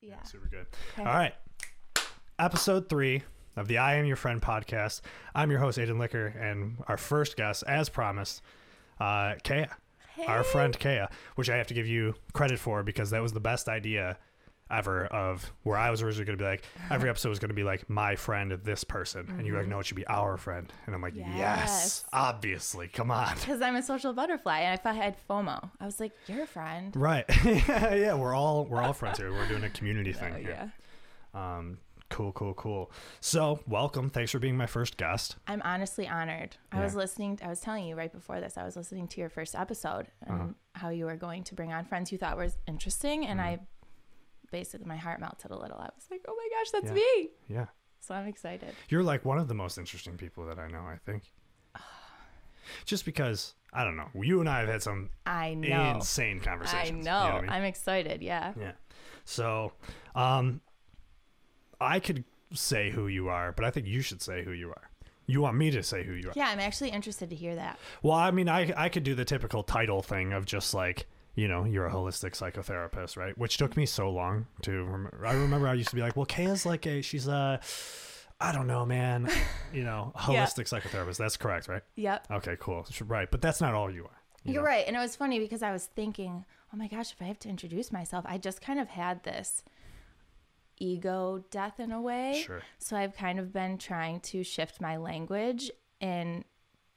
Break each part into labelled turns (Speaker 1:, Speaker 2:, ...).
Speaker 1: Yeah.
Speaker 2: Super good. All right. Episode three of the I Am Your Friend podcast. I'm your host, Aiden Licker, and our first guest, as promised, uh, Kaya. Our friend Kaya, which I have to give you credit for because that was the best idea ever of where I was originally going to be like, every episode was going to be like, my friend, this person. And you're like, no, it should be our friend. And I'm like, yes,
Speaker 1: Mm-hmm. Yes.
Speaker 2: obviously. Come on.
Speaker 1: Because I'm a social butterfly and I thought I had FOMO. I was like, you're a friend.
Speaker 2: Right. yeah, yeah, we're all we're all friends here. We're doing a community thing
Speaker 1: Oh,
Speaker 2: here.
Speaker 1: yeah.
Speaker 2: Um, cool, cool, cool. So, welcome. Thanks for being my first guest.
Speaker 1: I'm honestly honored. I
Speaker 2: Yeah.
Speaker 1: was listening, I was telling you right before this, I was listening to your first episode and
Speaker 2: Uh-huh.
Speaker 1: how you were going to bring on friends you thought was interesting. And
Speaker 2: Mm-hmm.
Speaker 1: I basically, my heart melted a little. I was like, oh my gosh, that's
Speaker 2: Yeah.
Speaker 1: me.
Speaker 2: Yeah.
Speaker 1: So I'm excited.
Speaker 2: You're like one of the most interesting people that I know, I think. Just because, I don't know, you and I have had some
Speaker 1: I know.
Speaker 2: insane
Speaker 1: I
Speaker 2: conversations.
Speaker 1: know.
Speaker 2: You what I mean?
Speaker 1: I'm excited. Yeah.
Speaker 2: Yeah. So, um, I could say who you are, but I think you should say who you are. You want me to say who you are?
Speaker 1: Yeah, I'm actually interested to hear that.
Speaker 2: Well, I mean, I I could do the typical title thing of just like you know you're a holistic psychotherapist, right? Which took me so long to. Rem- I remember I used to be like, well, Kaya's like a she's a. I don't know, man. You know, holistic psychotherapist. That's correct, right?
Speaker 1: Yep.
Speaker 2: Okay, cool. Sh- Right, but that's not all you are. you
Speaker 1: You're
Speaker 2: know?
Speaker 1: right. And it was funny because I was thinking, oh my gosh, if I have to introduce myself, I just kind of had this ego death in a way.
Speaker 2: Sure.
Speaker 1: So I've kind of been trying to shift my language in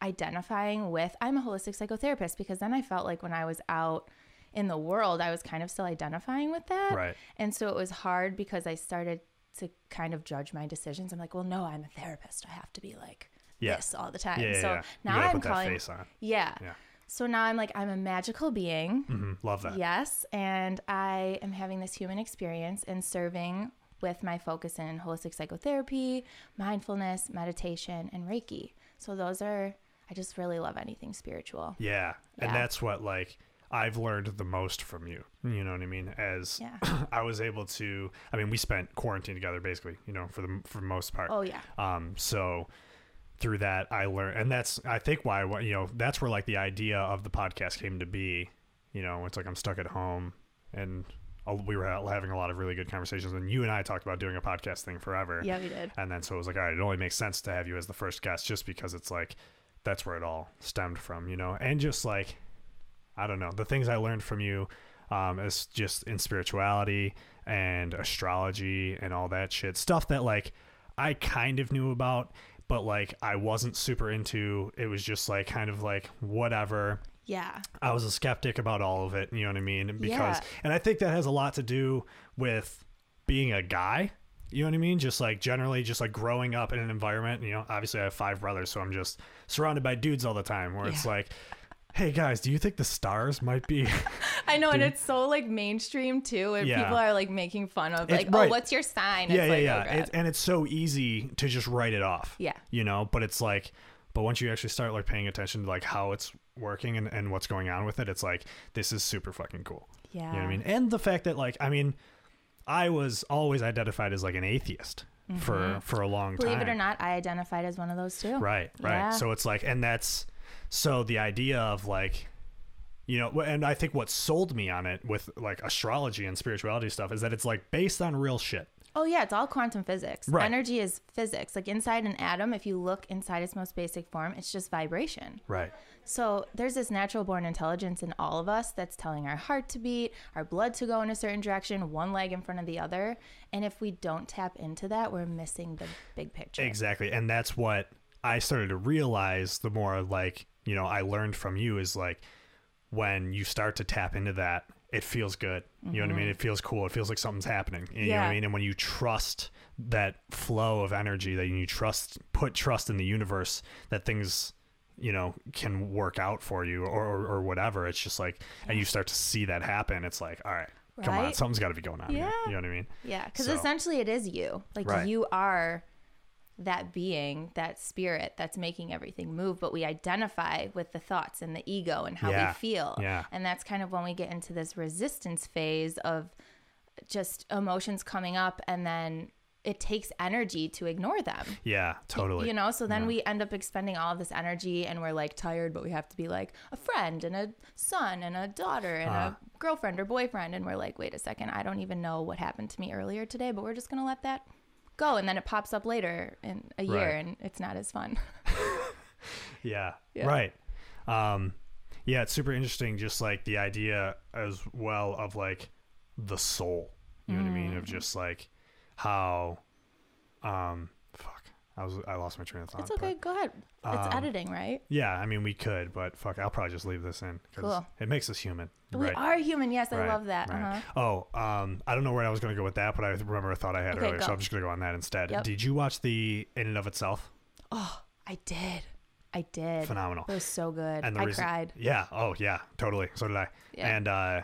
Speaker 1: identifying with I'm a holistic psychotherapist because then I felt like when I was out in the world, I was kind of still identifying with that.
Speaker 2: Right.
Speaker 1: And so it was hard because I started to kind of judge my decisions. I'm like, well, no, I'm a therapist. I have to be like
Speaker 2: Yeah.
Speaker 1: this all the time.
Speaker 2: Yeah, yeah,
Speaker 1: so
Speaker 2: yeah.
Speaker 1: now
Speaker 2: you gotta
Speaker 1: I'm
Speaker 2: put
Speaker 1: calling
Speaker 2: that face on.
Speaker 1: yeah.
Speaker 2: Yeah.
Speaker 1: So now I'm like, I'm a magical being.
Speaker 2: hmm Love that.
Speaker 1: Yes. And I am having this human experience and serving with my focus in holistic psychotherapy, mindfulness, meditation, and Reiki. So those are, I just really love anything spiritual.
Speaker 2: Yeah. And
Speaker 1: Yeah.
Speaker 2: that's what like I've learned the most from you. You know what I mean? As
Speaker 1: Yeah.
Speaker 2: I was able to I mean, we spent quarantine together basically, you know, for the for the most part.
Speaker 1: Oh, yeah.
Speaker 2: Um so through that I learned and that's I think why why- you know, that's where like the idea of the podcast came to be, you know, it's like I'm stuck at home and uh, we were ha- having a lot of really good conversations and you and I talked about doing a podcast thing forever.
Speaker 1: Yeah, we did.
Speaker 2: And then so it was like, all right, it only makes sense to have you as the first guest just because it's like that's where it all stemmed from, you know? And just like I don't know, the things I learned from you um is just in spirituality and astrology and all that shit. Stuff that like I kind of knew about but like I wasn't super into. It was just like kind of like whatever.
Speaker 1: Yeah.
Speaker 2: I was a skeptic about all of it, you know what I mean? Because
Speaker 1: Yeah.
Speaker 2: and I think that has a lot to do with being a guy. You know what I mean? Just like generally just like growing up in an environment, you know, obviously I have five brothers, so I'm just surrounded by dudes all the time where it's
Speaker 1: Yeah.
Speaker 2: like, Hey guys, do you think the stars might be
Speaker 1: I know. And it's so like mainstream too. And
Speaker 2: Yeah.
Speaker 1: people are like making fun of
Speaker 2: It's-
Speaker 1: like,
Speaker 2: right.
Speaker 1: oh, what's your sign? it's
Speaker 2: yeah, yeah,
Speaker 1: like,
Speaker 2: yeah.
Speaker 1: Oh, God.
Speaker 2: It, and it's so easy to just write it off.
Speaker 1: Yeah.
Speaker 2: You know, but it's like, but once you actually start like paying attention to like how it's working and, and what's going on with it, it's like, this is super fucking cool. You know what I
Speaker 1: Yeah.
Speaker 2: mean? And the fact that like, I mean, I was always identified as like an atheist for, for a long
Speaker 1: Mm-hmm. Believe
Speaker 2: time.
Speaker 1: it or not, I identified as one of those too.
Speaker 2: Right, right.
Speaker 1: Yeah.
Speaker 2: So it's like, and that's so the idea of like, you know, and I think what sold me on it with like astrology and spirituality stuff is that it's like based on real shit.
Speaker 1: Oh yeah, it's all quantum physics.
Speaker 2: Right.
Speaker 1: Energy is physics. Like inside an atom, if you look inside its most basic form, it's just vibration.
Speaker 2: Right.
Speaker 1: So there's this natural born intelligence in all of us that's telling our heart to beat, our blood to go in a certain direction, one leg in front of the other. And if we don't tap into that, we're missing the big picture.
Speaker 2: Exactly. And that's what I started to realize the more like, you know, I learned from you is like when you start to tap into that, it feels good. You know what I mean? It feels cool. It feels like something's happening. You know what I
Speaker 1: Mm-hmm. Yeah.
Speaker 2: mean? And when you trust that flow of energy that you trust put trust in the universe that things you know can work out for you or or, or whatever it's just like and you start to see that happen it's like all right come on
Speaker 1: Right?
Speaker 2: something's got to be going on here.
Speaker 1: Yeah.
Speaker 2: you know what i mean
Speaker 1: Yeah, because
Speaker 2: So-
Speaker 1: essentially it is you. Like
Speaker 2: Right.
Speaker 1: you are that being, that spirit that's making everything move, but we identify with the thoughts and the ego and how
Speaker 2: Yeah,
Speaker 1: we feel.
Speaker 2: yeah.
Speaker 1: And that's kind of when we get into this resistance phase of just emotions coming up and then it takes energy to ignore them.
Speaker 2: Yeah, totally.
Speaker 1: You know, so then
Speaker 2: Yeah.
Speaker 1: we end up expending all this energy and we're like tired, but we have to be like a friend and a son and a daughter and
Speaker 2: Uh-huh.
Speaker 1: a girlfriend or boyfriend. And we're like, wait a second, I don't even know what happened to me earlier today, but we're just going to let that go. And then it pops up later in a year
Speaker 2: Right.
Speaker 1: and it's not as fun.
Speaker 2: Yeah.
Speaker 1: Yeah.
Speaker 2: Right. Um, yeah, it's super interesting. Just like the idea as well of like the soul. You know what I mean?
Speaker 1: Mm.
Speaker 2: Of just like how, um, fuck. I was I lost my train of thought.
Speaker 1: it's okay.
Speaker 2: but-
Speaker 1: Go ahead. It's
Speaker 2: Um,
Speaker 1: editing, right?
Speaker 2: yeah, I mean we could, but fuck, I'll probably just leave this in because
Speaker 1: Cool.
Speaker 2: it makes us human.
Speaker 1: We
Speaker 2: right.
Speaker 1: are human. Yes, I
Speaker 2: right,
Speaker 1: love that.
Speaker 2: right.
Speaker 1: Uh-huh.
Speaker 2: Oh, um, I don't know where I was going to go with that, but I remember a thought I had
Speaker 1: Okay,
Speaker 2: earlier, so
Speaker 1: go.
Speaker 2: I'm just going to go on that instead.
Speaker 1: Yep.
Speaker 2: Did you watch the In and of Itself?
Speaker 1: Oh, I did. I did.
Speaker 2: Phenomenal.
Speaker 1: It was so good.
Speaker 2: and the
Speaker 1: I
Speaker 2: reason,
Speaker 1: cried.
Speaker 2: Yeah. Oh, yeah. Totally. So did I.
Speaker 1: Yeah.
Speaker 2: And uh,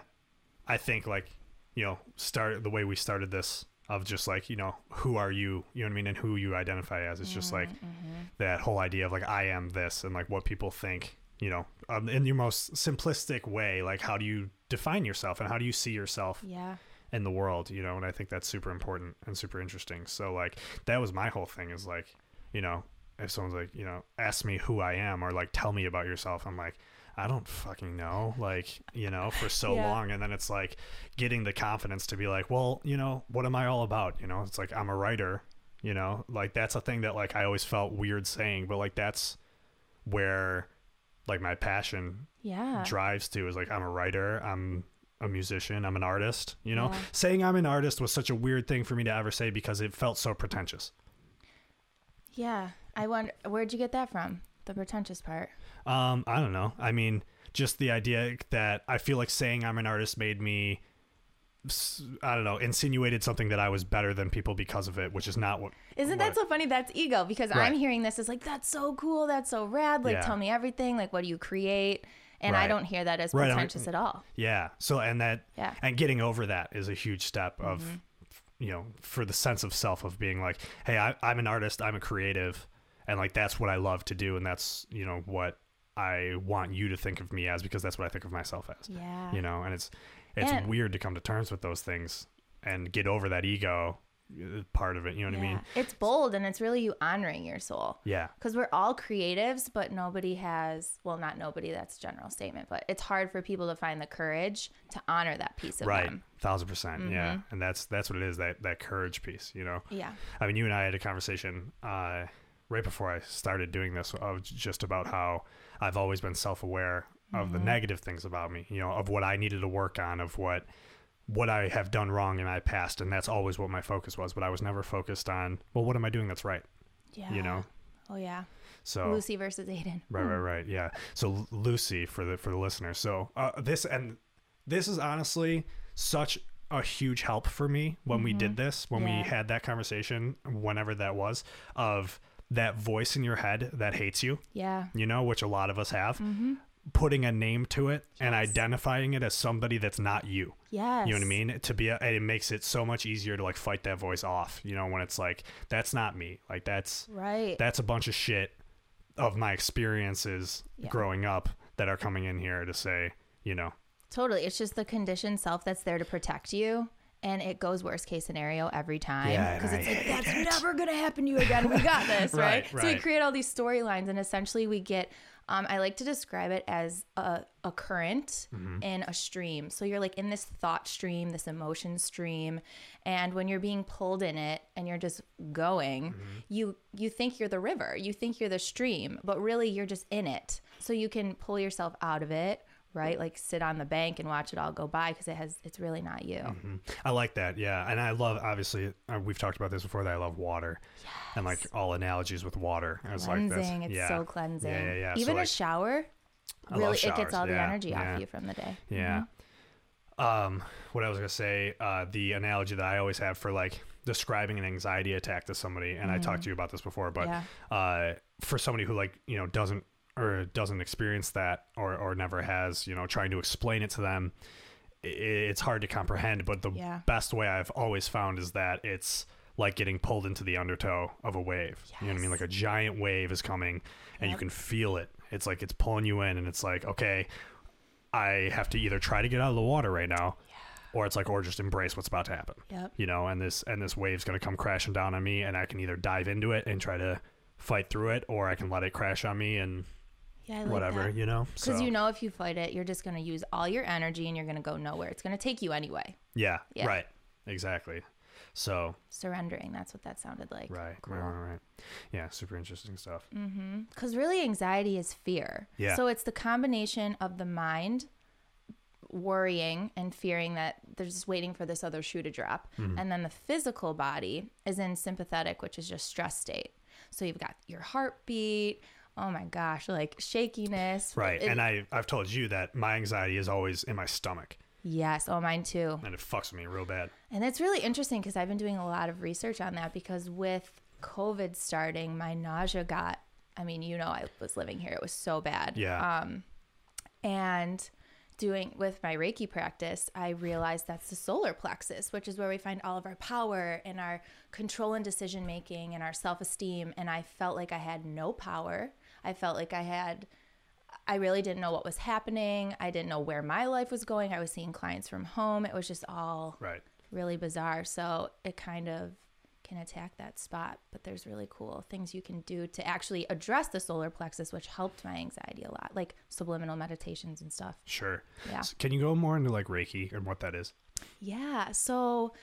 Speaker 2: I think like you know start the way we started this of just like you know who are you you know what I mean and who you identify as it's just like
Speaker 1: Mm-hmm,
Speaker 2: that whole idea of like I am this and like what people think you know um, in your most simplistic way like how do you define yourself and how do you see yourself
Speaker 1: Yeah.
Speaker 2: in the world you know and I think that's super important and super interesting so like that was my whole thing is like you know if someone's like you know ask me who I am or like tell me about yourself I'm like I don't fucking know like you know for so
Speaker 1: Yeah.
Speaker 2: long and then it's like getting the confidence to be like well you know what am I all about you know it's like I'm a writer you know like that's a thing that like I always felt weird saying but like that's where like my passion
Speaker 1: Yeah.
Speaker 2: drives to is like I'm a writer, I'm a musician, I'm an artist, you know?
Speaker 1: Yeah.
Speaker 2: Saying I'm an artist was such a weird thing for me to ever say because it felt so pretentious.
Speaker 1: Yeah. I wonder where'd you get that from? The pretentious part.
Speaker 2: Um, I don't know. I mean, just the idea that I feel like saying I'm an artist made me s- I don't know, insinuated something that I was better than people because of it, which is not what
Speaker 1: Isn't that
Speaker 2: what-
Speaker 1: so funny? That's ego because
Speaker 2: Right.
Speaker 1: I'm hearing this as like that's so cool, that's so rad. Like
Speaker 2: Yeah.
Speaker 1: tell me everything. Like what do you create? And
Speaker 2: Right.
Speaker 1: I don't hear that as
Speaker 2: Right, I'm-
Speaker 1: pretentious at all.
Speaker 2: Yeah. So and that
Speaker 1: Yeah. Mm-hmm.
Speaker 2: and getting over that is a huge step of you know, for the sense of self of being like, hey, I, I'm an artist, I'm a creative, and like that's what I love to do, and that's you know what I want you to think of me as because that's what I think of myself as.
Speaker 1: Yeah.
Speaker 2: You know, and it's it's
Speaker 1: And-
Speaker 2: weird to come to terms with those things and get over that ego uh, part of it. You know what I
Speaker 1: Yeah.
Speaker 2: mean?
Speaker 1: It's bold and it's really you honoring your soul.
Speaker 2: Yeah.
Speaker 1: Because we're all creatives, but nobody has, well, not nobody, that's a general statement, but it's hard for people to find the courage to honor that piece of
Speaker 2: Right.
Speaker 1: them. Mm-hmm.
Speaker 2: Thousand percent. Yeah. And that's that's what it is, that that courage piece, you know.
Speaker 1: Yeah.
Speaker 2: I mean, you and I had a conversation uh, right before I started doing this of just about how I've always been self-aware of the negative things about me, you know, of what I needed to work on, of what what I have done wrong in my past, and that's always what my focus was. But I was never focused on, well, what am I doing that's right,
Speaker 1: Yeah.
Speaker 2: you know?
Speaker 1: Oh, yeah.
Speaker 2: So
Speaker 1: Lucy versus Aiden.
Speaker 2: Right, right, right. Yeah. So L- Lucy for the for the listener. So uh, this and this is honestly such a huge help for me when we did this, when
Speaker 1: Mm-hmm. Yeah.
Speaker 2: we had that conversation, whenever that was, of that voice in your head that hates you,
Speaker 1: Yeah.
Speaker 2: you know, which a lot of us have,
Speaker 1: Mm-hmm.
Speaker 2: putting a name to it and identifying it as somebody that's not you.
Speaker 1: Yes.
Speaker 2: You know what I mean? To be, a, and it makes it so much easier to like fight that voice off. You know, when it's like that's not me. Like that's
Speaker 1: Right.
Speaker 2: that's a bunch of shit of my experiences
Speaker 1: Yeah.
Speaker 2: growing up that are coming in here to say, you know,
Speaker 1: Totally. It's just the conditioned self that's there to protect you. And it goes worst case scenario every
Speaker 2: Yeah,
Speaker 1: time
Speaker 2: and
Speaker 1: because
Speaker 2: I
Speaker 1: it's like that's never gonna happen to you again. We got this, right,
Speaker 2: Right,
Speaker 1: So we
Speaker 2: right.
Speaker 1: create all these storylines, and essentially we get. Um, I like to describe it as a, a current in a stream. So you're like in this thought stream, this emotion stream, and when you're being pulled in it and you're just going, you you think you're the river, you think you're the stream, but really you're just in it. So you can pull yourself out of it right? Like sit on the bank and watch it all go by because it has it's really not you.
Speaker 2: I like that. Yeah. And I love, obviously, uh, we've talked about this before that I love water and like all analogies with water. I was like, this.
Speaker 1: Cleansing, it's
Speaker 2: yeah.
Speaker 1: so cleansing.
Speaker 2: Yeah. Yeah. yeah. So,
Speaker 1: Even
Speaker 2: like,
Speaker 1: a shower,
Speaker 2: love
Speaker 1: really, it
Speaker 2: showers,
Speaker 1: gets all the
Speaker 2: yeah,
Speaker 1: energy
Speaker 2: yeah.
Speaker 1: off you from the day.
Speaker 2: Yeah. Um, what I was gonna say, uh, the analogy that I always have for like describing an anxiety attack to somebody, and I talked to you about this before, but
Speaker 1: Mm-hmm. Yeah.
Speaker 2: uh, for somebody who like you know doesn't or doesn't experience that or or never has, you know, trying to explain it to them, i it's hard to comprehend. But the
Speaker 1: Yeah.
Speaker 2: best way I've always found is that it's like getting pulled into the undertow of a wave. You know what I mean? Like a giant wave is coming, and you
Speaker 1: Yep.
Speaker 2: can feel it. It's like it's pulling you in, and it's like okay. I have to either try to get out of the water right now or it's like or just embrace what's about to happen
Speaker 1: Yep.
Speaker 2: you know and this and this wave's going to come crashing down on me and i can either dive into it and try to fight through it or i can let it crash on me and
Speaker 1: Yeah, I like
Speaker 2: whatever you know
Speaker 1: Because you know, if you fight it, you're just going to use all your energy and you're going to go nowhere. It's going to take you anyway.
Speaker 2: yeah,
Speaker 1: Yeah.
Speaker 2: right exactly so
Speaker 1: Surrendering. That's what that sounded like.
Speaker 2: right right right, right. yeah super interesting stuff
Speaker 1: Mm. Because really, anxiety is fear.
Speaker 2: Yeah.
Speaker 1: So it's the combination of the mind worrying and fearing that they're just waiting for this other shoe to drop.
Speaker 2: Mm-hmm.
Speaker 1: And then the physical body is in sympathetic, which is just stress state. So you've got your heartbeat. Oh my gosh, like shakiness.
Speaker 2: right
Speaker 1: It-
Speaker 2: and i i've told you that my anxiety is always in my stomach
Speaker 1: yes, oh, mine too.
Speaker 2: and it fucks with me real bad
Speaker 1: And that's really interesting because I've been doing a lot of research on that because with COVID starting, my nausea got, I mean, you know, I was living here. It was so bad.
Speaker 2: yeah
Speaker 1: And doing with my Reiki practice, I realized that's the solar plexus, which is where we find all of our power and our control and decision making and our self esteem. And I felt like I had no power. I felt like I had. I really didn't know what was happening. I didn't know where my life was going. I was seeing clients from home. It was just all
Speaker 2: right
Speaker 1: really bizarre. So it kind of can attack that spot, but there's really cool things you can do to actually address the solar plexus, which helped my anxiety a lot, like subliminal meditations and stuff.
Speaker 2: Sure.
Speaker 1: Yeah.
Speaker 2: So can you go more into like Reiki and what that is?
Speaker 1: Yeah. So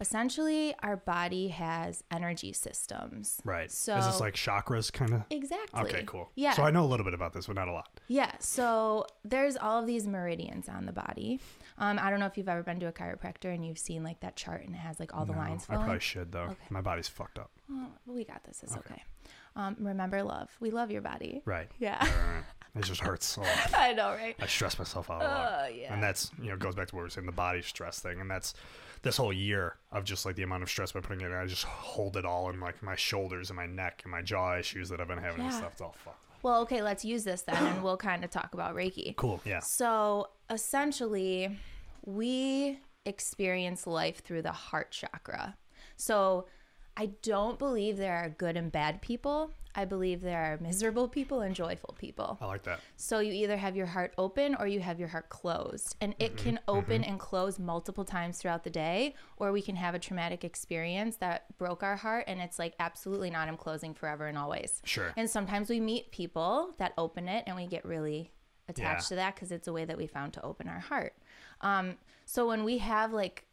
Speaker 1: essentially, our body has energy systems.
Speaker 2: Right.
Speaker 1: So
Speaker 2: is this like chakras kind of?
Speaker 1: exactly.
Speaker 2: Okay, cool.
Speaker 1: Yeah.
Speaker 2: So I know a little bit about this, but not a lot.
Speaker 1: Yeah, so there's all of these meridians on the body. Um, I don't know if you've ever been to a chiropractor and you've seen like that chart and it has like all the
Speaker 2: No,
Speaker 1: lines
Speaker 2: I
Speaker 1: flowing.
Speaker 2: probably should though. My body's fucked up.
Speaker 1: Oh, we got this. It's okay. Um, remember love. We love your body.
Speaker 2: Right.
Speaker 1: Yeah.
Speaker 2: Alright. It just hurts a lot.
Speaker 1: I know, right?
Speaker 2: I stress myself out a lot.
Speaker 1: Oh, yeah.
Speaker 2: And that's you know goes back to what we were saying the body stress thing, and that's this whole year of just like the amount of stress by putting it. in, I just hold it all in like my shoulders and my neck and my jaw issues that I've been having and
Speaker 1: Yeah.
Speaker 2: stuff. It's all fucked. up.
Speaker 1: Well, okay, let's use this then and we'll kind of talk about Reiki.
Speaker 2: Cool. Yeah.
Speaker 1: So essentially, we experience life through the heart chakra. So I don't believe there are good and bad people. I believe there are miserable people and joyful people.
Speaker 2: I like that.
Speaker 1: So you either have your heart open or you have your heart closed. And it can
Speaker 2: Mm-hmm.
Speaker 1: open and close multiple times throughout the day, or we can have a traumatic experience that broke our heart and it's like absolutely not I'm closing forever and always.
Speaker 2: Sure.
Speaker 1: And sometimes we meet people that open it and we get really attached
Speaker 2: Yeah.
Speaker 1: to that because it's a way that we found to open our heart. Um, so when we have like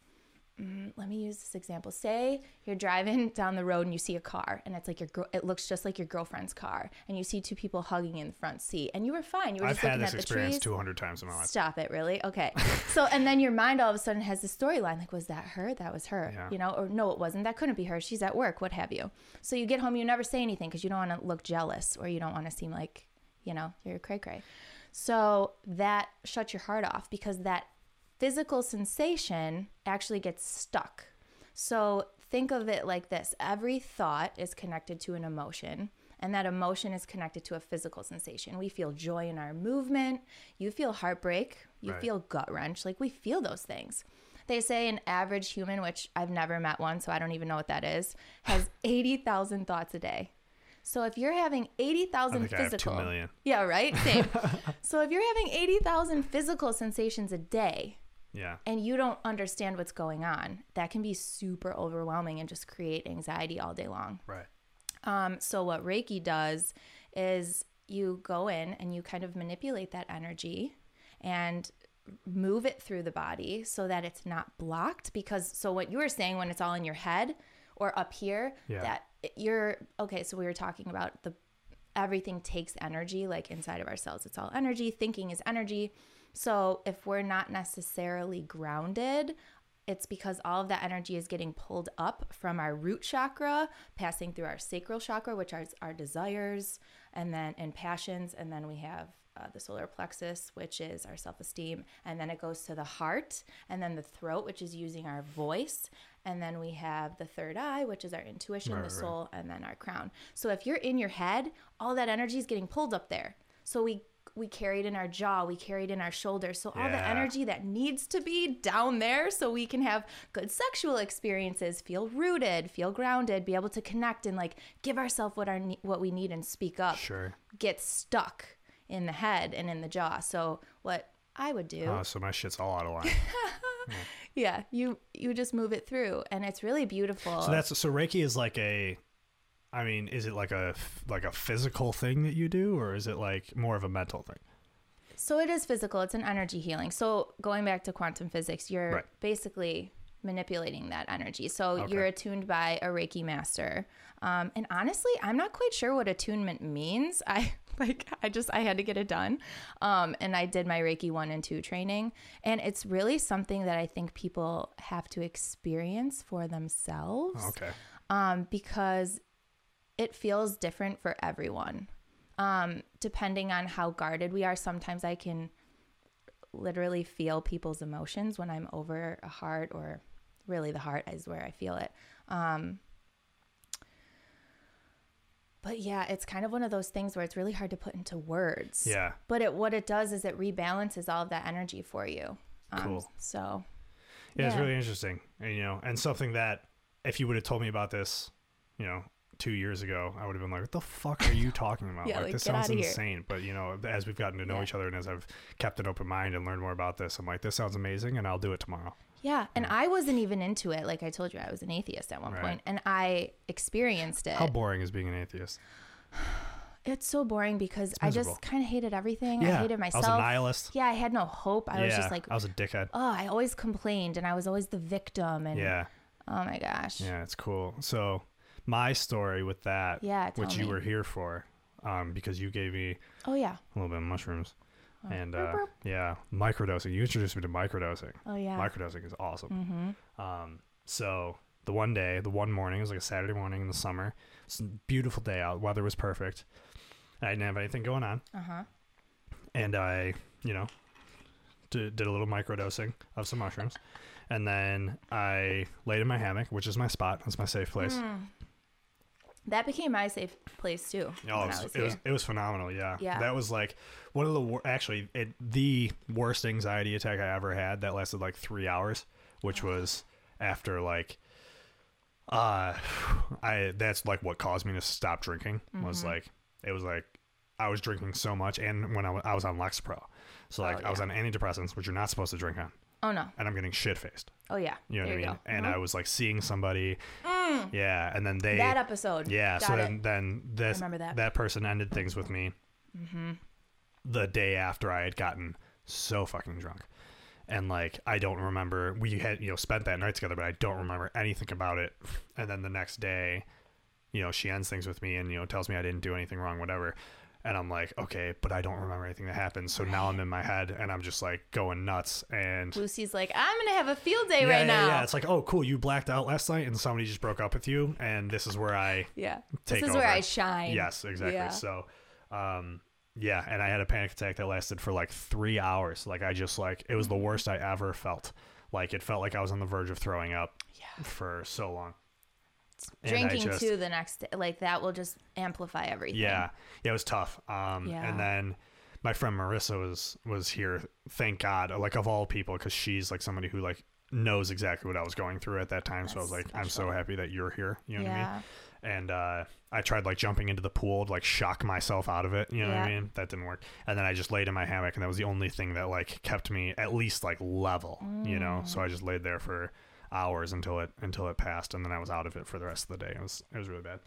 Speaker 1: let me use this example. Say you're driving down the road and you see a car, and it's like your gir- it looks just like your girlfriend's car, and you see two people hugging in the front seat, and you were fine. You were
Speaker 2: I've
Speaker 1: just looking
Speaker 2: had this
Speaker 1: at the
Speaker 2: experience
Speaker 1: trees.
Speaker 2: 200 times in my life.
Speaker 1: Stop it, really? Okay. So, and then your mind all of a sudden has the storyline like, was that her? That was her.
Speaker 2: Yeah.
Speaker 1: You know, or no, it wasn't. That couldn't be her. She's at work, what have you. So you get home, you never say anything because you don't want to look jealous or you don't want to seem like, you know, you're a cray cray. So that shuts your heart off because that physical sensation actually gets stuck. So think of it like this every thought is connected to an emotion, and that emotion is connected to a physical sensation. We feel joy in our movement, you feel heartbreak, you
Speaker 2: Right.
Speaker 1: feel gut wrench. Like we feel those things. They say an average human, which I've never met one, so I don't even know what that is, has 80,000 thoughts a day. So if you're having 80,000
Speaker 2: think I have two
Speaker 1: physical.
Speaker 2: million.
Speaker 1: Yeah, right? Same. so if you're having 80,000 physical sensations a day,
Speaker 2: Yeah.
Speaker 1: and you don't understand what's going on, that can be super overwhelming and just create anxiety all day long.
Speaker 2: Right.
Speaker 1: Um, so, what Reiki does is you go in and you kind of manipulate that energy and move it through the body so that it's not blocked. Because, so what you were saying when it's all in your head or up here,
Speaker 2: Yeah.
Speaker 1: that you're okay. So, we were talking about the everything takes energy, like inside of ourselves, it's all energy. Thinking is energy. So, if we're not necessarily grounded, it's because all of that energy is getting pulled up from our root chakra, passing through our sacral chakra, which are our desires, and then and passions, and then we have uh, the solar plexus, which is our self-esteem, and then it goes to the heart, and then the throat, which is using our voice, and then we have the third eye, which is our intuition,
Speaker 2: Right,
Speaker 1: the
Speaker 2: right.
Speaker 1: soul, and then our crown. So if you're in your head, all that energy is getting pulled up there. So we we carry it in our jaw, we carry it in our shoulders. So all the
Speaker 2: Yeah.
Speaker 1: energy that needs to be down there so we can have good sexual experiences, feel rooted, feel grounded, be able to connect and like give ourselves what our ne- what we need and speak up.
Speaker 2: Sure.
Speaker 1: Get stuck in the head and in the jaw. So what I would do
Speaker 2: Uh, Oh, so my shit's all out of line.
Speaker 1: yeah, you you just move it through, and it's really beautiful.
Speaker 2: So that's so Reiki is like a, I mean, is it like a f- like a physical thing that you do, or is it like more of a mental thing?
Speaker 1: So it is physical. It's an energy healing. So going back to quantum physics, you're
Speaker 2: Right.
Speaker 1: basically manipulating that energy. So
Speaker 2: Okay.
Speaker 1: you're attuned by a Reiki master. Um, and honestly, I'm not quite sure what attunement means. I like I just I had to get it done. Um, and I did my Reiki one and two training, and it's really something that I think people have to experience for themselves
Speaker 2: Okay,
Speaker 1: um, because it feels different for everyone. Um, depending on how guarded we are, sometimes I can literally feel people's emotions when I'm over a heart, or really the heart is where I feel it. Um, but yeah, it's kind of one of those things where it's really hard to put into words.
Speaker 2: yeah,
Speaker 1: But it, what it does is it rebalances all of that energy for you. Um,
Speaker 2: Cool.
Speaker 1: So
Speaker 2: yeah, It's
Speaker 1: Yeah.
Speaker 2: really interesting, and you know, and something that if you would have told me about this, you know, two years ago, I would have been like, "What the fuck are you talking about?
Speaker 1: Yeah, like,
Speaker 2: this
Speaker 1: get
Speaker 2: sounds
Speaker 1: outta here.
Speaker 2: insane." But you know, as we've gotten to know
Speaker 1: Yeah.
Speaker 2: each other, and as I've kept an open mind and learned more about this, I'm like, "This sounds amazing," and I'll do it tomorrow.
Speaker 1: Yeah, and I wasn't even into it. Like I told you, I was an atheist at one
Speaker 2: Right.
Speaker 1: point, and I experienced it.
Speaker 2: How boring is being an atheist?
Speaker 1: it's so boring because I
Speaker 2: miserable.
Speaker 1: just kind of hated everything. I hated myself.
Speaker 2: I was a nihilist.
Speaker 1: Yeah, I had no hope. I
Speaker 2: yeah,
Speaker 1: was just like,
Speaker 2: I was a dickhead.
Speaker 1: oh, I always complained, and I was always the victim. And
Speaker 2: Yeah,
Speaker 1: oh my gosh,
Speaker 2: yeah, it's cool. So my story with that,
Speaker 1: Yeah, tell
Speaker 2: which you
Speaker 1: me.
Speaker 2: were here for, um, because you gave me
Speaker 1: oh yeah,
Speaker 2: a little bit of mushrooms, and
Speaker 1: burp,
Speaker 2: uh,
Speaker 1: burp.
Speaker 2: yeah, microdosing. You introduced me to microdosing.
Speaker 1: oh yeah.
Speaker 2: Microdosing is awesome. Um, so the one day, the one morning, it was like a Saturday morning in the summer. It's a beautiful day out. Weather was perfect. I didn't have anything going on.
Speaker 1: uh huh.
Speaker 2: and I, you know, did, did a little microdosing of some mushrooms. And then I laid in my hammock, which is my spot. It's my safe place.
Speaker 1: That became my safe place too.
Speaker 2: Oh,
Speaker 1: when
Speaker 2: it, was,
Speaker 1: I was
Speaker 2: it was
Speaker 1: here.
Speaker 2: it was phenomenal. Yeah.
Speaker 1: Yeah.
Speaker 2: That was like one of the wor- actually it, the worst anxiety attack I ever had. That lasted like three hours, which was after like, uh, I that's like what caused me to stop drinking was
Speaker 1: Mm-hmm.
Speaker 2: like it was like I was drinking so much, and when I wa- I was on Lexapro, so like I was on antidepressants, which you're not supposed to drink on,
Speaker 1: Oh no.
Speaker 2: and I'm getting shit faced.
Speaker 1: Oh yeah.
Speaker 2: You
Speaker 1: there
Speaker 2: know what I
Speaker 1: you
Speaker 2: mean?
Speaker 1: go. Mm-hmm.
Speaker 2: And I was like seeing somebody.
Speaker 1: Mm.
Speaker 2: Yeah, and then they
Speaker 1: that episode.
Speaker 2: yeah,
Speaker 1: Got
Speaker 2: so
Speaker 1: it.
Speaker 2: then, then this,
Speaker 1: remember that. Mm-hmm.
Speaker 2: person ended things with me the day after I had gotten so fucking drunk. And like I don't remember we had you know spent that night together, but I don't remember anything about it. And then the next day, you know, she ends things with me and you know tells me I didn't do anything wrong, whatever. And I'm like, okay, but I don't remember anything that happened. So now I'm in my head and I'm just like going nuts and
Speaker 1: Lucy's like, I'm gonna have a field day
Speaker 2: yeah,
Speaker 1: right
Speaker 2: yeah,
Speaker 1: now.
Speaker 2: yeah. It's like, oh, cool, you blacked out last night and somebody just broke up with you, and this is where I
Speaker 1: Yeah.
Speaker 2: Take
Speaker 1: this is where
Speaker 2: over.
Speaker 1: I shine.
Speaker 2: Yes, exactly.
Speaker 1: Yeah.
Speaker 2: So, um, yeah, and I had a panic attack that lasted for like three hours. Like I just like it was the
Speaker 1: Mm-hmm.
Speaker 2: worst I ever felt. Like it felt like I was on the verge of throwing up for so long. And I
Speaker 1: Drinking
Speaker 2: just-
Speaker 1: too the next day, like that will just amplify everything.
Speaker 2: Yeah, yeah, it was tough. Um,
Speaker 1: Yeah.
Speaker 2: and then my friend Marissa was was here. Thank God, like of all people, because she's like somebody who like knows exactly what I was going through at that time. so I was
Speaker 1: That's
Speaker 2: like, I'm so
Speaker 1: special.
Speaker 2: happy that you're here. You know what I mean?
Speaker 1: Yeah.
Speaker 2: and uh, I tried like jumping into the pool to like shock myself out of it. You know what I
Speaker 1: Yeah.
Speaker 2: mean? That didn't work. And then I just laid in my hammock, and that was the only thing that like kept me at least like level. You know, so I just laid there for hours until it until it passed, and then I was out of it for the rest of the day. It was it was really bad.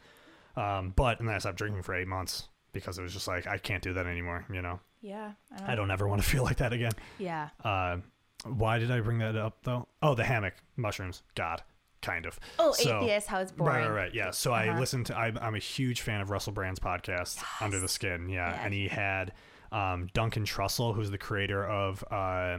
Speaker 2: Um, but and then I stopped drinking for eight months because it was just like I can't do that anymore. You know,
Speaker 1: Yeah.
Speaker 2: I don't ever want to feel like that again.
Speaker 1: Yeah.
Speaker 2: Uh, why did I bring that up though? Oh, the hammock mushrooms. God, kind of.
Speaker 1: Oh,
Speaker 2: So-
Speaker 1: atheist, how it's boring.
Speaker 2: Right, right, right. Yeah. So I
Speaker 1: Uh-huh.
Speaker 2: listened to. I, I'm a huge fan of Russell Brand's podcast, Under the Skin. Yeah,
Speaker 1: Yes.
Speaker 2: and he had um, Duncan Trussell, who's the creator of uh,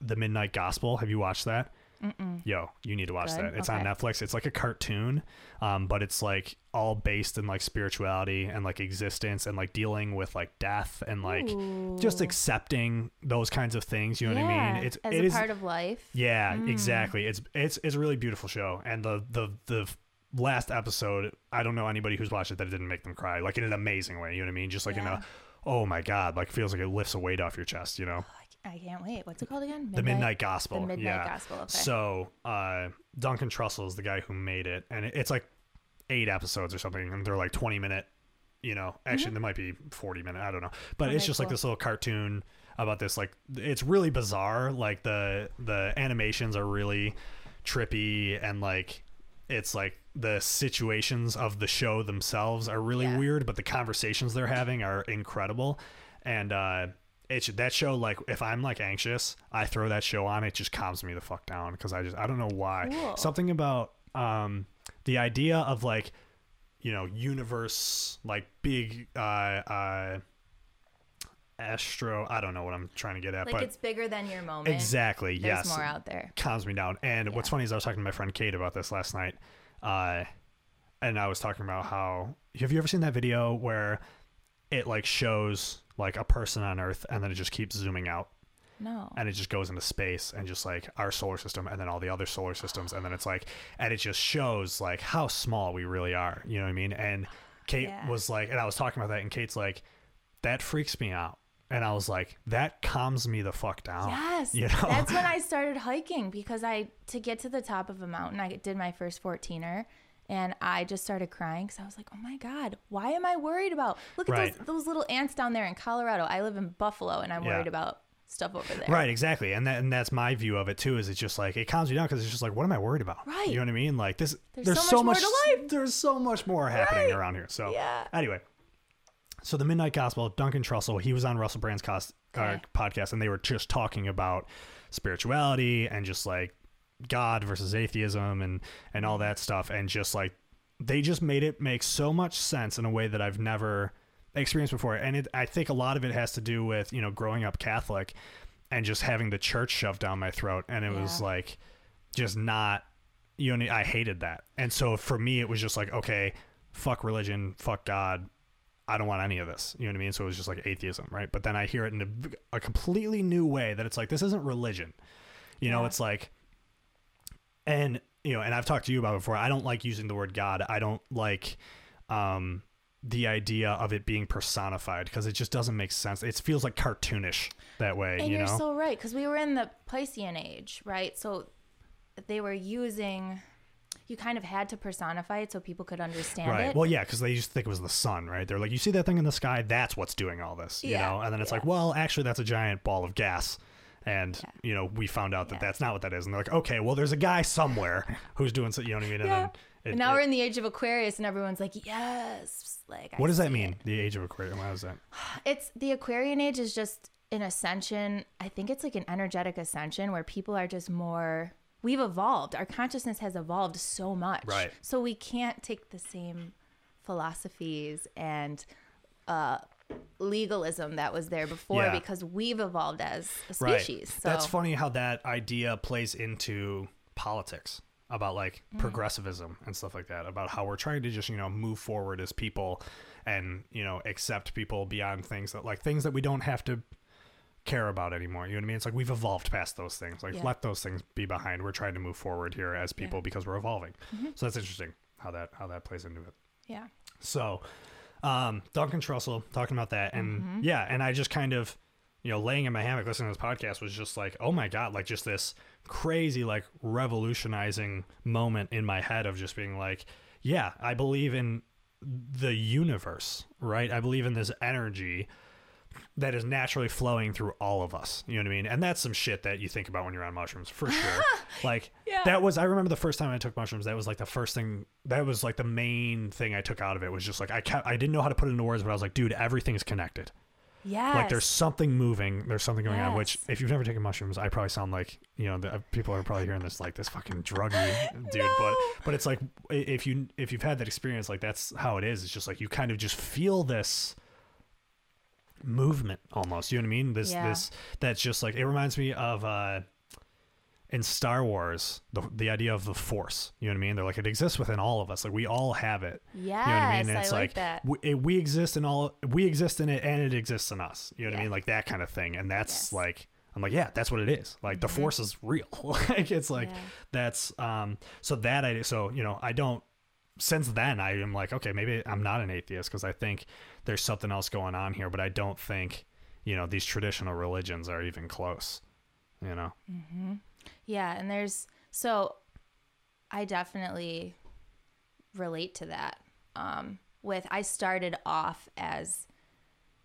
Speaker 2: the Midnight Gospel. Have you watched that? Mm-mm. Yo, you need to watch
Speaker 1: Good?
Speaker 2: that. It's on
Speaker 1: Okay.
Speaker 2: Netflix. It's like a cartoon, um, but it's like all based in like spirituality and like existence and like dealing with like death and like just accepting those kinds of things. You know what I
Speaker 1: Yeah,
Speaker 2: mean? It's
Speaker 1: as
Speaker 2: it
Speaker 1: a
Speaker 2: is-
Speaker 1: part of life.
Speaker 2: yeah,
Speaker 1: Mm.
Speaker 2: exactly. It's it's it's a really beautiful show, and the the the f- last episode, I don't know anybody who's watched it that it didn't make them cry, like in an amazing way. You know what I mean? Just like in
Speaker 1: Yeah.
Speaker 2: a, oh my god, like feels like it lifts a weight off your chest. You know,
Speaker 1: I can't wait. What's it called again?
Speaker 2: the Midnight Gospel.
Speaker 1: The Midnight
Speaker 2: yeah.
Speaker 1: Gospel. Okay.
Speaker 2: So uh, Duncan Trussell is the guy who made it, and it, it's like eight episodes or something, and they're like
Speaker 1: Mm-hmm.
Speaker 2: twenty minute. You know, actually, they might be forty minute. I don't know, but
Speaker 1: Okay,
Speaker 2: it's just like
Speaker 1: cool.
Speaker 2: this little cartoon about this. Like it's really bizarre. Like the the animations are really trippy and like it's like the situations of the show themselves are really
Speaker 1: Yeah.
Speaker 2: weird, but the conversations they're having are incredible. And uh it should, that show like if I'm like anxious, I throw that show on. It just calms me the fuck down because I just I don't know why.
Speaker 1: Cool.
Speaker 2: Something about um the idea of like you know universe like big uh uh astro i don't know what i'm trying to get at
Speaker 1: Like
Speaker 2: but
Speaker 1: it's bigger than your moment.
Speaker 2: exactly
Speaker 1: There's
Speaker 2: yes
Speaker 1: more out there.
Speaker 2: calms me down and what's
Speaker 1: Yeah.
Speaker 2: funny is i was talking to my friend kate about this last night uh and i was talking about how have you ever seen that video where it like shows like a person on earth and then it just keeps zooming out
Speaker 1: No.
Speaker 2: and it just goes into space and just like our solar system and then all the other solar systems and then it's like and it just shows like how small we really are you know what i mean and kate
Speaker 1: Yeah.
Speaker 2: was like and i was talking about that and kate's like that freaks me out and i was like that calms me the fuck down
Speaker 1: Yes.
Speaker 2: you know
Speaker 1: That's when I started hiking because I to get to the top of a mountain, I did my first 14er and I just started crying because I was like, "Oh my god, why am I worried about? Look at
Speaker 2: Right.
Speaker 1: those those little ants down there in Colorado. I live in Buffalo and I'm
Speaker 2: Yeah.
Speaker 1: worried about stuff over there."
Speaker 2: Right, exactly, and that and that's my view of it too. Is it's just like it calms you down because it's just like, what am I worried about?
Speaker 1: Right.
Speaker 2: you know what I mean? Like this,
Speaker 1: There's
Speaker 2: there's,
Speaker 1: so
Speaker 2: so
Speaker 1: much
Speaker 2: much,
Speaker 1: more to
Speaker 2: there's so much more happening around here. So
Speaker 1: Yeah.
Speaker 2: anyway, so the Midnight Gospel, Duncan Trussell, he was on Russell Brand's cost, uh,
Speaker 1: Okay.
Speaker 2: podcast, and they were just talking about spirituality and just like God versus atheism and and all that stuff, and just like they just made it make so much sense in a way that I've never experienced before, and it I think a lot of it has to do with you know growing up Catholic and just having the church shoved down my throat, and it was
Speaker 1: Yeah.
Speaker 2: like just not you know I hated that, and so for me it was just like okay, fuck religion, fuck God, I don't want any of this. You know what I mean? So it was just like atheism, right? But then I hear it in a, a completely new way that it's like this isn't religion. You know,
Speaker 1: Yeah.
Speaker 2: it's like, and you know, and I've talked to you about it before. I don't like using the word God. I don't like um, the idea of it being personified because it just doesn't make sense. It feels like cartoonish that way.
Speaker 1: And
Speaker 2: you
Speaker 1: you are
Speaker 2: know,
Speaker 1: so right because we were in the Piscean age, right? So they were using you kind of had to personify it so people could understand
Speaker 2: right?
Speaker 1: it.
Speaker 2: Well, yeah, because they used to think it was the sun, right? They're like, you see that thing in the sky? That's what's doing all this, you
Speaker 1: Yeah,
Speaker 2: know. And then it's
Speaker 1: yeah.
Speaker 2: like, well, actually, that's a giant ball of gas. And you know, we found out that
Speaker 1: Yeah.
Speaker 2: that's not what that is. And they're like, okay, well, there's a guy somewhere who's doing so. You know what I mean? And
Speaker 1: yeah.
Speaker 2: then it,
Speaker 1: and now
Speaker 2: it-
Speaker 1: we're in the age of Aquarius and everyone's like, "Yes." Like I
Speaker 2: what does
Speaker 1: see
Speaker 2: that
Speaker 1: it.
Speaker 2: mean? The age of Aquarius. What is that?
Speaker 1: It's the Aquarian age is just an ascension. I think it's like an energetic ascension where people are just more. We've evolved. Our consciousness has evolved so much.
Speaker 2: Right.
Speaker 1: So we can't take the same philosophies and uh, legalism that was there before
Speaker 2: Yeah.
Speaker 1: because we've evolved as a
Speaker 2: Right.
Speaker 1: species. So
Speaker 2: That's funny how that idea plays into politics about like
Speaker 1: Mm.
Speaker 2: progressivism and stuff like that about how we're trying to just you know move forward as people and you know accept people beyond things that like things that we don't have to care about anymore you know what i mean it's like we've evolved past those things like
Speaker 1: Yeah.
Speaker 2: let those things be behind we're trying to move forward here as people because we're evolving
Speaker 1: Mm-hmm.
Speaker 2: so that's interesting how that how that plays into it
Speaker 1: Yeah.
Speaker 2: so, um, Duncan Trussell talking about that, and yeah, and I just kind of, you know, laying in my hammock listening to this podcast was just like, oh my god, like just this crazy, like revolutionizing moment in my head of just being like, yeah, I believe in the universe, right? I believe in this energy that is naturally flowing through all of us. You know what I mean? And that's some shit that you think about when you're on mushrooms, for sure. like
Speaker 1: Yeah.
Speaker 2: that was I remember the first time I took mushrooms, that was like the first thing that was like the main thing I took out of it was just like I kept I didn't know how to put it into words, but I was like, dude, everything's connected.
Speaker 1: Yes.
Speaker 2: Like there's something moving, there's something going on. Which,
Speaker 1: Yes.
Speaker 2: if you've never taken mushrooms, I probably sound like you know the, uh, people are probably hearing this like this fucking druggy dude. But
Speaker 1: No.
Speaker 2: but it's like i- if you if you've had that experience, like that's how it is. It's just like you kind of just feel this movement almost. You know what I mean? This
Speaker 1: Yeah.
Speaker 2: this that's just like it reminds me of uh in Star Wars the the idea of the Force. You know what I mean? They're like it exists within all of us. Like we all have it.
Speaker 1: yes.
Speaker 2: You know what I mean? And
Speaker 1: I
Speaker 2: it's
Speaker 1: like,
Speaker 2: like,
Speaker 1: that.
Speaker 2: We, it, we exist in all, we exist in it and it exists in us. You know what I
Speaker 1: Yeah.
Speaker 2: mean? Like that kind of thing. And that's
Speaker 1: Yes. Mm-hmm.
Speaker 2: like, I'm like, yeah, that's what it is. Like the force is real. like it's like,
Speaker 1: Yeah.
Speaker 2: that's, um, so that I, so, you know, I don't, since then I am like, okay, maybe I'm not an atheist because I think there's something else going on here, but I don't think, you know, these traditional religions are even close, you know?
Speaker 1: Yeah, and there's so I definitely relate to that. Um, with I started off as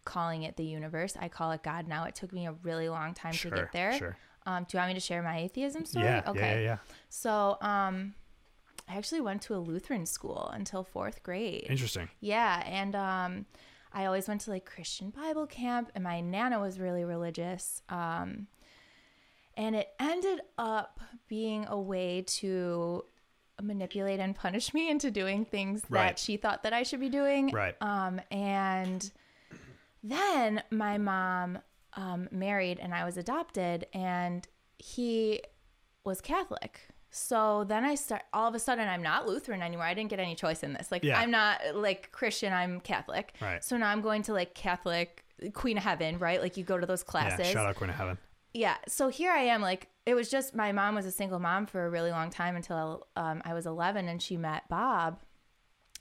Speaker 1: calling it the universe. I call it God now. It took me a really long time
Speaker 2: Sure.
Speaker 1: to get there.
Speaker 2: Sure.
Speaker 1: Um, do you want me to share my atheism story?
Speaker 2: Yeah,
Speaker 1: okay.
Speaker 2: yeah. Yeah. Yeah.
Speaker 1: So um, I actually went to a Lutheran school until fourth grade.
Speaker 2: Interesting.
Speaker 1: Yeah, and um, I always went to like Christian Bible camp, and my nana was really religious. Um, and it ended up being a way to manipulate and punish me into doing things
Speaker 2: Right.
Speaker 1: that she thought that I should be doing.
Speaker 2: Right.
Speaker 1: Um, and then my mom um, married, and I was adopted, and he was Catholic. So then I start all of a sudden I'm not Lutheran anymore. I didn't get any choice in this. Like
Speaker 2: Yeah.
Speaker 1: I'm not like Christian, I'm Catholic.
Speaker 2: Right.
Speaker 1: So now I'm going to like Catholic Queen of Heaven, right? Like you go to those
Speaker 2: Yeah.
Speaker 1: classes.
Speaker 2: Shout out Queen of Heaven.
Speaker 1: Yeah. So here I am. Like it was just my mom was a single mom for a really long time until um, I was 11 and she met Bob.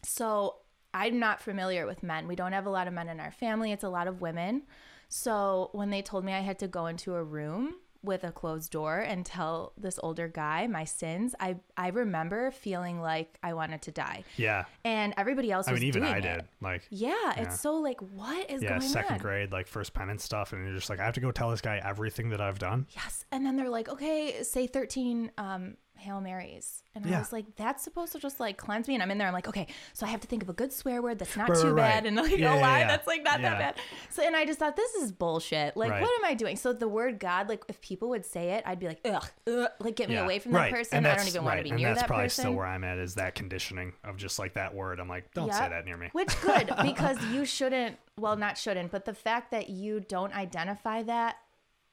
Speaker 1: So I'm not familiar with men. We don't have a lot of men in our family. It's a lot of women. So when they told me I had to go into a room with a closed door and tell this older guy my sins, I I remember feeling like I wanted to die.
Speaker 2: Yeah.
Speaker 1: And everybody else
Speaker 2: I
Speaker 1: was
Speaker 2: mean, even
Speaker 1: doing
Speaker 2: I
Speaker 1: it.
Speaker 2: did. Like,
Speaker 1: Yeah,
Speaker 2: Yeah.
Speaker 1: it's so like what is
Speaker 2: yeah,
Speaker 1: going
Speaker 2: second
Speaker 1: on?
Speaker 2: grade, like first pen and stuff, and you're just like, I have to go tell this guy everything that I've done.
Speaker 1: yes and then they're like okay say 13 um hail marys and
Speaker 2: Yeah.
Speaker 1: i was like that's supposed to just like cleanse me and i'm in there i'm like okay so i have to think of a good swear word that's not
Speaker 2: Right,
Speaker 1: too
Speaker 2: right,
Speaker 1: bad
Speaker 2: right.
Speaker 1: and like
Speaker 2: Yeah,
Speaker 1: a
Speaker 2: yeah,
Speaker 1: lie
Speaker 2: yeah.
Speaker 1: that's like not
Speaker 2: Yeah.
Speaker 1: that bad so and i just thought this is bullshit like
Speaker 2: Right.
Speaker 1: what am i doing so the word god like if people would say it i'd be like ugh, ugh like get me
Speaker 2: yeah.
Speaker 1: away from
Speaker 2: right.
Speaker 1: that person
Speaker 2: And
Speaker 1: i
Speaker 2: that's,
Speaker 1: don't even want
Speaker 2: right,
Speaker 1: to be
Speaker 2: and
Speaker 1: near
Speaker 2: that's
Speaker 1: that
Speaker 2: probably
Speaker 1: person
Speaker 2: still where I'm at is that conditioning of just like that word. I'm like, don't say
Speaker 1: Yep.
Speaker 2: that near me.
Speaker 1: Which good because you shouldn't, well, not shouldn't, but the fact that you don't identify that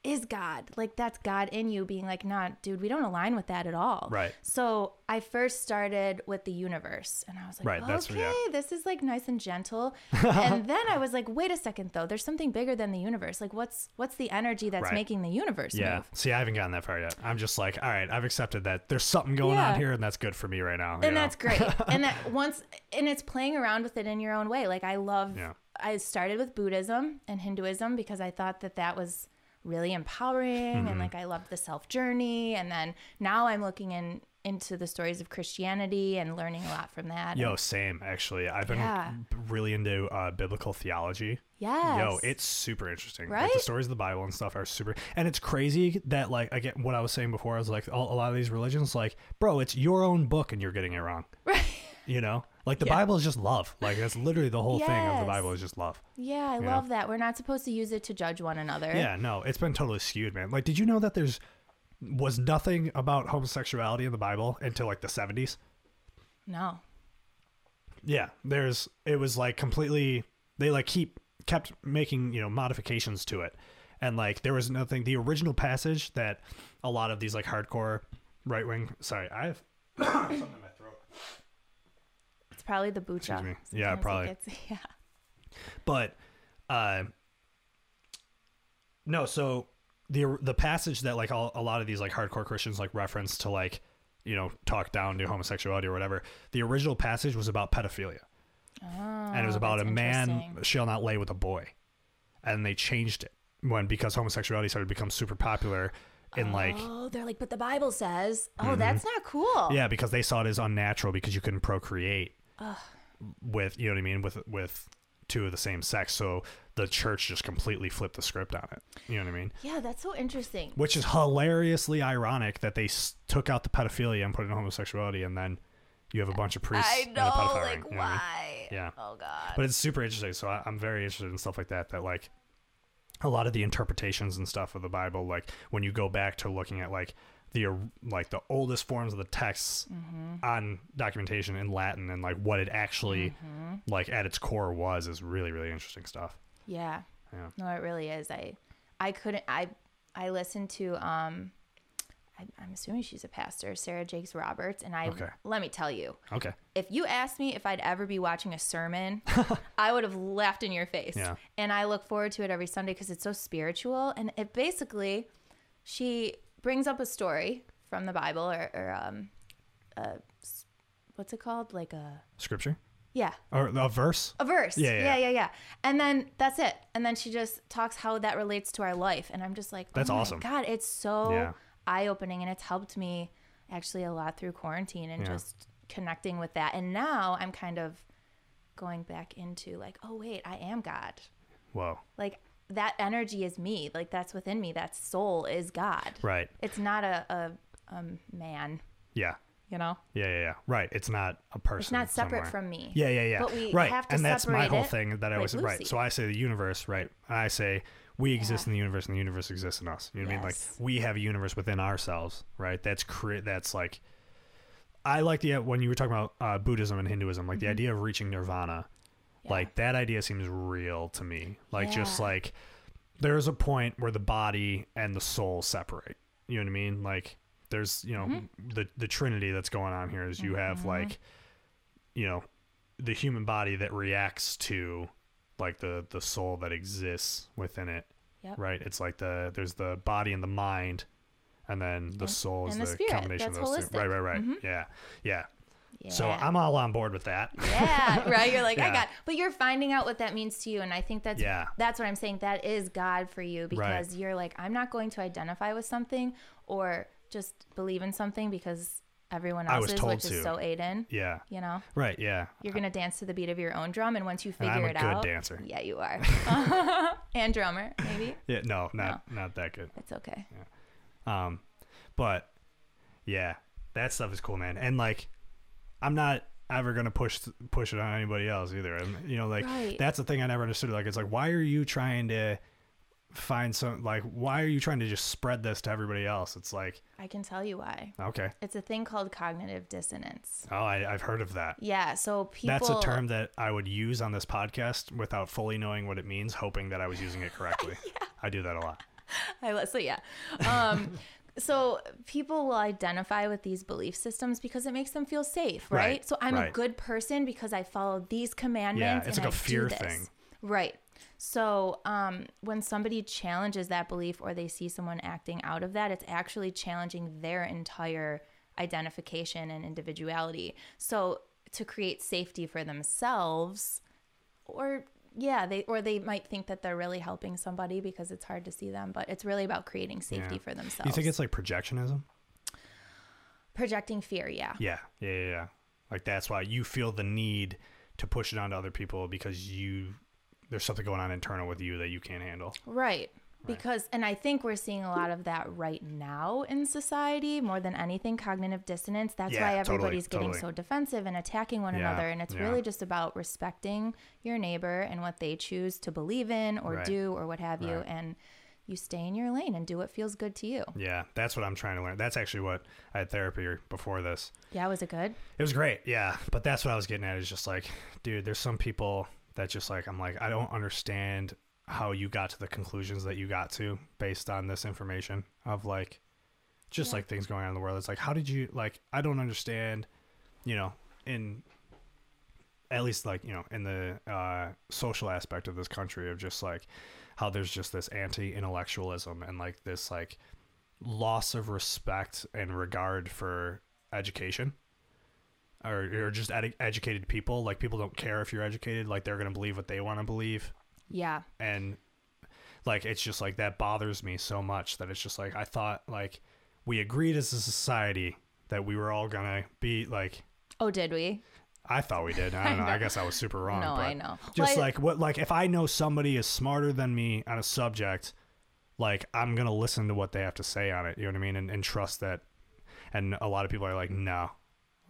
Speaker 1: is God. Like that's God in you being like, nah, dude, we don't align with that at all.
Speaker 2: Right.
Speaker 1: So I first started with the universe and I was like,
Speaker 2: Right,
Speaker 1: okay,
Speaker 2: that's- yeah.
Speaker 1: this is like nice and gentle. and then I was like, wait a second though, there's something bigger than the universe. Like what's what's the energy that's
Speaker 2: Right.
Speaker 1: making the universe
Speaker 2: Yeah.
Speaker 1: move?
Speaker 2: See, I haven't gotten that far yet. I'm just like, all right, I've accepted that there's something going
Speaker 1: Yeah.
Speaker 2: on here, and that's good for me right now. you
Speaker 1: and
Speaker 2: know?
Speaker 1: that's great and that once and it's playing around with it in your own way like i love
Speaker 2: Yeah.
Speaker 1: i started with buddhism and hinduism because i thought that that was really empowering
Speaker 2: Mm-hmm.
Speaker 1: and like i loved the self journey and then now i'm looking in into the stories of christianity and learning a lot from that
Speaker 2: Yo, same actually. I've been
Speaker 1: Yeah.
Speaker 2: b- really into uh, biblical theology.
Speaker 1: yes
Speaker 2: Yo, it's super interesting. Like, the
Speaker 1: Right?
Speaker 2: stories of the Bible and stuff are super, and it's crazy that like again, what I was saying before, I was like, all, a lot of these religions, like, bro, it's your own book, and you're getting it wrong.
Speaker 1: right
Speaker 2: You know, like the Bible is just love. Like that's literally the whole thing of the
Speaker 1: Yes.
Speaker 2: Bible is just love.
Speaker 1: yeah i
Speaker 2: Yeah.
Speaker 1: love that we're not supposed to use it to judge one another
Speaker 2: Yeah, no, it's been totally skewed, man. Like, did you know that there's was nothing about homosexuality in the Bible until like the 70s?
Speaker 1: no
Speaker 2: Yeah, there's it was like completely they like keep kept making, you know, modifications to it. And like there was nothing the original passage that a lot of these like hardcore right wing sorry, I have something in my throat.
Speaker 1: it's probably the bucha
Speaker 2: Excuse me.
Speaker 1: Sometimes
Speaker 2: Yeah,
Speaker 1: it
Speaker 2: probably.
Speaker 1: gets- yeah
Speaker 2: But uh no, so the the passage that like all, a lot of these like hardcore Christians like reference to like, you know, talk down to homosexuality or whatever. The original passage was about pedophilia. and it was
Speaker 1: Oh,
Speaker 2: about a
Speaker 1: that's
Speaker 2: man
Speaker 1: interesting.
Speaker 2: shall not lay with a boy and they changed it when because homosexuality started to become super popular in like
Speaker 1: oh they're like but the bible says oh that's not cool
Speaker 2: Mm-hmm. yeah because they saw it as unnatural because you couldn't procreate with you know what i mean with with two of the same sex so the church just completely flipped the script on it you know what i mean
Speaker 1: yeah that's so interesting
Speaker 2: which is hilariously ironic that they s- took out the pedophilia and put in homosexuality and then you have a bunch of priests
Speaker 1: I
Speaker 2: and a
Speaker 1: know,
Speaker 2: pedophile
Speaker 1: like
Speaker 2: ring, you know what I mean?
Speaker 1: why?
Speaker 2: Yeah.
Speaker 1: Oh God.
Speaker 2: but it's super interesting so I, i'm very interested in stuff like that that like a lot of the interpretations and stuff of the bible like when you go back to looking at like the or- like the oldest forms of the texts
Speaker 1: Mm-hmm.
Speaker 2: on documentation in latin and like what it actually
Speaker 1: Mm-hmm.
Speaker 2: like at its core was is really really interesting stuff
Speaker 1: yeah.
Speaker 2: Yeah.
Speaker 1: No, it really is. I, I couldn't. I, I listened to. Um, I, I'm assuming she's a pastor, Sarah Jakes Roberts, and I.
Speaker 2: Okay.
Speaker 1: Let me tell you,
Speaker 2: okay
Speaker 1: if you asked me if I'd ever be watching a sermon, I would have laughed in your face.
Speaker 2: Yeah.
Speaker 1: And I look forward to it every Sunday because it's so spiritual. And it basically, she brings up a story from the Bible or, or um, uh, what's it called? Like a
Speaker 2: scripture
Speaker 1: yeah,
Speaker 2: or a verse
Speaker 1: a verse.
Speaker 2: Yeah,
Speaker 1: Yeah
Speaker 2: yeah,
Speaker 1: yeah, yeah, And then that's it. And then she just talks how that relates to our life. And I'm just like, oh
Speaker 2: That's
Speaker 1: my
Speaker 2: awesome.
Speaker 1: God, it's so
Speaker 2: Yeah.
Speaker 1: eye opening. And it's helped me actually a lot through quarantine and
Speaker 2: Yeah.
Speaker 1: just connecting with that. And now I'm kind of going back into like, oh, wait, I am God.
Speaker 2: Whoa.
Speaker 1: Like that energy is me. Like that's within me. That soul is God.
Speaker 2: Right.
Speaker 1: It's not a, a, a man,
Speaker 2: Yeah.
Speaker 1: you know?
Speaker 2: Yeah, yeah, yeah. Right. It's not a person.
Speaker 1: It's not separate
Speaker 2: somewhere.
Speaker 1: from me.
Speaker 2: Yeah, yeah, yeah.
Speaker 1: But we
Speaker 2: right.
Speaker 1: have to
Speaker 2: and that's my
Speaker 1: separate
Speaker 2: whole
Speaker 1: it,
Speaker 2: thing that I
Speaker 1: like
Speaker 2: was right.
Speaker 1: Lucy.
Speaker 2: So I say the universe, right? And I say we exist in the universe, and the universe exists in us. You know what I mean? Like
Speaker 1: Yes.
Speaker 2: we have a universe within ourselves, right? That's cre- That's like. I like the when you were talking about uh, Buddhism and Hinduism, like the idea of reaching nirvana,
Speaker 1: Mm-hmm. Yeah.
Speaker 2: like that idea seems real to me. Like just
Speaker 1: Yeah.
Speaker 2: like there's a point where the body and the soul separate. You know what I mean? Like there's you know
Speaker 1: Mm-hmm.
Speaker 2: the the trinity that's going on here is you have like you know the human body that reacts to like the the soul that exists within it
Speaker 1: Yep.
Speaker 2: right it's like the there's the body and the mind and then the soul is
Speaker 1: and the
Speaker 2: the,
Speaker 1: spirit.
Speaker 2: combination of
Speaker 1: That's
Speaker 2: those two right
Speaker 1: holistic. Mm-hmm.
Speaker 2: right right yeah yeah
Speaker 1: Yeah.
Speaker 2: so i'm all on board with that
Speaker 1: yeah, right. You're like, I
Speaker 2: Yeah.
Speaker 1: got, but you're finding out what that means to you, and I think that's
Speaker 2: Yeah.
Speaker 1: that's what I'm saying. That is God for you because you're like, I'm not going to identify with something or just believe in something because everyone
Speaker 2: I
Speaker 1: else
Speaker 2: was
Speaker 1: is,
Speaker 2: told
Speaker 1: which
Speaker 2: to.
Speaker 1: is so Aiden.
Speaker 2: yeah
Speaker 1: You know,
Speaker 2: right yeah
Speaker 1: you're gonna dance to the beat of your own drum, and once you
Speaker 2: And
Speaker 1: figure
Speaker 2: I'm
Speaker 1: it
Speaker 2: a good
Speaker 1: out,
Speaker 2: dancer.
Speaker 1: yeah, you are, and drummer maybe.
Speaker 2: yeah no not not that good
Speaker 1: It's okay.
Speaker 2: Um, but yeah, that stuff is cool, man. And like, I'm not ever gonna push push it on anybody else either. And you know, like
Speaker 1: Right.
Speaker 2: that's the thing I never understood. Like, it's like, why are you trying to find some? Like, why are you trying to just spread this to everybody else? It's like,
Speaker 1: I can tell you why.
Speaker 2: okay,
Speaker 1: It's a thing called cognitive dissonance.
Speaker 2: oh, I, I've heard of that.
Speaker 1: Yeah, so people.
Speaker 2: That's a term that I would use on this podcast without fully knowing what it means, hoping that I was using it correctly. I do that a lot.
Speaker 1: I li- so yeah. Um, so people will identify with these belief systems because it makes them feel safe, right?
Speaker 2: Right,
Speaker 1: So I'm
Speaker 2: right.
Speaker 1: a good person because I follow these commandments.
Speaker 2: Yeah, it's
Speaker 1: and
Speaker 2: like a
Speaker 1: I do
Speaker 2: fear
Speaker 1: this.
Speaker 2: thing.
Speaker 1: right? So um, when somebody challenges that belief or they see someone acting out of that, it's actually challenging their entire identification and individuality. So to create safety for themselves, or yeah they or they might think that they're really helping somebody because it's hard to see them but it's really about creating safety
Speaker 2: Yeah.
Speaker 1: for themselves
Speaker 2: You think it's like projectionism?
Speaker 1: projecting fear yeah
Speaker 2: Yeah, yeah, yeah, yeah. Like that's why you feel the need to push it onto other people because you there's something going on internal with you that you can't handle.
Speaker 1: right because and i think we're seeing a lot of that right now in society more than anything cognitive dissonance that's
Speaker 2: Yeah,
Speaker 1: why
Speaker 2: totally,
Speaker 1: everybody's getting
Speaker 2: totally.
Speaker 1: so defensive and attacking one
Speaker 2: Yeah,
Speaker 1: another and it's
Speaker 2: yeah.
Speaker 1: really just about respecting your neighbor and what they choose to believe in or
Speaker 2: Right.
Speaker 1: do or what have you
Speaker 2: Right.
Speaker 1: and you stay in your lane and do what feels good to you
Speaker 2: Yeah, that's what I'm trying to learn. That's actually what I had therapy before this.
Speaker 1: yeah was it good
Speaker 2: It was great, yeah. But that's what I was getting at is just like, dude, there's some people that just like I'm like, I don't understand how you got to the conclusions that you got to based on this information of like just like things going on in the world. It's like, how did you like I don't understand, you know, in at least like, you know, in the uh social aspect of this country of just like how there's just this anti intellectualism and like this like loss of respect and regard for education or, or just edu- educated people. Like people don't care if you're educated. Like they're gonna believe what they want to believe,
Speaker 1: yeah
Speaker 2: and like it's just like that bothers me so much that it's just like I thought like we agreed as a society that we were all gonna be like
Speaker 1: oh did we
Speaker 2: I thought we did. I don't know. I guess I was super wrong.
Speaker 1: No,
Speaker 2: but
Speaker 1: I know.
Speaker 2: Just
Speaker 1: Well, I-
Speaker 2: like what, like if I know somebody is smarter than me on a subject, like I'm gonna listen to what they have to say on it. You know what I mean? And, and trust that. And a lot of people are like, no,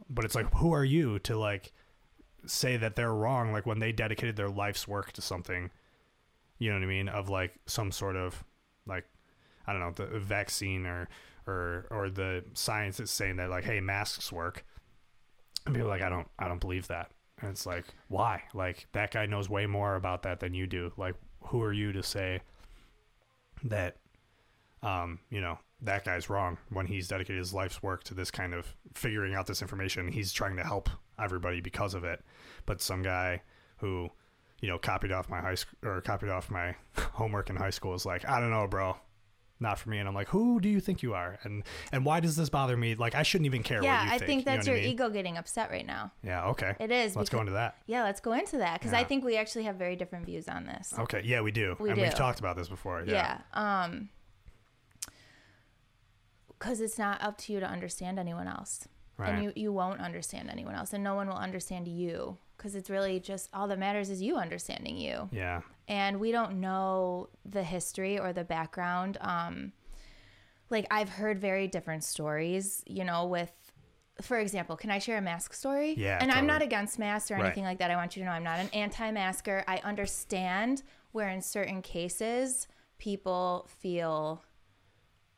Speaker 2: but it's like, who are you to like say that they're wrong? Like when they dedicated their life's work to something, you know what I mean? Of like some sort of like I don't know the vaccine or or or the science that's saying that like hey masks work. And people are like, I don't, I don't believe that. And it's like, why? Like that guy knows way more about that than you do. Like, who are you to say that, um, you know, that guy's wrong when he's dedicated his life's work to this kind of figuring out this information. He's trying to help everybody because of it. But some guy who, you know, copied off my high school or copied off my homework in high school is like, I don't know, bro. Not for me, and I'm like, who do you think you are, and and why does this bother me? Like, I shouldn't even care.
Speaker 1: Yeah,
Speaker 2: what you
Speaker 1: I
Speaker 2: think,
Speaker 1: think
Speaker 2: you know
Speaker 1: that's
Speaker 2: what I
Speaker 1: your
Speaker 2: mean?
Speaker 1: ego getting upset right now.
Speaker 2: Yeah, okay.
Speaker 1: It is
Speaker 2: Let's go
Speaker 1: because-
Speaker 2: into that.
Speaker 1: Yeah, let's go into that because I
Speaker 2: Yeah.
Speaker 1: think we actually have very different views on this.
Speaker 2: Okay, yeah, we do.
Speaker 1: We
Speaker 2: and we've
Speaker 1: do.
Speaker 2: talked about this before. Yeah.
Speaker 1: Yeah. Um, because it's not up to you to understand anyone else.
Speaker 2: Right.
Speaker 1: and you you won't understand anyone else and no one will understand you because it's really just all that matters is you understanding you
Speaker 2: yeah.
Speaker 1: and we don't know the history or the background um like i've heard very different stories you know with for example, can I share a mask story?
Speaker 2: Yeah,
Speaker 1: And I'm
Speaker 2: totally.
Speaker 1: not against masks or
Speaker 2: Right.
Speaker 1: anything like that. I want you to know I'm not an anti masker. I understand where in certain cases people feel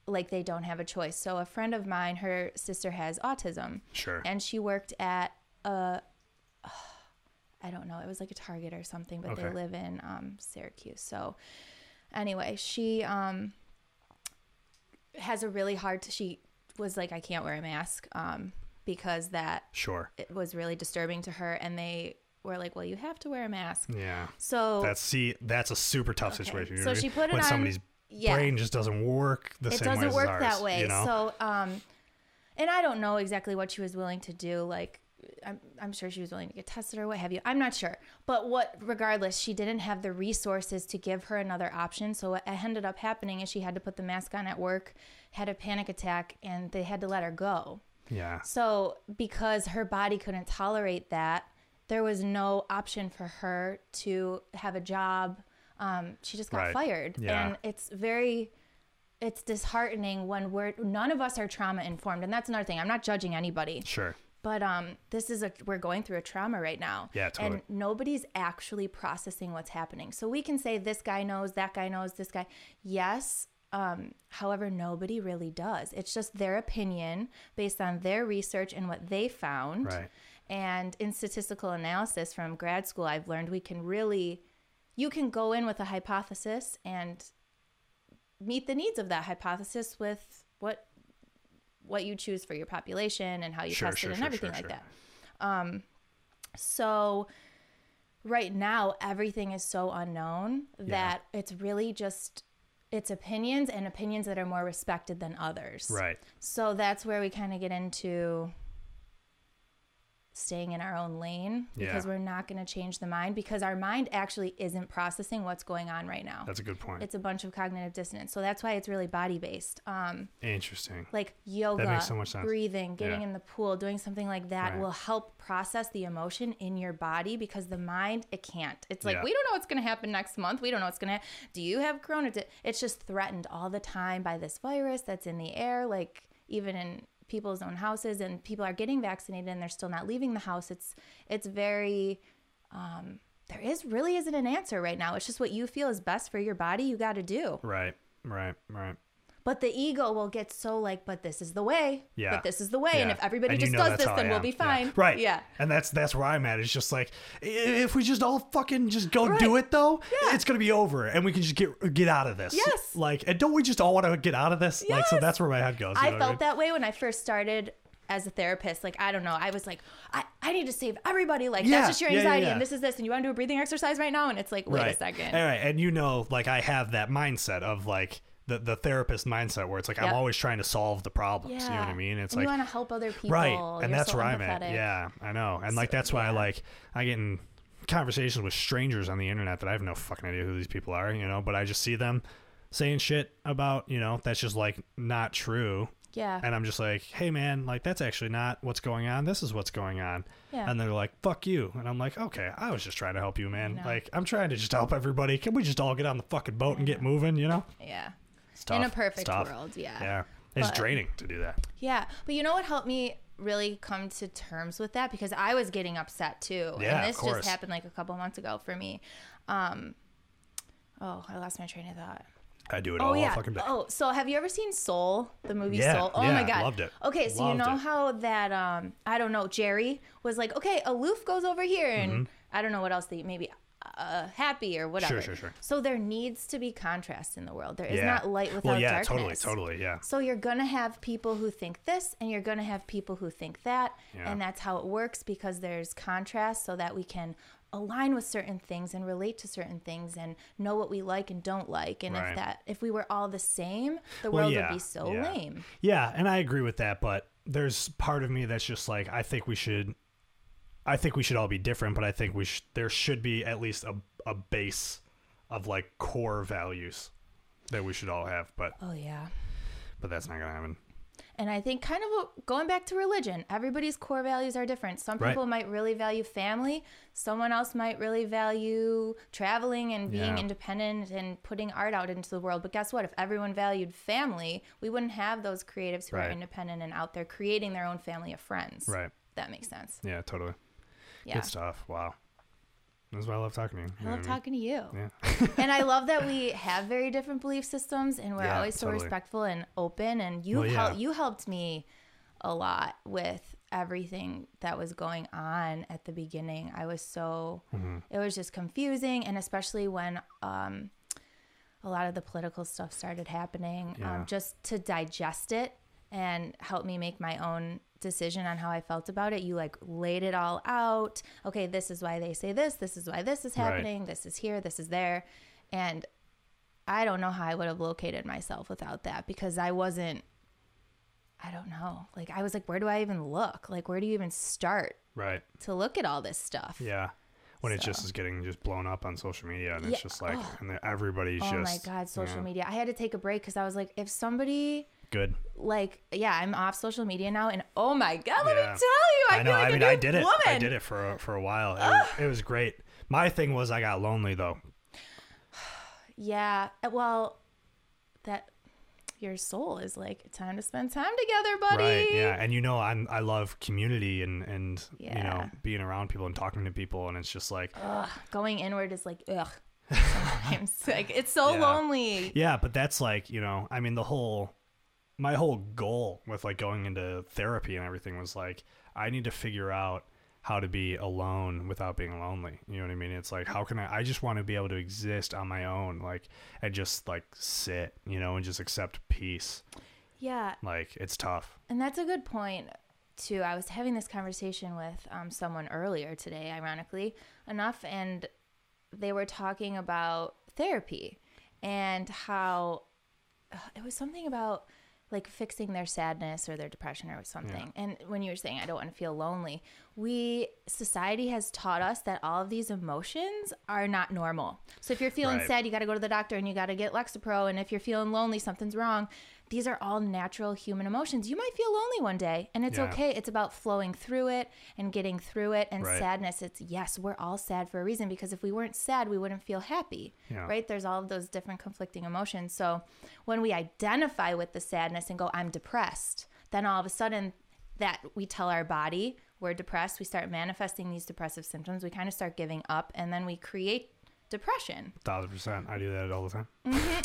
Speaker 1: like they don't have a choice. So a friend of mine, her sister has autism
Speaker 2: Sure.
Speaker 1: and she worked at a I don't know, it was like a Target or something, but they
Speaker 2: Okay.
Speaker 1: live in um, Syracuse. So anyway, she um, has a really hard. she was like, I can't wear a mask um, because that
Speaker 2: sure.
Speaker 1: it was really disturbing to her, and they were like, Well, you have to wear a mask.
Speaker 2: Yeah.
Speaker 1: So
Speaker 2: That's see. That's a super tough situation. you know
Speaker 1: So
Speaker 2: what I
Speaker 1: she
Speaker 2: mean?
Speaker 1: put it
Speaker 2: when
Speaker 1: on-
Speaker 2: somebody's
Speaker 1: yeah.
Speaker 2: brain just doesn't work the
Speaker 1: it
Speaker 2: same way
Speaker 1: doesn't
Speaker 2: as
Speaker 1: work
Speaker 2: ours,
Speaker 1: that way.
Speaker 2: You know?
Speaker 1: So, um, and I don't know exactly what she was willing to do. Like, I'm, I'm sure she was willing to get tested or what have you. I'm not sure. But what, regardless, she didn't have the resources to give her another option. So what ended up happening is she had to put the mask on at work, had a panic attack, and they had to let her go.
Speaker 2: yeah.
Speaker 1: So, because her body couldn't tolerate that, there was no option for her to have a job. Um, she just got
Speaker 2: Right.
Speaker 1: fired,
Speaker 2: Yeah.
Speaker 1: and it's very, it's disheartening when we're none of us are trauma informed, and that's another thing. I'm not judging anybody,
Speaker 2: Sure.
Speaker 1: but um, this is a we're going through a trauma right now.
Speaker 2: Yeah, totally.
Speaker 1: And nobody's actually processing what's happening. So we can say this guy knows, that guy knows, this guy. Yes. Um, however, nobody really does. It's just their opinion based on their research and what they found.
Speaker 2: Right.
Speaker 1: And in statistical analysis from grad school, I've learned we can really, you can go in with a hypothesis and meet the needs of that hypothesis with what what you choose for your population and how you
Speaker 2: Sure,
Speaker 1: test
Speaker 2: sure,
Speaker 1: it and
Speaker 2: sure,
Speaker 1: everything
Speaker 2: sure,
Speaker 1: like
Speaker 2: sure.
Speaker 1: that. Um, So right now everything is so unknown that it's really just it's opinions and opinions that are more respected than others.
Speaker 2: Right.
Speaker 1: So that's where we kind of get into staying in our own lane because
Speaker 2: Yeah.
Speaker 1: we're not going to change the mind because our mind actually isn't processing what's going on right now.
Speaker 2: That's a good point.
Speaker 1: it's a bunch of cognitive dissonance. So that's why it's really body based. Um,
Speaker 2: Interesting.
Speaker 1: like yoga,
Speaker 2: makes so much sense.
Speaker 1: breathing, getting
Speaker 2: Yeah.
Speaker 1: in the pool, doing something like that
Speaker 2: Right.
Speaker 1: will help process the emotion in your body because the mind it can't. It's like
Speaker 2: Yeah.
Speaker 1: we don't know what's going to happen next month. We don't know what's going to. Do you have corona? Di-? It's just threatened all the time by this virus that's in the air, like even in people's own houses, and people are getting vaccinated and they're still not leaving the house. It's it's very. Um, there is really isn't an answer right now. It's just what you feel is best for your body. You got to do.
Speaker 2: Right. Right. Right.
Speaker 1: But the ego will get so like, but this is the way.
Speaker 2: Yeah.
Speaker 1: But this is the way. And
Speaker 2: Yeah.
Speaker 1: if everybody
Speaker 2: And you
Speaker 1: just
Speaker 2: know
Speaker 1: does
Speaker 2: that's
Speaker 1: this,
Speaker 2: how
Speaker 1: then
Speaker 2: I
Speaker 1: we'll
Speaker 2: am.
Speaker 1: be
Speaker 2: Yeah.
Speaker 1: fine.
Speaker 2: Right.
Speaker 1: Yeah.
Speaker 2: And that's that's where I'm at. It's just like i- if we just all fucking just go
Speaker 1: Right.
Speaker 2: do it though,
Speaker 1: Yeah.
Speaker 2: it's gonna be over, and we can just get get out of this.
Speaker 1: Yes.
Speaker 2: Like, and don't we just all want to get out of this? Like, so
Speaker 1: Yes.
Speaker 2: that's where my head goes. you
Speaker 1: I
Speaker 2: know what
Speaker 1: felt that way when I first started as a therapist. Like, I don't know. I was like, I, I need to save everybody. Like,
Speaker 2: Yeah.
Speaker 1: that's just your
Speaker 2: Yeah, yeah,
Speaker 1: anxiety.
Speaker 2: yeah.
Speaker 1: And this is this. And you want to do a breathing exercise right now? And it's like, wait
Speaker 2: right.
Speaker 1: a second.
Speaker 2: All right, and you know, like I have that mindset of like the the therapist mindset where it's like
Speaker 1: Yep.
Speaker 2: I'm always trying to solve the problems. You know what I mean? It's
Speaker 1: and
Speaker 2: like
Speaker 1: you want to help other people.
Speaker 2: right and
Speaker 1: You're
Speaker 2: that's
Speaker 1: so
Speaker 2: where i'm at
Speaker 1: empathetic.
Speaker 2: yeah i know and like that's why i like i get in conversations with strangers on the internet that i have no fucking idea who these people are you know but i just see them saying shit about you know that's just like not true
Speaker 1: Yeah.
Speaker 2: and i'm just like hey man like that's actually not what's going on this is what's going on
Speaker 1: Yeah.
Speaker 2: and they're like fuck you and i'm like okay i was just trying to help you man
Speaker 1: know.
Speaker 2: like i'm trying to just help everybody can we just all get on the fucking boat and get moving you know
Speaker 1: yeah.
Speaker 2: it's
Speaker 1: In
Speaker 2: tough.
Speaker 1: a
Speaker 2: It's
Speaker 1: perfect
Speaker 2: tough.
Speaker 1: world.
Speaker 2: yeah it's
Speaker 1: But-
Speaker 2: draining to do that
Speaker 1: Yeah, but you know what helped me really come to terms with that because I was getting upset too,
Speaker 2: Yeah, of
Speaker 1: and this
Speaker 2: course.
Speaker 1: just happened like a couple months ago for me. Um, oh, I lost my train of thought.
Speaker 2: i do it
Speaker 1: Oh
Speaker 2: all
Speaker 1: yeah.
Speaker 2: fucking day
Speaker 1: Oh, so have you ever seen Soul, the movie
Speaker 2: Yeah,
Speaker 1: Soul? Oh
Speaker 2: yeah,
Speaker 1: my god,
Speaker 2: loved it.
Speaker 1: Okay, so
Speaker 2: Loved
Speaker 1: you know
Speaker 2: it.
Speaker 1: how that um, I don't know, Jerry was like, okay, aloof goes over here, and I don't know what else they maybe. Uh, happy or whatever.
Speaker 2: Mm-hmm. sure, sure.
Speaker 1: So there needs to be contrast in the world. There is
Speaker 2: yeah.
Speaker 1: not light without
Speaker 2: well yeah
Speaker 1: darkness.
Speaker 2: totally totally yeah
Speaker 1: So you're going to have people who think this and you're going to have people who think that.
Speaker 2: Yeah.
Speaker 1: And that's how it works because there's contrast so that we can align with certain things and relate to certain things and know what we like and don't like and
Speaker 2: Right.
Speaker 1: if that if we were all the same the
Speaker 2: Well,
Speaker 1: world
Speaker 2: yeah,
Speaker 1: would be so
Speaker 2: yeah.
Speaker 1: lame
Speaker 2: Yeah, and I agree with that, but there's part of me that's just like I think we should I think we should all be different, but I think we sh- there should be at least a a base of like core values that we should all have, but
Speaker 1: oh yeah
Speaker 2: but that's not going to happen.
Speaker 1: And I think kind of a- going back to religion, everybody's core values are different. Some
Speaker 2: Right.
Speaker 1: people might really value family, someone else might really value traveling and being
Speaker 2: Yeah.
Speaker 1: independent and putting art out into the world. But guess what? If everyone valued family, we wouldn't have those creatives who
Speaker 2: Right.
Speaker 1: are independent and out there creating their own family of friends.
Speaker 2: Right.
Speaker 1: If That makes sense.
Speaker 2: Yeah, totally.
Speaker 1: Yeah.
Speaker 2: Good stuff. Wow. That's why I love talking to you. you
Speaker 1: I
Speaker 2: know
Speaker 1: love
Speaker 2: what
Speaker 1: talking to you.
Speaker 2: mean? Yeah.
Speaker 1: and I love that we have very different belief systems, and we're
Speaker 2: Yeah,
Speaker 1: always so
Speaker 2: totally.
Speaker 1: respectful and open. And you
Speaker 2: Well, yeah.
Speaker 1: helped you helped me a lot with everything that was going on at the beginning. I was so
Speaker 2: Mm-hmm.
Speaker 1: it was just confusing, and especially when um, a lot of the political stuff started happening,
Speaker 2: Yeah.
Speaker 1: um, just to digest it and help me make my own decision on how I felt about it. You like laid it all out. Okay, this is why they say this. This is why this is
Speaker 2: Right.
Speaker 1: happening. This is here. This is there. And I don't know how I would have located myself without that because I wasn't. I don't know. Like I was like, where do I even look? Like where do you even start
Speaker 2: Right.
Speaker 1: to look at all this stuff?
Speaker 2: Yeah. When it just
Speaker 1: So-
Speaker 2: is getting just blown up on social media and
Speaker 1: Yeah,
Speaker 2: it's just like
Speaker 1: oh.
Speaker 2: and then everybody's
Speaker 1: Oh my
Speaker 2: just
Speaker 1: god, social
Speaker 2: yeah,
Speaker 1: media. I had to take a break because I was like, if somebody
Speaker 2: Good.
Speaker 1: like yeah, I'm off social media now, and oh my god, let me
Speaker 2: Yeah.
Speaker 1: tell you, I,
Speaker 2: I, know.
Speaker 1: feel like
Speaker 2: I mean,
Speaker 1: a new
Speaker 2: I did it.
Speaker 1: Woman.
Speaker 2: I did it for a- for a while. It was, it was great. My thing was I got lonely though.
Speaker 1: Yeah. uh, Well, that your soul is like time to spend time together, buddy.
Speaker 2: Right. Yeah. And you know, I'm I love community and and you know
Speaker 1: Yeah.
Speaker 2: being around people and talking to people and it's just like
Speaker 1: Ugh, going inward is like ugh. Sometimes like it's so
Speaker 2: Yeah.
Speaker 1: lonely.
Speaker 2: yeah, but that's like you know I mean the whole my whole goal with like going into therapy and everything was like I need to figure out how to be alone without being lonely. You know what I mean? It's like how can I I just want to be able to exist on my own like and just like sit, you know, and just accept peace.
Speaker 1: Yeah,
Speaker 2: Like it's tough.
Speaker 1: and that's a good point too. I was having this conversation with um, someone earlier today, ironically enough, and they were talking about therapy and how ugh, it was something about like fixing their sadness or their depression or something. And when you were saying, I don't want to feel lonely, we society has taught us that all of these emotions are not normal. So if you're feeling
Speaker 2: Right.
Speaker 1: sad, you got to go to the doctor and you got to get Lexapro. And if you're feeling lonely, something's wrong. These are all natural human emotions. You might feel lonely one day and it's
Speaker 2: Yeah.
Speaker 1: okay. It's about flowing through it and getting through it. And
Speaker 2: Right.
Speaker 1: sadness, it's yes, we're all sad for a reason because if we weren't sad, we wouldn't feel happy
Speaker 2: Yeah.
Speaker 1: right? There's all of those different conflicting emotions. So when we identify with the sadness and go, I'm depressed, then all of a sudden that we tell our body we're depressed, we start manifesting these depressive symptoms, we kind of start giving up, and then we create depression.
Speaker 2: Thousand percent. I do that all the time.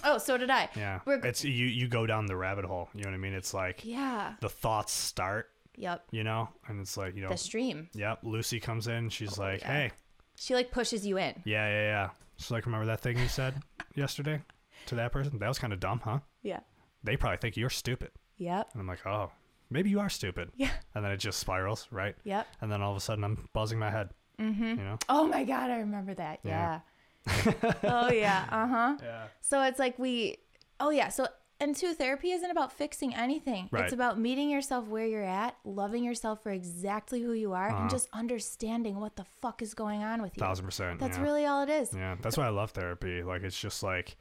Speaker 1: Oh, so did I.
Speaker 2: Yeah.
Speaker 1: We're,
Speaker 2: It's you you go down the rabbit hole. You know what I mean? It's like
Speaker 1: yeah.
Speaker 2: the thoughts start,
Speaker 1: Yep.
Speaker 2: you know, and it's like, you know,
Speaker 1: The stream.
Speaker 2: yep, Lucy comes in, she's like,
Speaker 1: Oh, yeah.
Speaker 2: "Hey,
Speaker 1: She like pushes you in.
Speaker 2: yeah, yeah, yeah." She's like, "Remember that thing you said yesterday to that person? That was kind of dumb, huh?
Speaker 1: Yeah.
Speaker 2: They probably think you're stupid."
Speaker 1: Yep.
Speaker 2: And I'm like, "Oh, maybe you are stupid."
Speaker 1: Yeah.
Speaker 2: And then it just spirals, right?
Speaker 1: Yep.
Speaker 2: And then all of a sudden I'm buzzing my head. Mm-hmm. You know?
Speaker 1: Oh my God, I remember that.
Speaker 2: Yeah.
Speaker 1: Yeah. oh, yeah. Uh huh.
Speaker 2: Yeah.
Speaker 1: So it's like we, oh yeah. So and two, therapy isn't about fixing anything.
Speaker 2: Right.
Speaker 1: It's about meeting yourself where you're at, loving yourself for exactly who you are, and just understanding what the fuck is going on with you.
Speaker 2: Uh-huh. Thousand percent.
Speaker 1: That's
Speaker 2: yeah.
Speaker 1: really all it is.
Speaker 2: Yeah, that's why I love therapy. Like it's just like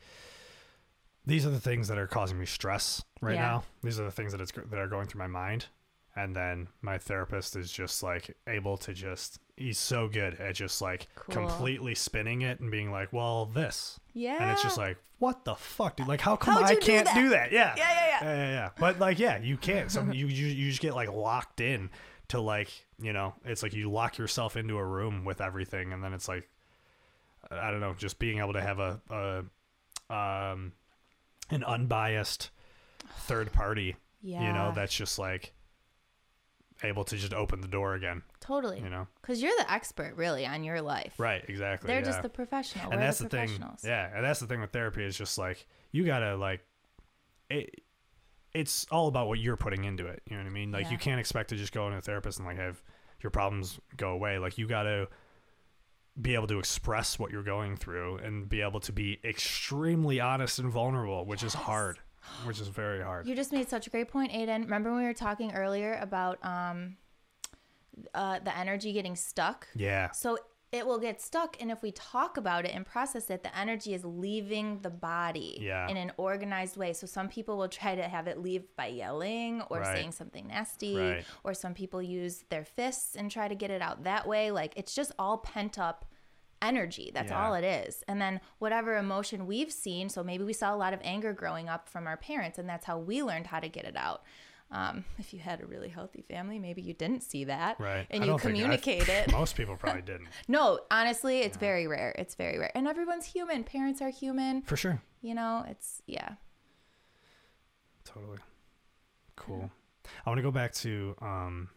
Speaker 2: these are the things that are causing me stress right
Speaker 1: Yeah.
Speaker 2: now. These are the things that it's that are going through my mind, and then my therapist is just like able to just he's so good at just like
Speaker 1: Cool.
Speaker 2: completely spinning it and being like, well, this.
Speaker 1: Yeah.
Speaker 2: And it's just like, what the fuck, dude? Like, how come
Speaker 1: How'd
Speaker 2: I
Speaker 1: you do
Speaker 2: can't
Speaker 1: that?
Speaker 2: do that? Yeah.
Speaker 1: Yeah, yeah, yeah.
Speaker 2: yeah, yeah, yeah. But like, yeah, you can't. Some you, you you just get like locked in to like, you know, it's like you lock yourself into a room with everything, and then it's like, I don't know, just being able to have a, a um, an unbiased third party, you know,
Speaker 1: Yeah.
Speaker 2: that's just like able to just open the door again,
Speaker 1: totally.
Speaker 2: you know.
Speaker 1: Because you're the expert, really, on your life.
Speaker 2: Right, exactly.
Speaker 1: They're
Speaker 2: yeah.
Speaker 1: just the professional.
Speaker 2: and
Speaker 1: We're
Speaker 2: that's
Speaker 1: the
Speaker 2: the thing
Speaker 1: professionals.
Speaker 2: yeah and that's the thing with therapy is just like you gotta like it it's all about what you're putting into it you know what i mean like you
Speaker 1: Yeah.
Speaker 2: can't expect to just go into a therapist and like have your problems go away like you gotta be able to express what you're going through and be able to be extremely honest and vulnerable which is hard which is very hard
Speaker 1: You just made such a great point, Aiden. Remember when we were talking earlier about um, uh, the energy getting stuck?
Speaker 2: yeah
Speaker 1: So it will get stuck. And if we talk about it and process it, the energy is leaving the body
Speaker 2: Yeah.
Speaker 1: in an organized way. So some people will try to have it leave by yelling or
Speaker 2: Right.
Speaker 1: saying something nasty,
Speaker 2: Right.
Speaker 1: or some people use their fists and try to get it out that way. Like it's just all pent up energy. That's
Speaker 2: Yeah.
Speaker 1: all it is. And then whatever emotion we've seen, so maybe we saw a lot of anger growing up from our parents, and that's how we learned how to get it out. Um, if you had a really healthy family, maybe you didn't see that,
Speaker 2: Right.
Speaker 1: And
Speaker 2: I
Speaker 1: you
Speaker 2: don't think- I-
Speaker 1: communicate it.
Speaker 2: Most people probably didn't.
Speaker 1: No, honestly, it's very rare. It's very rare. And everyone's human. Parents are human.
Speaker 2: For sure.
Speaker 1: You know, it's yeah.
Speaker 2: Totally. Cool. I want to go back to um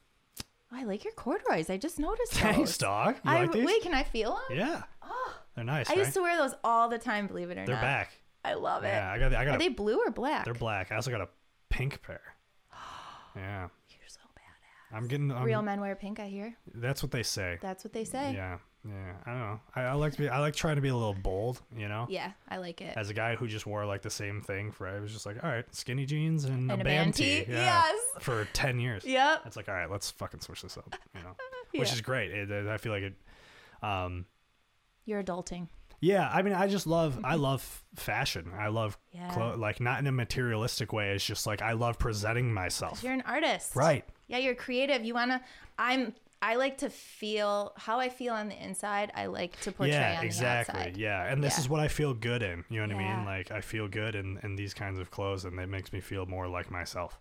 Speaker 1: Oh, I like your corduroys. I just noticed
Speaker 2: Thanks,
Speaker 1: those.
Speaker 2: dog. You
Speaker 1: I
Speaker 2: like these?
Speaker 1: wait, can I feel them?
Speaker 2: Yeah. They're nice,
Speaker 1: Ah. I
Speaker 2: right?
Speaker 1: used to wear those all the time, believe it or
Speaker 2: They're
Speaker 1: not.
Speaker 2: back.
Speaker 1: I love it.
Speaker 2: Yeah, I got I got
Speaker 1: Are
Speaker 2: a,
Speaker 1: they blue or black?
Speaker 2: they're black. I also got a pink pair. Yeah.
Speaker 1: You're so badass.
Speaker 2: I'm getting I'm,
Speaker 1: Real men wear pink, I hear.
Speaker 2: that's what they say.
Speaker 1: That's what they say.
Speaker 2: Yeah. Yeah. I don't know. I, I like to be I like trying to be a little bold, you know?
Speaker 1: Yeah, I like it.
Speaker 2: As a guy who just wore like the same thing for I was just like, all right, skinny jeans and,
Speaker 1: And
Speaker 2: a band tee.
Speaker 1: Yes.
Speaker 2: For ten years.
Speaker 1: Yep.
Speaker 2: It's like, all right, let's fucking switch this up, you know? Which
Speaker 1: Yeah.
Speaker 2: is great. It, it- I feel like it um
Speaker 1: You're adulting.
Speaker 2: Yeah, I mean, I just love I love fashion. I love
Speaker 1: Mm-hmm. Yeah.
Speaker 2: clo- like not in a materialistic way. It's just like I love presenting myself.
Speaker 1: You're an artist.
Speaker 2: Right.
Speaker 1: Yeah, you're creative. You wanna I'm I like to feel how I feel on the inside, I like to portray
Speaker 2: yeah,
Speaker 1: on the
Speaker 2: exactly.
Speaker 1: outside.
Speaker 2: Yeah, and this
Speaker 1: Yeah.
Speaker 2: is what I feel good in. You know what I
Speaker 1: Yeah.
Speaker 2: mean? Like I feel good in in these kinds of clothes, and it makes me feel more like myself.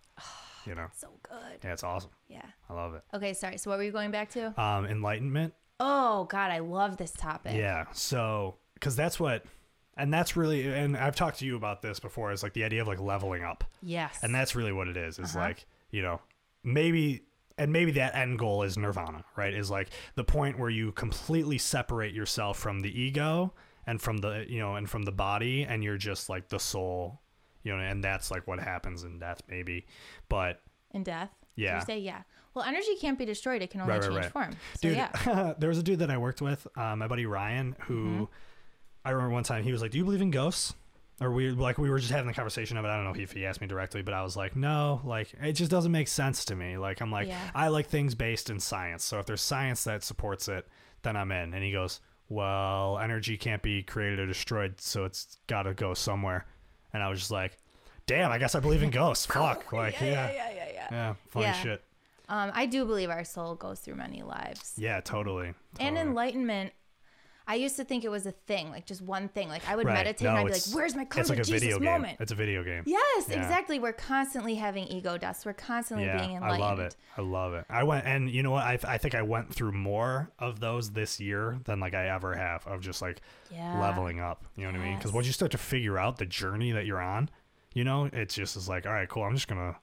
Speaker 2: You know?
Speaker 1: So good.
Speaker 2: Yeah, it's awesome.
Speaker 1: Yeah.
Speaker 2: I love it.
Speaker 1: Okay, sorry. So what were you going back to?
Speaker 2: Um, enlightenment.
Speaker 1: Oh God, I love this topic.
Speaker 2: Yeah. So, because that's what, and that's really, and I've talked to you about this before. Is like the idea of like leveling up.
Speaker 1: Yes.
Speaker 2: and that's really what it is is like you know maybe and maybe that end goal is nirvana right is like the point where you completely separate yourself from the ego and from the you know and from the body and you're just like the soul you know and that's like what happens in death maybe but
Speaker 1: in death. Did
Speaker 2: Yeah.
Speaker 1: You say yeah. Well, energy can't be destroyed. It can only
Speaker 2: Right, right,
Speaker 1: change
Speaker 2: right.
Speaker 1: form. So
Speaker 2: dude
Speaker 1: yeah. Mm-hmm.
Speaker 2: there was a dude that i worked with uh, my buddy ryan who i remember one time he was like do you believe in ghosts or we like we were just having the conversation of it. I don't know if he asked me directly, but I was like, no, like it just doesn't make sense to me. Like I'm like
Speaker 1: Yeah.
Speaker 2: I like things based in science. So if there's science that supports it, then I'm in. And he goes, well, energy can't be created or destroyed, so it's got to go somewhere. And I was just like, damn, I guess I believe in ghosts. Fuck, like yeah, yeah,
Speaker 1: Oh, yeah, yeah, yeah.
Speaker 2: funny
Speaker 1: Yeah.
Speaker 2: shit.
Speaker 1: Um, I do believe our soul goes through many lives.
Speaker 2: Yeah, totally.
Speaker 1: And
Speaker 2: totally.
Speaker 1: enlightenment, I used to think it was a thing, like just one thing. Like I would
Speaker 2: Right.
Speaker 1: meditate
Speaker 2: No,
Speaker 1: and I'd be like,
Speaker 2: it's-
Speaker 1: "Where's my come
Speaker 2: it's like
Speaker 1: to
Speaker 2: a
Speaker 1: Jesus
Speaker 2: video game.
Speaker 1: moment?"
Speaker 2: It's a video game.
Speaker 1: Yes,
Speaker 2: Yeah.
Speaker 1: exactly. We're constantly having ego dust. We're constantly being
Speaker 2: I
Speaker 1: enlightened.
Speaker 2: love it. I love it. I went and you know what? I I think I went through more of those this year than like I ever have of just like
Speaker 1: Yeah.
Speaker 2: leveling up. You know what I mean? Because
Speaker 1: Yes.
Speaker 2: once you start to figure out the journey that you're on, you know, it's just is like, all right, cool. I'm just gonna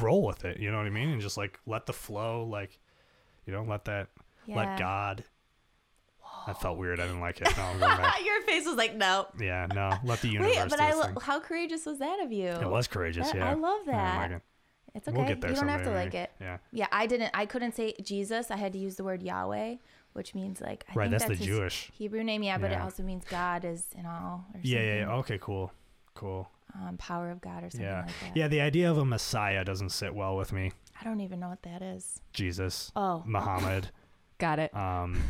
Speaker 2: roll with it. You know what I mean? And just like let the flow, like you know, let that
Speaker 1: Yeah.
Speaker 2: let God. That felt weird. I didn't like it. No, I'm going back.
Speaker 1: Your face was like, "No."
Speaker 2: yeah, no. Let the universe.
Speaker 1: Wait, but
Speaker 2: do
Speaker 1: I
Speaker 2: its
Speaker 1: lo-
Speaker 2: thing.
Speaker 1: how courageous was that of you?
Speaker 2: It was courageous.
Speaker 1: That-
Speaker 2: yeah, Oh
Speaker 1: I love
Speaker 2: I didn't like
Speaker 1: that.
Speaker 2: it.
Speaker 1: It's okay.
Speaker 2: We'll get there.
Speaker 1: you don't have to
Speaker 2: someday,
Speaker 1: like
Speaker 2: maybe.
Speaker 1: it.
Speaker 2: Yeah.
Speaker 1: Yeah, I didn't. I couldn't say Jesus. I had to use the word Yahweh, which means like I
Speaker 2: Right,
Speaker 1: think
Speaker 2: that's
Speaker 1: that's,
Speaker 2: the
Speaker 1: his
Speaker 2: Jewish.
Speaker 1: Hebrew name. Yeah, but it
Speaker 2: Yeah.
Speaker 1: also means God is in all. Or
Speaker 2: Yeah,
Speaker 1: something.
Speaker 2: yeah, yeah. Okay, cool. Cool.
Speaker 1: Um, power of God or something
Speaker 2: Yeah.
Speaker 1: like that.
Speaker 2: yeah, the idea of a Messiah doesn't sit well with me.
Speaker 1: I don't even know what that is.
Speaker 2: Jesus,
Speaker 1: Oh,
Speaker 2: Muhammad,
Speaker 1: got it.
Speaker 2: um,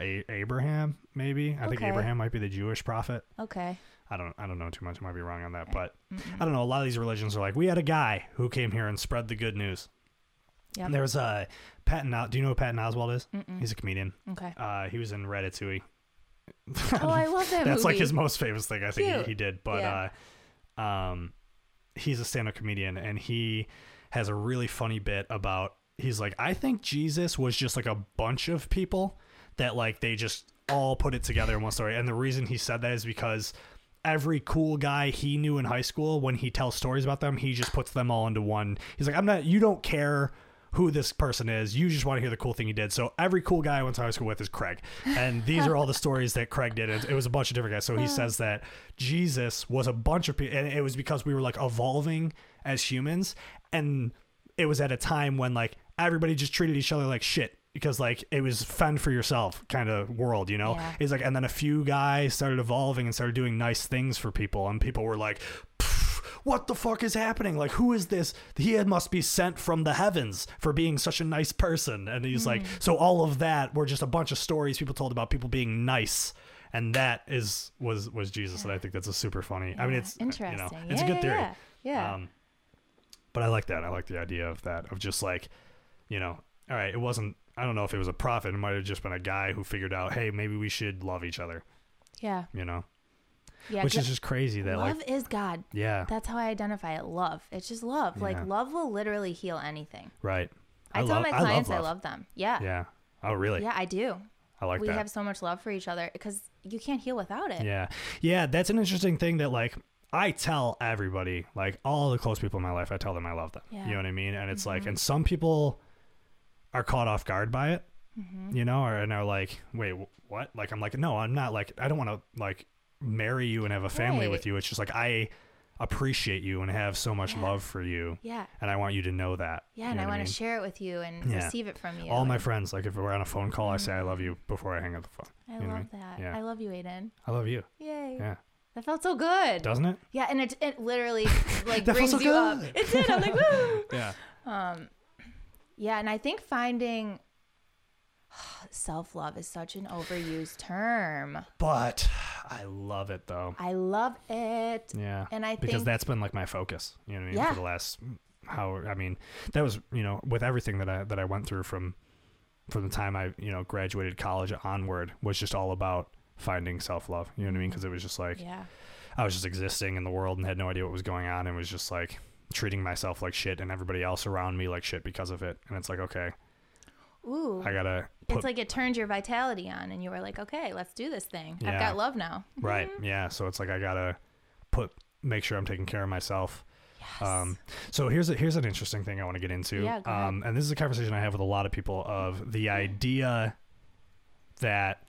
Speaker 2: a- Abraham, maybe. I think
Speaker 1: Okay.
Speaker 2: Abraham might be the Jewish prophet.
Speaker 1: Okay.
Speaker 2: I don't I don't know too much. I might be wrong on that, but I don't know. A lot of these religions are like, we had a guy who came here and spread the good news.
Speaker 1: Yep.
Speaker 2: And there was a Patton. Os- Do you know who Patton Oswald is? He's a comedian.
Speaker 1: Okay.
Speaker 2: Uh, he was in Ratatouille.
Speaker 1: Oh, I love that
Speaker 2: That's like
Speaker 1: movie.
Speaker 2: his most famous thing I think he,
Speaker 1: Cute.
Speaker 2: he did. But
Speaker 1: Yeah.
Speaker 2: uh, um, he's a stand-up comedian, and he has a really funny bit about. He's like, I think Jesus was just like a bunch of people that like they just all put it together in one story. And the reason he said that is because every cool guy he knew in high school, when he tells stories about them, he just puts them all into one. He's like, I'm not. You don't care who this person is. You just want to hear the cool thing he did. So every cool guy I went to high school with is Craig, and these are all the stories that Craig did. It, it was a bunch of different guys. So he says that Jesus was a bunch of people, and it was because we were like evolving as humans, and it was at a time when like everybody just treated each other like shit because like it was fend for yourself kind of world you know
Speaker 1: Yeah.
Speaker 2: it's like and then a few guys started evolving and started doing nice things for people and people were like "Pff, what the fuck is happening? Like, who is this? He must be sent from the heavens for being such a nice person. And he's like,
Speaker 1: Hmm.
Speaker 2: so all of that were just a bunch of stories people told about people being nice. And that is was was Jesus, and I think that's a super funny. I mean,
Speaker 1: Yeah,
Speaker 2: it's
Speaker 1: interesting.
Speaker 2: You know, it's
Speaker 1: yeah,
Speaker 2: a good
Speaker 1: yeah,
Speaker 2: theory.
Speaker 1: Yeah. yeah.
Speaker 2: Um, but I like that. I like the idea of that, of just like, you know, all right, it wasn't, I don't know if it was a prophet. It might have just been a guy who figured out, hey, maybe we should love each other,
Speaker 1: yeah.
Speaker 2: you know?
Speaker 1: Yeah.
Speaker 2: Which
Speaker 1: 'cause
Speaker 2: is just crazy that,
Speaker 1: love
Speaker 2: like,
Speaker 1: is God.
Speaker 2: yeah,
Speaker 1: That's how I identify it. Love. It's just love.
Speaker 2: Yeah.
Speaker 1: Like love will literally heal anything.
Speaker 2: right.
Speaker 1: I, tell
Speaker 2: love-
Speaker 1: my clients I love, them. Yeah. Yeah,
Speaker 2: Yeah. Oh, really?
Speaker 1: I do.
Speaker 2: I like
Speaker 1: we
Speaker 2: that.
Speaker 1: have so much love for each other because you can't heal without it.
Speaker 2: Yeah. Yeah, that's an interesting thing that like I tell everybody, like all the close people in my life, I tell them I love them.
Speaker 1: Yeah. Mm-hmm.
Speaker 2: You know what I mean? And it's like and some people are caught off guard by it.
Speaker 1: Mm-hmm.
Speaker 2: You know, or, and are like, "Wait, wh- what?" Like I'm like, "No, I'm not like I don't want to like marry you and have a family with
Speaker 1: Right.
Speaker 2: you. It's just like I appreciate you and have so much
Speaker 1: Yeah.
Speaker 2: love for you."
Speaker 1: Yeah.
Speaker 2: And I want you to know that.
Speaker 1: Yeah,
Speaker 2: You
Speaker 1: and
Speaker 2: know
Speaker 1: I
Speaker 2: what
Speaker 1: want to
Speaker 2: mean?
Speaker 1: share it with you and
Speaker 2: Yeah.
Speaker 1: receive it from you.
Speaker 2: all my
Speaker 1: and
Speaker 2: friends. Like if we're on a phone call, I say I love you before I hang up the phone.
Speaker 1: I
Speaker 2: you know what
Speaker 1: love
Speaker 2: mean?
Speaker 1: that.
Speaker 2: Yeah.
Speaker 1: I love you, Aiden.
Speaker 2: I love you.
Speaker 1: Yay.
Speaker 2: Yeah,
Speaker 1: That felt so good.
Speaker 2: doesn't it?
Speaker 1: Yeah, and it, it literally like
Speaker 2: That felt
Speaker 1: brings
Speaker 2: so
Speaker 1: you up.
Speaker 2: good.
Speaker 1: It did. I'm like, woo.
Speaker 2: Yeah.
Speaker 1: Yeah, and I think finding self love is such an overused term.
Speaker 2: but I love it though.
Speaker 1: I love it.
Speaker 2: Yeah,
Speaker 1: And I
Speaker 2: because
Speaker 1: think-
Speaker 2: that's been like my focus. You know what I mean?
Speaker 1: Yeah.
Speaker 2: For the last how I mean that was you know with everything that I that I went through from from the time I you know graduated college onward was just all about finding self love. You know what I mean? Because it was just like
Speaker 1: Yeah.
Speaker 2: I was just existing in the world and had no idea what was going on and was just like treating myself like shit and everybody else around me like shit because of it. And it's like okay,
Speaker 1: Ooh.
Speaker 2: I gotta
Speaker 1: it's
Speaker 2: put
Speaker 1: like it turned your vitality on, and you were like, okay, let's do this thing.
Speaker 2: Yeah.
Speaker 1: I've got love now.
Speaker 2: Right.
Speaker 1: Mm-hmm.
Speaker 2: Yeah. So it's like I gotta put make sure I'm taking care of myself. Um, so here's a, here's an interesting thing I want to get into.
Speaker 1: Yeah, go ahead. Mm-hmm.
Speaker 2: um, and this is a conversation I have with a lot of people of the idea that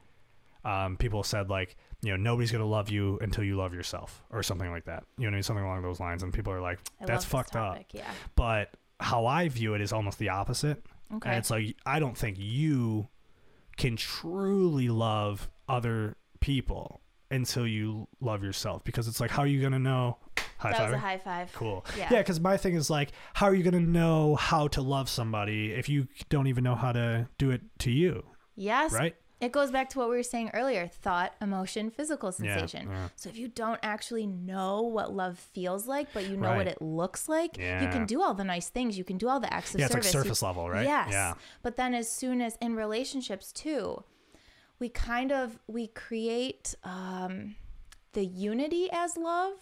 Speaker 2: um, people said like you know nobody's gonna love you until you love yourself or something like that. You know what I mean? Something along those lines. And people are like,
Speaker 1: I
Speaker 2: that's
Speaker 1: love this
Speaker 2: fucked up
Speaker 1: topic. Yeah.
Speaker 2: but how I view it is almost the opposite.
Speaker 1: Okay.
Speaker 2: And it's like I don't think you can truly love other people until you love yourself because it's like how are you going to know high
Speaker 1: that was a
Speaker 2: five?
Speaker 1: high five.
Speaker 2: Cool.
Speaker 1: Yeah.
Speaker 2: Yeah, cuz my thing is like how are you going to know how to love somebody if you don't even know how to do it to you,
Speaker 1: Yes.
Speaker 2: right?
Speaker 1: It goes back to what we were saying earlier thought, emotion, physical
Speaker 2: Yeah,
Speaker 1: sensation.
Speaker 2: yeah.
Speaker 1: So if you don't actually know what love feels like, but you know
Speaker 2: Right.
Speaker 1: what it looks like, you
Speaker 2: Yeah.
Speaker 1: can do all the nice things. You can do all the acts of
Speaker 2: Yeah, it's like
Speaker 1: service.
Speaker 2: surface level, right?
Speaker 1: Yes.
Speaker 2: Yeah.
Speaker 1: But then as soon as in relationships too, we kind of we create um, the unity as love.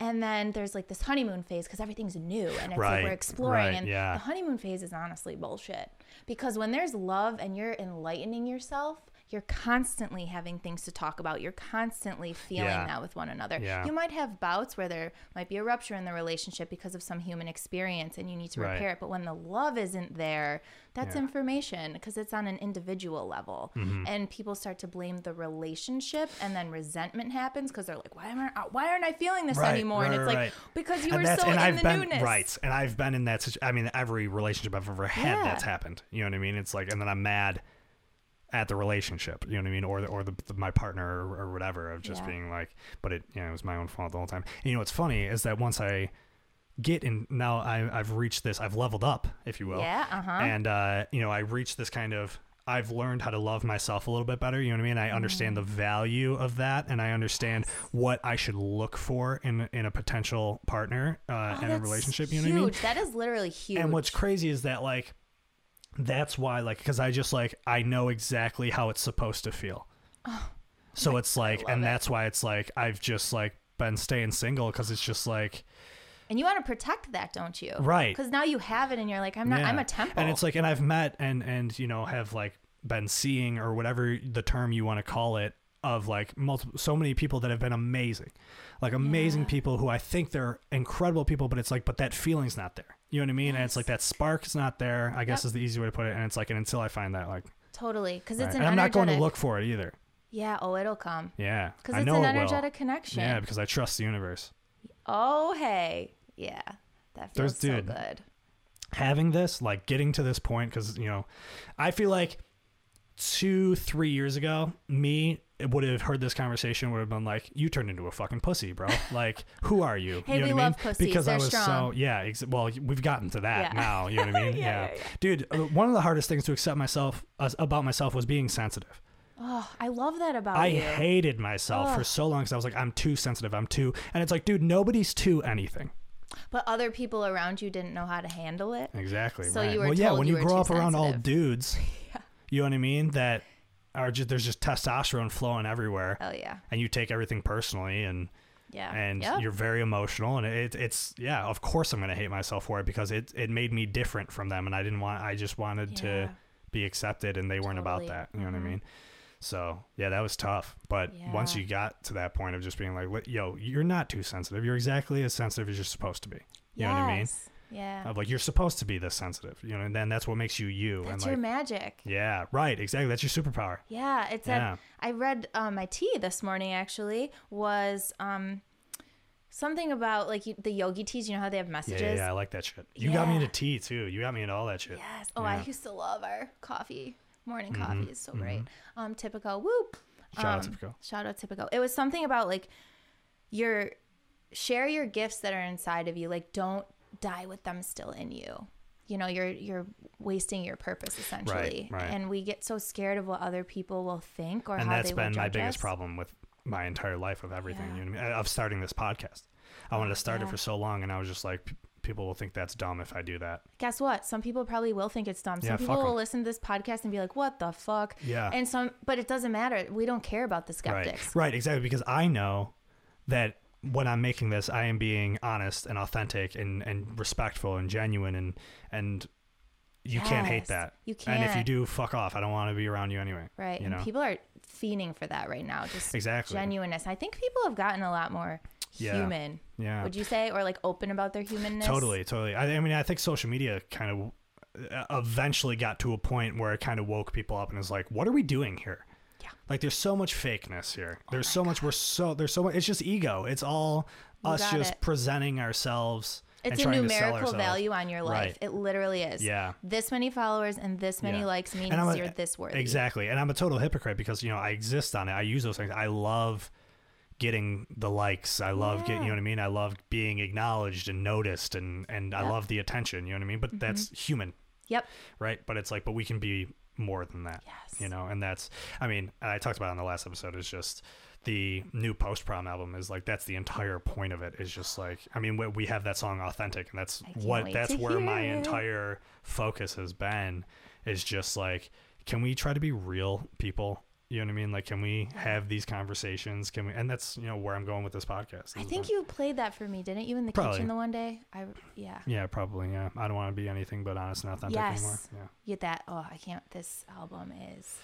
Speaker 1: And then there's like this honeymoon phase because everything's new and it's like
Speaker 2: Right,
Speaker 1: we're exploring.
Speaker 2: right,
Speaker 1: and
Speaker 2: yeah.
Speaker 1: the honeymoon phase is honestly bullshit because when there's love and you're enlightening yourself, you're constantly having things to talk about. You're constantly feeling
Speaker 2: Yeah.
Speaker 1: that with one another.
Speaker 2: Yeah.
Speaker 1: You might have bouts where there might be a rupture in the relationship because of some human experience and you need to
Speaker 2: Right.
Speaker 1: repair it. But when the love isn't there, that's
Speaker 2: Yeah. Mm-hmm.
Speaker 1: information because it's on an individual level. And people start to blame the relationship and then resentment happens because they're like, why aren't I, uh, why aren't I feeling this
Speaker 2: Right,
Speaker 1: anymore? and
Speaker 2: right,
Speaker 1: it's like,
Speaker 2: right.
Speaker 1: because you
Speaker 2: and
Speaker 1: were
Speaker 2: that's
Speaker 1: so in
Speaker 2: and I've
Speaker 1: the
Speaker 2: been
Speaker 1: newness.
Speaker 2: right, and I've been in that. Situ- I mean, every relationship I've ever had,
Speaker 1: Yeah.
Speaker 2: that's happened. You know what I mean? It's like, and then I'm mad at the relationship. You know what I mean? Or the, or the, the- my partner or, or whatever of just
Speaker 1: Yeah.
Speaker 2: being like, but it you know it was my own fault the whole time. And you know what's funny is that once I get in, now I, I've reached this. I've leveled up, if you will.
Speaker 1: Yeah, uh-huh.
Speaker 2: And uh, you know, I reached this kind of. I've learned how to love myself a little bit better. You know what I mean? I understand
Speaker 1: Mm-hmm.
Speaker 2: the value of that, and I understand what I should look for in in a potential partner uh,
Speaker 1: Oh,
Speaker 2: and a
Speaker 1: that's
Speaker 2: relationship. You
Speaker 1: huge.
Speaker 2: know what I mean?
Speaker 1: That is literally huge.
Speaker 2: And what's crazy is that like that's why like because I just like I know exactly how it's supposed to feel.
Speaker 1: Oh,
Speaker 2: so it's like, and that's why it's like I've just like been staying single because it's just like
Speaker 1: And you want to protect that, don't you?
Speaker 2: Right.
Speaker 1: Because now you have it, and you're like, I'm not. I'm
Speaker 2: Yeah.
Speaker 1: a temple.
Speaker 2: And it's like, and I've met and and you know have like been seeing or whatever the term you want to call it of like multiple so many people that have been amazing, like amazing people who I think they're incredible people, but it's like, but that feeling's not there. You know what I mean? And it's like that spark's not there. I guess is the easy way to put it. And it's like, and until I find that, like,
Speaker 1: totally because it's
Speaker 2: right.
Speaker 1: an
Speaker 2: and I'm not
Speaker 1: energetic.
Speaker 2: going to look for it either.
Speaker 1: Yeah. Oh, it'll come.
Speaker 2: Yeah,
Speaker 1: Because
Speaker 2: I
Speaker 1: it's
Speaker 2: know
Speaker 1: an
Speaker 2: it will.
Speaker 1: energetic connection.
Speaker 2: Yeah, because I trust the universe.
Speaker 1: Oh, hey. Yeah. That feels
Speaker 2: There's-
Speaker 1: so
Speaker 2: dude.
Speaker 1: good.
Speaker 2: having this, like getting to this point, because you know, I feel like two, three years ago, me would have heard this conversation would have been like, "You turned into a fucking pussy, bro. Like, who are you?"
Speaker 1: Hey,
Speaker 2: you know
Speaker 1: we
Speaker 2: what I mean?
Speaker 1: love pussies.
Speaker 2: Because I
Speaker 1: They're
Speaker 2: was so
Speaker 1: strong.
Speaker 2: yeah. Ex- well, we've gotten to that
Speaker 1: Yeah.
Speaker 2: now. You know what I mean?
Speaker 1: Yeah, yeah, yeah.
Speaker 2: dude. uh, One of the hardest things to accept myself uh, about myself was being sensitive.
Speaker 1: Oh, I love that about
Speaker 2: I
Speaker 1: you.
Speaker 2: hated myself for
Speaker 1: Ugh.
Speaker 2: so long because I was like, "I'm too sensitive. I'm too," and it's like, dude, nobody's too anything.
Speaker 1: but other people around you didn't know how to handle it.
Speaker 2: Exactly.
Speaker 1: So
Speaker 2: right.
Speaker 1: you were
Speaker 2: well, yeah,
Speaker 1: told
Speaker 2: when
Speaker 1: you
Speaker 2: you
Speaker 1: were
Speaker 2: grow
Speaker 1: too
Speaker 2: up around all
Speaker 1: sensitive.
Speaker 2: dudes, you know what I mean? That are just there's just testosterone flowing everywhere,
Speaker 1: Oh yeah,
Speaker 2: and you take everything personally, and
Speaker 1: yeah,
Speaker 2: and
Speaker 1: Yep.
Speaker 2: you're very emotional, and it, it's yeah, of course I'm gonna hate myself for it because it it made me different from them, and I didn't want I just wanted
Speaker 1: Yeah.
Speaker 2: to be accepted, and they weren't about
Speaker 1: Totally. Mm-hmm.
Speaker 2: that. You know what I mean? So yeah, that was tough. But once
Speaker 1: Yeah.
Speaker 2: you got to that point of just being like, "Li- yo, you're not too sensitive. You're exactly as sensitive as you're supposed to be. You know what I mean? Oh,
Speaker 1: Yes. Yeah,
Speaker 2: of like you're supposed to be this sensitive, you know, and then that's what makes you you.
Speaker 1: that's
Speaker 2: and like,
Speaker 1: your magic.
Speaker 2: yeah, right, exactly. That's your superpower.
Speaker 1: Yeah, it's
Speaker 2: Yeah.
Speaker 1: that I read um, my tea this morning actually was um, something about like you, the yogi teas. You know how they have
Speaker 2: Yeah,
Speaker 1: messages.
Speaker 2: yeah, yeah, I like that shit. You got me
Speaker 1: Yeah.
Speaker 2: into tea too. You got me into all that shit.
Speaker 1: Yes. Oh, I
Speaker 2: Yeah. Mm-hmm.
Speaker 1: used to love our coffee. Morning coffee is so great. Um, Typico, whoop.
Speaker 2: Shout out
Speaker 1: Um,
Speaker 2: Typico.
Speaker 1: Shout out Typico. It was something about like your share your gifts that are inside of you. Like don't die with them still in you. You know, you're you're wasting your purpose essentially.
Speaker 2: right.
Speaker 1: And we get so scared of what other people will think or
Speaker 2: And
Speaker 1: how
Speaker 2: that's
Speaker 1: they will
Speaker 2: been my
Speaker 1: judge
Speaker 2: biggest
Speaker 1: us.
Speaker 2: problem with my entire life of everything,
Speaker 1: Yeah. Oh,
Speaker 2: you know what I mean? Of starting this podcast. I wanted to start it
Speaker 1: yeah.
Speaker 2: for so long and I was just like "P- people will think that's dumb if I do that.
Speaker 1: Guess what? Some people probably will think it's dumb. Some
Speaker 2: Yeah, fuck
Speaker 1: people will
Speaker 2: 'em.
Speaker 1: listen to this podcast and be like, "What the fuck?"
Speaker 2: Yeah.
Speaker 1: And some, but it doesn't matter. We don't care about the skeptics.
Speaker 2: Right. Right, exactly because I know that when I'm making this, I am being honest and authentic and and respectful and genuine and and you can't hate
Speaker 1: Yes,
Speaker 2: that.
Speaker 1: you
Speaker 2: And if you
Speaker 1: can't.
Speaker 2: do, fuck off. I don't want to be around you anyway.
Speaker 1: Right.
Speaker 2: You
Speaker 1: and
Speaker 2: know.
Speaker 1: people are fiending for that right now. Just
Speaker 2: Exactly.
Speaker 1: genuineness. I think people have gotten a lot more
Speaker 2: Yeah.
Speaker 1: human.
Speaker 2: Yeah.
Speaker 1: Would you say? Or like open about their humanness?
Speaker 2: Totally, totally. I, I mean, I think social media kind of uh, eventually got to a point where it kind of woke people up and is like, what are we doing here?
Speaker 1: Yeah. Oh
Speaker 2: Like, there's so much fakeness here. There's so much. We're so there's so much. It's just ego. It's all us
Speaker 1: got
Speaker 2: just
Speaker 1: it.
Speaker 2: presenting ourselves. and
Speaker 1: It's a
Speaker 2: trying to sell
Speaker 1: numerical
Speaker 2: ourselves.
Speaker 1: value on your life.
Speaker 2: Right.
Speaker 1: It literally is.
Speaker 2: Yeah.
Speaker 1: This many followers and this many
Speaker 2: Yeah.
Speaker 1: likes means
Speaker 2: And I'm a-
Speaker 1: you're this worthy.
Speaker 2: Exactly. And I'm a total hypocrite because, you know, I exist on it. I use those things. I love getting the likes. I love getting, you know what I mean? I love being acknowledged and noticed and, and I
Speaker 1: Yep. Mm-hmm.
Speaker 2: love the attention, you know what I mean? But that's human,
Speaker 1: Yep.
Speaker 2: right? But it's like, but we can be more than that,
Speaker 1: Yes.
Speaker 2: you know? And that's, I mean, and I talked about it on the last episode is just the new post prom album is like, that's the entire point of it is just like, I mean, we, we have that song authentic and that's
Speaker 1: can't
Speaker 2: what,
Speaker 1: wait
Speaker 2: that's
Speaker 1: to
Speaker 2: where my
Speaker 1: hear it.
Speaker 2: entire focus has been is just like, can we try to be real people? You know what I mean? Like, can we have these conversations? Can we, and that's, you know, where I'm going with this podcast.
Speaker 1: I
Speaker 2: is
Speaker 1: think
Speaker 2: that-
Speaker 1: you played that for me, didn't you, in the
Speaker 2: Mm-hmm. Probably.
Speaker 1: kitchen the one day? I yeah.
Speaker 2: yeah, probably. Yeah. I don't want to be anything but honest and authentic anymore.
Speaker 1: Yes.
Speaker 2: Yeah.
Speaker 1: You Get that. Oh, I can't. This album is.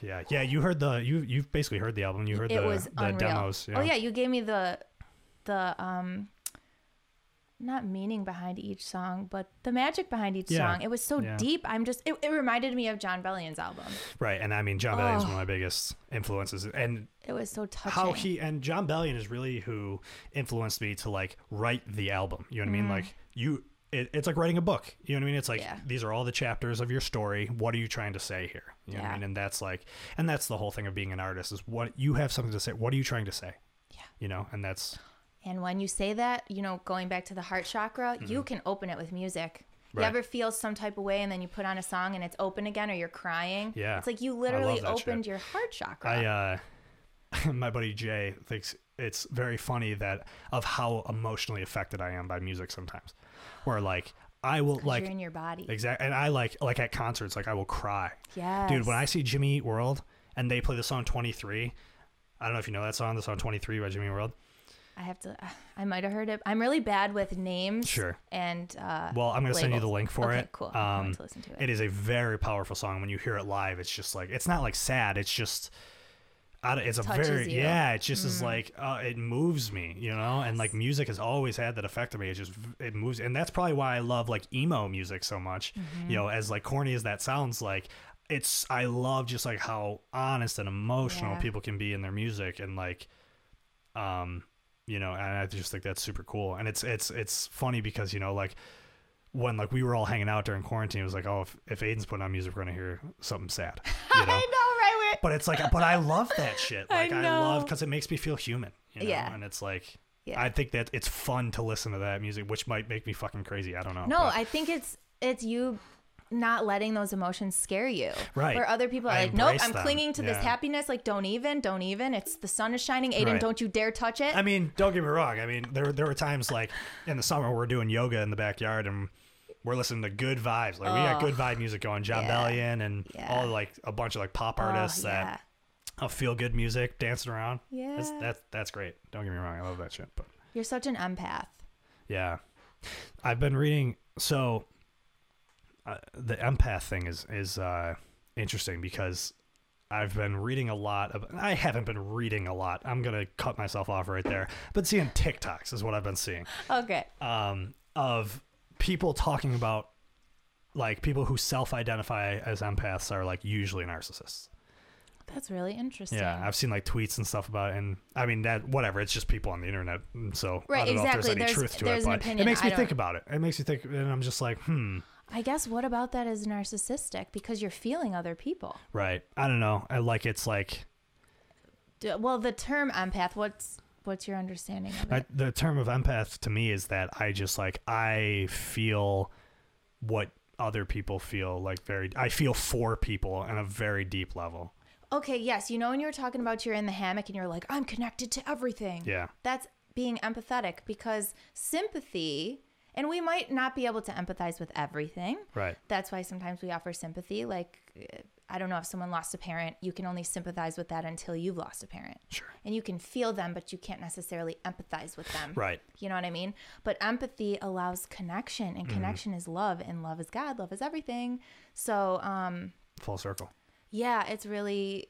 Speaker 2: Yeah, yeah. You heard the you you've basically heard the album. You heard
Speaker 1: it
Speaker 2: the,
Speaker 1: was
Speaker 2: the
Speaker 1: unreal.
Speaker 2: demos. Yeah.
Speaker 1: Oh yeah, you gave me the the um not meaning behind each song, but the magic behind each
Speaker 2: Yeah.
Speaker 1: song. It was so
Speaker 2: Yeah.
Speaker 1: deep. I'm just it, it reminded me of John Bellion's album.
Speaker 2: Right. And I mean, John Bellion's
Speaker 1: Oh.
Speaker 2: one of my biggest influences, and
Speaker 1: It was so touching.
Speaker 2: how he and John Bellion is really who influenced me to like write the album. You know what I mean? Like you. It, it's like writing a book. You know what I mean? It's like
Speaker 1: Mm. Yeah.
Speaker 2: these are all the chapters of your story. What are you trying to say here? You know what I
Speaker 1: Yeah.
Speaker 2: mean? And that's like, and that's the whole thing of being an artist is what you have something to say. What are you trying to say?
Speaker 1: Yeah.
Speaker 2: You know, and that's
Speaker 1: and when you say that, you know, going back to the heart chakra, you can open it with music.
Speaker 2: Mm-hmm. Right.
Speaker 1: You ever feel some type of way and then you put on a song and it's open again or you're crying?
Speaker 2: Yeah.
Speaker 1: It's like you
Speaker 2: love
Speaker 1: literally
Speaker 2: that
Speaker 1: opened
Speaker 2: shit.
Speaker 1: your heart chakra.
Speaker 2: I uh my buddy Jay thinks it's very funny that of how emotionally affected I am by music sometimes. Where like I will
Speaker 1: 'Cause
Speaker 2: like
Speaker 1: you're in your body.
Speaker 2: exactly and I like like at concerts like I will cry.
Speaker 1: yes.
Speaker 2: Dude, when I see Jimmy Eat World and they play the song 23, I don't know if you know that song, the song 23 by Jimmy Eat World.
Speaker 1: I have to I might have heard it. I'm really bad with names.
Speaker 2: Sure.
Speaker 1: And uh
Speaker 2: Well, I'm going to send you the
Speaker 1: labels.
Speaker 2: link for
Speaker 1: okay,
Speaker 2: it.
Speaker 1: Cool. I'm
Speaker 2: Um,
Speaker 1: going to listen to it.
Speaker 2: it is a very powerful song when you hear it live it's just like it's not like sad it's just I don't- it's a
Speaker 1: Touches
Speaker 2: very
Speaker 1: you. Mm.
Speaker 2: yeah it just is like uh, it moves me you know and like music has always had that effect on me it just it moves and that's probably why i love like emo music so much
Speaker 1: Mm-hmm.
Speaker 2: you know as like corny as that sounds like it's i love just like how honest and emotional
Speaker 1: Yeah.
Speaker 2: people can be in their music and like um you know and i just think that's super cool and it's it's it's funny because you know like when like we were all hanging out during quarantine it was like oh if, if aiden's putting on music we're gonna hear something sad you know
Speaker 1: I know, right?
Speaker 2: but it's like, but I love that shit.
Speaker 1: I
Speaker 2: Like I,
Speaker 1: know.
Speaker 2: love because it makes me feel human. You know?
Speaker 1: Yeah.
Speaker 2: and it's like.
Speaker 1: Yeah.
Speaker 2: I think that it's fun to listen to that music, which might make me fucking crazy. I don't know.
Speaker 1: No,
Speaker 2: but-
Speaker 1: I think it's it's you not letting those emotions scare you.
Speaker 2: Right.
Speaker 1: Where other people are
Speaker 2: I
Speaker 1: like, nope,
Speaker 2: embrace
Speaker 1: I'm
Speaker 2: them.
Speaker 1: clinging to this
Speaker 2: Yeah.
Speaker 1: happiness. Like, don't even, don't even. It's the sun is shining. Aiden,
Speaker 2: Right.
Speaker 1: don't you dare touch it.
Speaker 2: I mean, don't get me wrong. I mean, there there were times like in the summer we're doing yoga in the backyard and we're listening to good vibes. Like we got good vibe music going. John
Speaker 1: Oh, yeah.
Speaker 2: Bellion and
Speaker 1: Yeah.
Speaker 2: all like a bunch of like pop
Speaker 1: Oh,
Speaker 2: artists
Speaker 1: yeah.
Speaker 2: that uh, feel good music, dancing around. that's,
Speaker 1: Yeah.
Speaker 2: that's that's great. Don't get me wrong. I love that shit. But
Speaker 1: You're such an empath.
Speaker 2: yeah, I've been reading. So uh, the empath thing is is uh, interesting because I've been reading a lot of. I haven't been reading a lot. I'm gonna cut myself off right there. But seeing TikToks is what I've been seeing
Speaker 1: Okay.
Speaker 2: um, of people talking about like people who self-identify as empaths are like usually narcissists.
Speaker 1: That's really interesting.
Speaker 2: Yeah, I've seen like tweets and stuff about, it, and I mean that whatever. It's just people on the internet, and so I
Speaker 1: Right,
Speaker 2: don't know if
Speaker 1: exactly.
Speaker 2: there's any
Speaker 1: There's-
Speaker 2: truth to
Speaker 1: there's
Speaker 2: it,
Speaker 1: an
Speaker 2: but it
Speaker 1: opinion.
Speaker 2: makes
Speaker 1: I
Speaker 2: me
Speaker 1: don't-
Speaker 2: think about it. It makes me think, and I'm just like, hmm,
Speaker 1: I guess what about that is narcissistic because you're feeling other people.
Speaker 2: right? I don't know. I like it's like
Speaker 1: D- Well, the term empath, what's what's your understanding of it?
Speaker 2: I, the term of empath to me is that I just like I feel what other people feel like very. I feel for people on a very deep level.
Speaker 1: okay, yes, you know when you were talking about you're in the hammock and you're like, I'm connected to everything.
Speaker 2: Yeah.
Speaker 1: That's being empathetic because sympathy, and we might not be able to empathize with everything.
Speaker 2: Right.
Speaker 1: That's why sometimes we offer sympathy. Like, eh, I don't know, if someone lost a parent, you can only sympathize with that until you've lost a parent.
Speaker 2: Sure.
Speaker 1: And you can feel them, but you can't necessarily empathize with them.
Speaker 2: Right.
Speaker 1: You know what I mean? But empathy allows connection,
Speaker 2: Mm-hmm.
Speaker 1: and connection is love, and love is God, love is everything. So, um,
Speaker 2: Full circle.
Speaker 1: yeah, it's really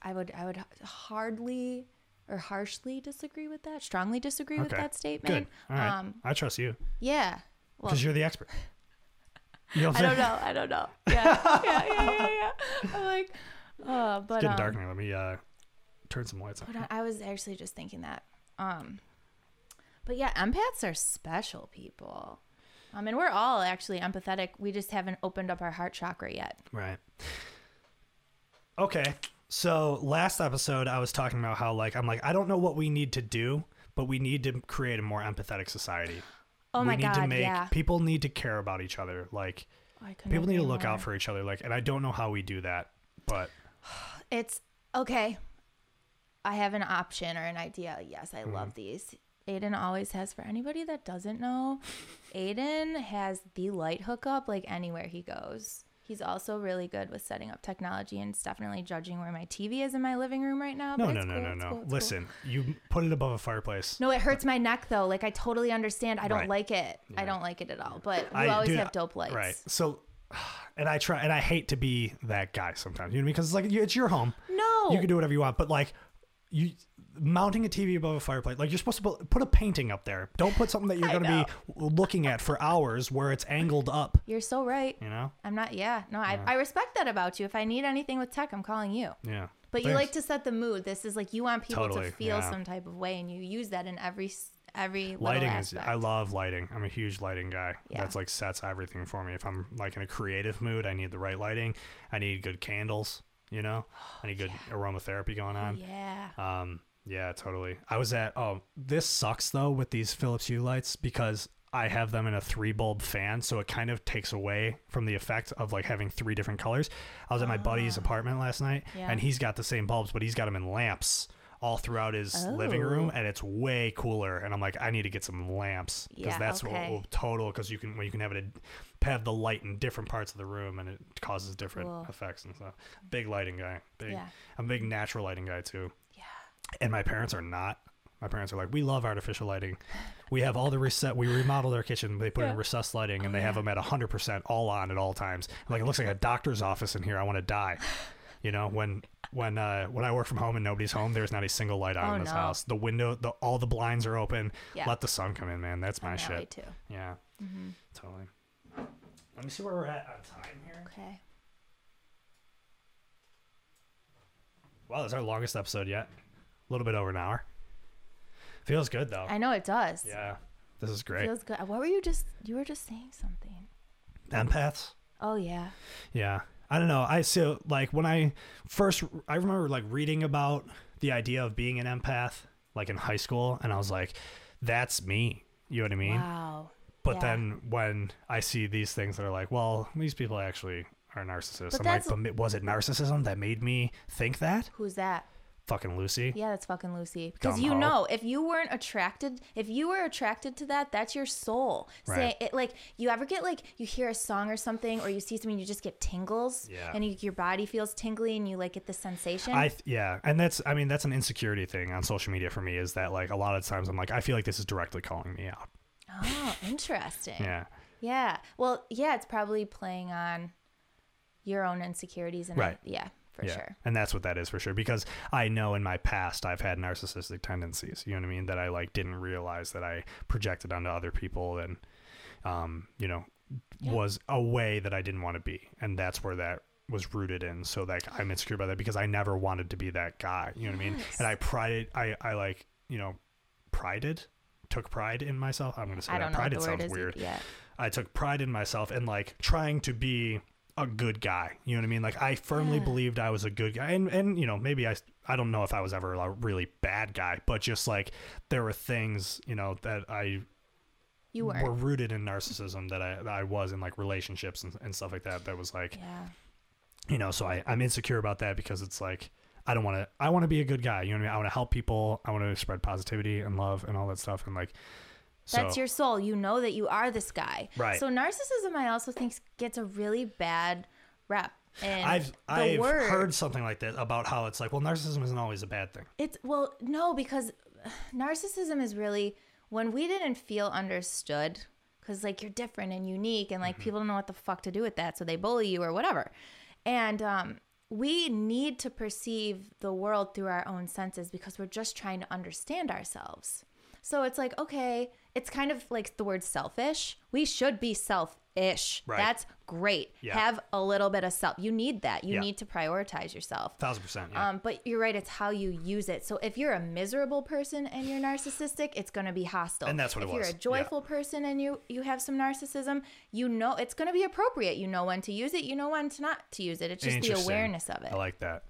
Speaker 1: I would I would hardly or harshly disagree with that. Strongly disagree with
Speaker 2: Okay.
Speaker 1: that statement.
Speaker 2: Good. All right.
Speaker 1: Um
Speaker 2: I trust you
Speaker 1: yeah. Well,
Speaker 2: because you're the expert. You don't
Speaker 1: I
Speaker 2: think-
Speaker 1: don't know. I don't know. Yeah. yeah, yeah, yeah, yeah. I'm like oh, but
Speaker 2: Getting
Speaker 1: um,
Speaker 2: dark now. Let me uh, turn some lights on.
Speaker 1: but I- I was actually just thinking that. Um but yeah, empaths are special people. Um, and we're all actually empathetic. We just haven't opened up our heart chakra yet.
Speaker 2: Right. Okay. So last episode, I was talking about how like I'm like I don't know what we need to do, but we need to create a more empathetic society.
Speaker 1: Oh
Speaker 2: we
Speaker 1: my
Speaker 2: need
Speaker 1: god!
Speaker 2: to make
Speaker 1: yeah.
Speaker 2: people need to care about each other. Like
Speaker 1: Oh, I couldn't
Speaker 2: people need to
Speaker 1: agree
Speaker 2: look
Speaker 1: more.
Speaker 2: out for each other. Like, and I don't know how we do that, but
Speaker 1: It's okay. I have an option or an idea. Yes, I
Speaker 2: Mm-hmm.
Speaker 1: love these. Aiden always has, for anybody that doesn't know, Aiden has the light hookup like anywhere he goes. He's also really good with setting up technology and it's definitely judging where my TV is in my living room right now.
Speaker 2: no,
Speaker 1: but
Speaker 2: no,
Speaker 1: it's
Speaker 2: no,
Speaker 1: cool,
Speaker 2: no,
Speaker 1: it's
Speaker 2: no.
Speaker 1: cool, it's cool.
Speaker 2: Listen, you put it above a fireplace.
Speaker 1: No, it hurts my neck though. Like I totally understand. I don't
Speaker 2: Right.
Speaker 1: like it. I don't like it at all. But we
Speaker 2: I-
Speaker 1: always
Speaker 2: dude,
Speaker 1: have dope lights.
Speaker 2: Right. So, and I try, and I hate to be that guy sometimes. You know, because like you- it's your home.
Speaker 1: No.
Speaker 2: You can do whatever you want, but like you mounting a TV above a fireplace, like you're supposed to put- put a painting up there. Don't put something that you're going to be looking at for hours where it's angled up.
Speaker 1: You're so right.
Speaker 2: You know?
Speaker 1: I'm not yeah. No, I, I respect that about you. If I need anything with tech, I'm calling you.
Speaker 2: Yeah.
Speaker 1: But you like to set the mood. This is like you want people
Speaker 2: Totally,
Speaker 1: to feel
Speaker 2: yeah.
Speaker 1: some type of way, and you use that in every s- every
Speaker 2: lighting
Speaker 1: little
Speaker 2: is.
Speaker 1: aspect.
Speaker 2: I love lighting. I'm a huge lighting guy.
Speaker 1: Yeah.
Speaker 2: That's like sets everything for me. If I'm like in a creative mood, I need the right lighting. I need good candles. You know, I need good aromatherapy going on.
Speaker 1: yeah.
Speaker 2: Um, yeah, totally. I was at oh, this sucks though with these Philips Hue lights because I have them in a three bulb fan, so it kind of takes away from the effect of like having three different colors. I was at my buddy's apartment last night,
Speaker 1: Ah. Yeah.
Speaker 2: and he's got the same bulbs, but he's got them in lamps all throughout his living room,
Speaker 1: Oh.
Speaker 2: and it's way cooler. And I'm like, I need to get some lamps because
Speaker 1: Yeah,
Speaker 2: that's
Speaker 1: okay.
Speaker 2: what will total because you can when you can have it a, have the light in different parts of the room, and it causes different
Speaker 1: Cool.
Speaker 2: effects and stuff. Big lighting guy. Big,
Speaker 1: Yeah.
Speaker 2: I'm a big natural lighting guy too
Speaker 1: Yeah.
Speaker 2: and my parents are not. My parents are like, we love artificial lighting. We have all the reset. We remodeled our kitchen. They put in
Speaker 1: Yeah. Oh,
Speaker 2: recessed lighting, and they have them at hundred percent, all on at all times. Like it looks like a doctor's office in here. I want to die. You know, when when uh, when I work from home and nobody's home, there's not a single light on
Speaker 1: Oh,
Speaker 2: in this
Speaker 1: no.
Speaker 2: house. The window, the all the blinds are open.
Speaker 1: Yeah.
Speaker 2: Let the sun come in, man. That's my
Speaker 1: I'm that way
Speaker 2: shit.
Speaker 1: too. Mm-hmm.
Speaker 2: Yeah, totally. Let me see where we're at on time here.
Speaker 1: Okay.
Speaker 2: Wow, that's our longest episode yet. A little bit over an hour. Feels good though.
Speaker 1: I know it does.
Speaker 2: Oh. yeah, this is
Speaker 1: It
Speaker 2: great.
Speaker 1: feels good. What were you just? You were just saying something.
Speaker 2: Empaths.
Speaker 1: Oh yeah.
Speaker 2: Yeah. I don't know. I so like when I first I remember like reading about the idea of being an empath like in high school and I was like that's me. You know what I mean?
Speaker 1: Wow.
Speaker 2: But
Speaker 1: yeah.
Speaker 2: then when I see these things that are like, well, these people actually are narcissists.
Speaker 1: But
Speaker 2: I'm like,
Speaker 1: that's-
Speaker 2: but mi- was it narcissism that made me think that?
Speaker 1: Who's that?
Speaker 2: Fucking Lucy.
Speaker 1: Yeah, that's fucking Lucy. Because
Speaker 2: Dumb
Speaker 1: you
Speaker 2: hoe.
Speaker 1: know, if you weren't attracted, if you were attracted to that, that's your soul.
Speaker 2: Right.
Speaker 1: Say it like you ever get like you hear a song or something, or you see something, you just get tingles,
Speaker 2: Yeah.
Speaker 1: and you, your body feels tingly, and you like get the sensation.
Speaker 2: I th- yeah, and that's I mean that's an insecurity thing on social media for me is that like a lot of times I'm like I feel like this is directly calling me out.
Speaker 1: oh, interesting.
Speaker 2: Yeah.
Speaker 1: Yeah. Well, yeah, it's probably playing on your own insecurities and
Speaker 2: Right.
Speaker 1: yeah, for
Speaker 2: yeah.
Speaker 1: sure.
Speaker 2: And that's what that is for sure because I know in my past I've had narcissistic tendencies, you know what I mean, that I like didn't realize that I projected onto other people and um, you know, was a way that I didn't want to be. And that's where that was rooted in. So like I'm insecure about that because I never wanted to be that guy, you know what I mean?
Speaker 1: Yes.
Speaker 2: And I prided I I like, you know, prided took pride in myself. I'm going to say
Speaker 1: I
Speaker 2: that
Speaker 1: don't know what
Speaker 2: pride
Speaker 1: the
Speaker 2: it
Speaker 1: word
Speaker 2: sounds
Speaker 1: is.
Speaker 2: weird.
Speaker 1: Yeah.
Speaker 2: I took pride in myself and like trying to be a good guy. You know what I mean? Like I firmly
Speaker 1: Yeah.
Speaker 2: believed I was a good guy, and and you know maybe I I don't know if I was ever a really bad guy, but just like there were things you know that I
Speaker 1: You weren't.
Speaker 2: were rooted in narcissism that I that I was in like relationships and, and stuff like that. That was like
Speaker 1: yeah.
Speaker 2: you know so I I'm insecure about that because it's like. I don't want to. I want to be a good guy. You know what I mean. I want to help people. I want to spread positivity and love and all that stuff. And like, so
Speaker 1: That's your soul. You know that you are this guy.
Speaker 2: Right.
Speaker 1: So narcissism, I also think gets a really bad rep. And
Speaker 2: I've
Speaker 1: the
Speaker 2: I've
Speaker 1: word,
Speaker 2: heard something like that about how it's like, well, narcissism isn't always a bad thing.
Speaker 1: It's well, no, because narcissism is really when we didn't feel understood because like you're different and unique and like
Speaker 2: Mm-hmm.
Speaker 1: people don't know what the fuck to do with that, so they bully you or whatever. And um, we need to perceive the world through our own senses because we're just trying to understand ourselves. So it's like okay, it's kind of like the word selfish. We should be selfish.
Speaker 2: Right.
Speaker 1: That's great.
Speaker 2: Yeah.
Speaker 1: Have a little bit of self. You need that. You
Speaker 2: Yeah.
Speaker 1: need to prioritize yourself.
Speaker 2: Thousand percent. Yeah.
Speaker 1: Um, but you're right. It's how you use it. So if you're a miserable person and you're narcissistic, it's going to be hostile.
Speaker 2: And that's what
Speaker 1: if
Speaker 2: it
Speaker 1: you're
Speaker 2: was.
Speaker 1: a
Speaker 2: Yeah.
Speaker 1: joyful person and you you have some narcissism, you know it's going to be appropriate. You know when to use it. You know when to not to use it. It's just the
Speaker 2: Interesting.
Speaker 1: awareness of it.
Speaker 2: I like that.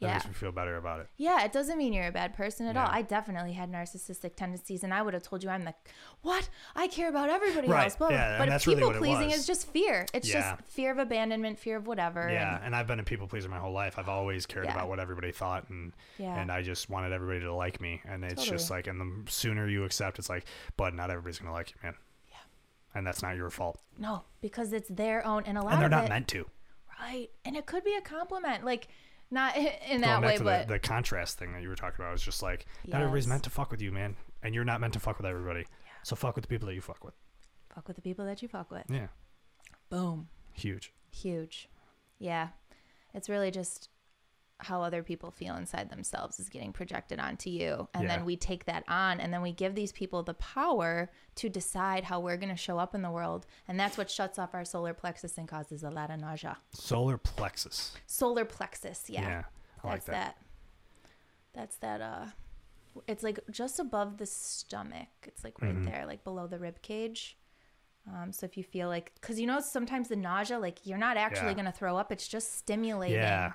Speaker 2: That
Speaker 1: Yeah.
Speaker 2: makes me feel better about it.
Speaker 1: yeah, it doesn't mean you're a bad person at all.
Speaker 2: Yeah.
Speaker 1: I definitely had narcissistic tendencies, and I would have told you I'm the what I care about everybody
Speaker 2: Right.
Speaker 1: else. Blah,
Speaker 2: Yeah,
Speaker 1: blah.
Speaker 2: and
Speaker 1: But
Speaker 2: that's really
Speaker 1: people
Speaker 2: what it
Speaker 1: pleasing
Speaker 2: was.
Speaker 1: is just fear. It's
Speaker 2: Yeah.
Speaker 1: just fear of abandonment, fear of whatever.
Speaker 2: Yeah,
Speaker 1: and-
Speaker 2: and I've been a people pleaser my whole life. I've always cared
Speaker 1: Yeah.
Speaker 2: about what everybody thought, and
Speaker 1: Yeah.
Speaker 2: and I just wanted everybody to like me. And it's just
Speaker 1: Totally.
Speaker 2: like, and the sooner you accept, it's like, but not everybody's gonna like you, man. Yeah. And that's not your fault,
Speaker 1: no, because it's their own, and a lot
Speaker 2: and they're
Speaker 1: of
Speaker 2: not
Speaker 1: it,
Speaker 2: meant to.
Speaker 1: Right. And it could be a compliment. Like, not in
Speaker 2: Going
Speaker 1: that
Speaker 2: back
Speaker 1: way,
Speaker 2: to
Speaker 1: but
Speaker 2: the, the contrast thing that you were talking about, it's just like not everybody's
Speaker 1: Yes.
Speaker 2: meant to fuck with you, man, and you're not meant to fuck with everybody. So fuck with the people that you fuck with.
Speaker 1: fuck with the people that you fuck with.
Speaker 2: Yeah,
Speaker 1: Boom.
Speaker 2: huge.
Speaker 1: Huge. Yeah. It's really just how other people feel inside themselves is getting projected onto you. And
Speaker 2: Yeah.
Speaker 1: then we take that on and then we give these people the power to decide how we're going to show up in the world. And that's what shuts off our solar plexus and causes a lot of nausea.
Speaker 2: Solar plexus.
Speaker 1: Solar plexus. Yeah.
Speaker 2: Yeah, I like
Speaker 1: That's
Speaker 2: that.
Speaker 1: that. That's that. Uh, it's like just above the stomach. It's like
Speaker 2: Mm-hmm.
Speaker 1: right there, like below the rib cage. Um, so if you feel like, because you know sometimes the nausea, like you're not actually
Speaker 2: Yeah.
Speaker 1: gonna throw up. It's just stimulating.
Speaker 2: Yeah.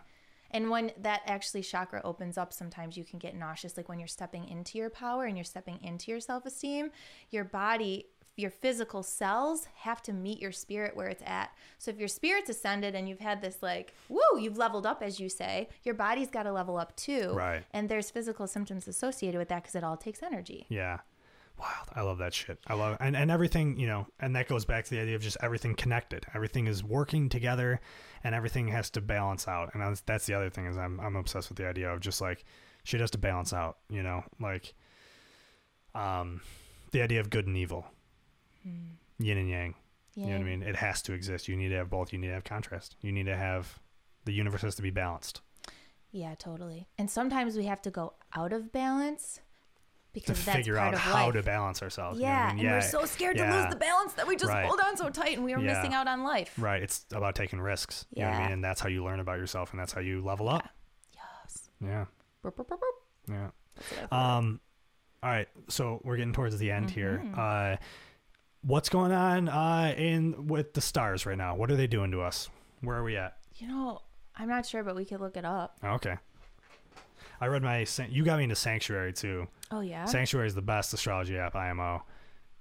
Speaker 1: And when that actually chakra opens up, sometimes you can get nauseous. Like when you're stepping into your power and you're stepping into your self esteem, your body, your physical cells have to meet your spirit where it's at. So if your spirit's ascended and you've had this, like, woo, you've leveled up, as you say, your body's got to level up too.
Speaker 2: Right.
Speaker 1: And there's physical symptoms associated with that because it all takes energy.
Speaker 2: Yeah. Wild. I love that shit. I love and, and everything, you know, and that goes back to the idea of just everything connected. Everything is working together and everything has to balance out. And I was, that's the other thing is I'm I'm obsessed with the idea of just like shit has to balance out, you know, like um the idea of good and evil.
Speaker 1: Hmm.
Speaker 2: Yin and yang. You know what I mean? It has to exist. You need to have both. You need to have contrast. You need to have the universe has to be balanced.
Speaker 1: Yeah, totally. And sometimes we have to go out of balance
Speaker 2: To
Speaker 1: because that's
Speaker 2: figure
Speaker 1: part
Speaker 2: out
Speaker 1: of
Speaker 2: how
Speaker 1: life.
Speaker 2: to balance ourselves. you know what I
Speaker 1: Yeah,
Speaker 2: mean?
Speaker 1: and we're so scared to
Speaker 2: yeah.
Speaker 1: lose the balance that we just
Speaker 2: Right.
Speaker 1: hold on so tight, and we were
Speaker 2: Yeah.
Speaker 1: missing out on life.
Speaker 2: Right. It's about taking risks. You know what I
Speaker 1: Yeah.
Speaker 2: mean? And that's how you learn about yourself and that's how you level up.
Speaker 1: Yes.
Speaker 2: Yeah.
Speaker 1: Burp, burp, burp, burp.
Speaker 2: Yeah.
Speaker 1: That's what I thought.
Speaker 2: Um all right. So we're getting towards the end
Speaker 1: Mm-hmm.
Speaker 2: here. Uh what's going on uh in with the stars right now? What are they doing to us? Where are we at? Oh,
Speaker 1: You know, I'm not sure, but we could look it up.
Speaker 2: Okay. I read my. san- You got me into Sanctuary too.
Speaker 1: Oh yeah.
Speaker 2: Sanctuary is the best astrology app, IMO.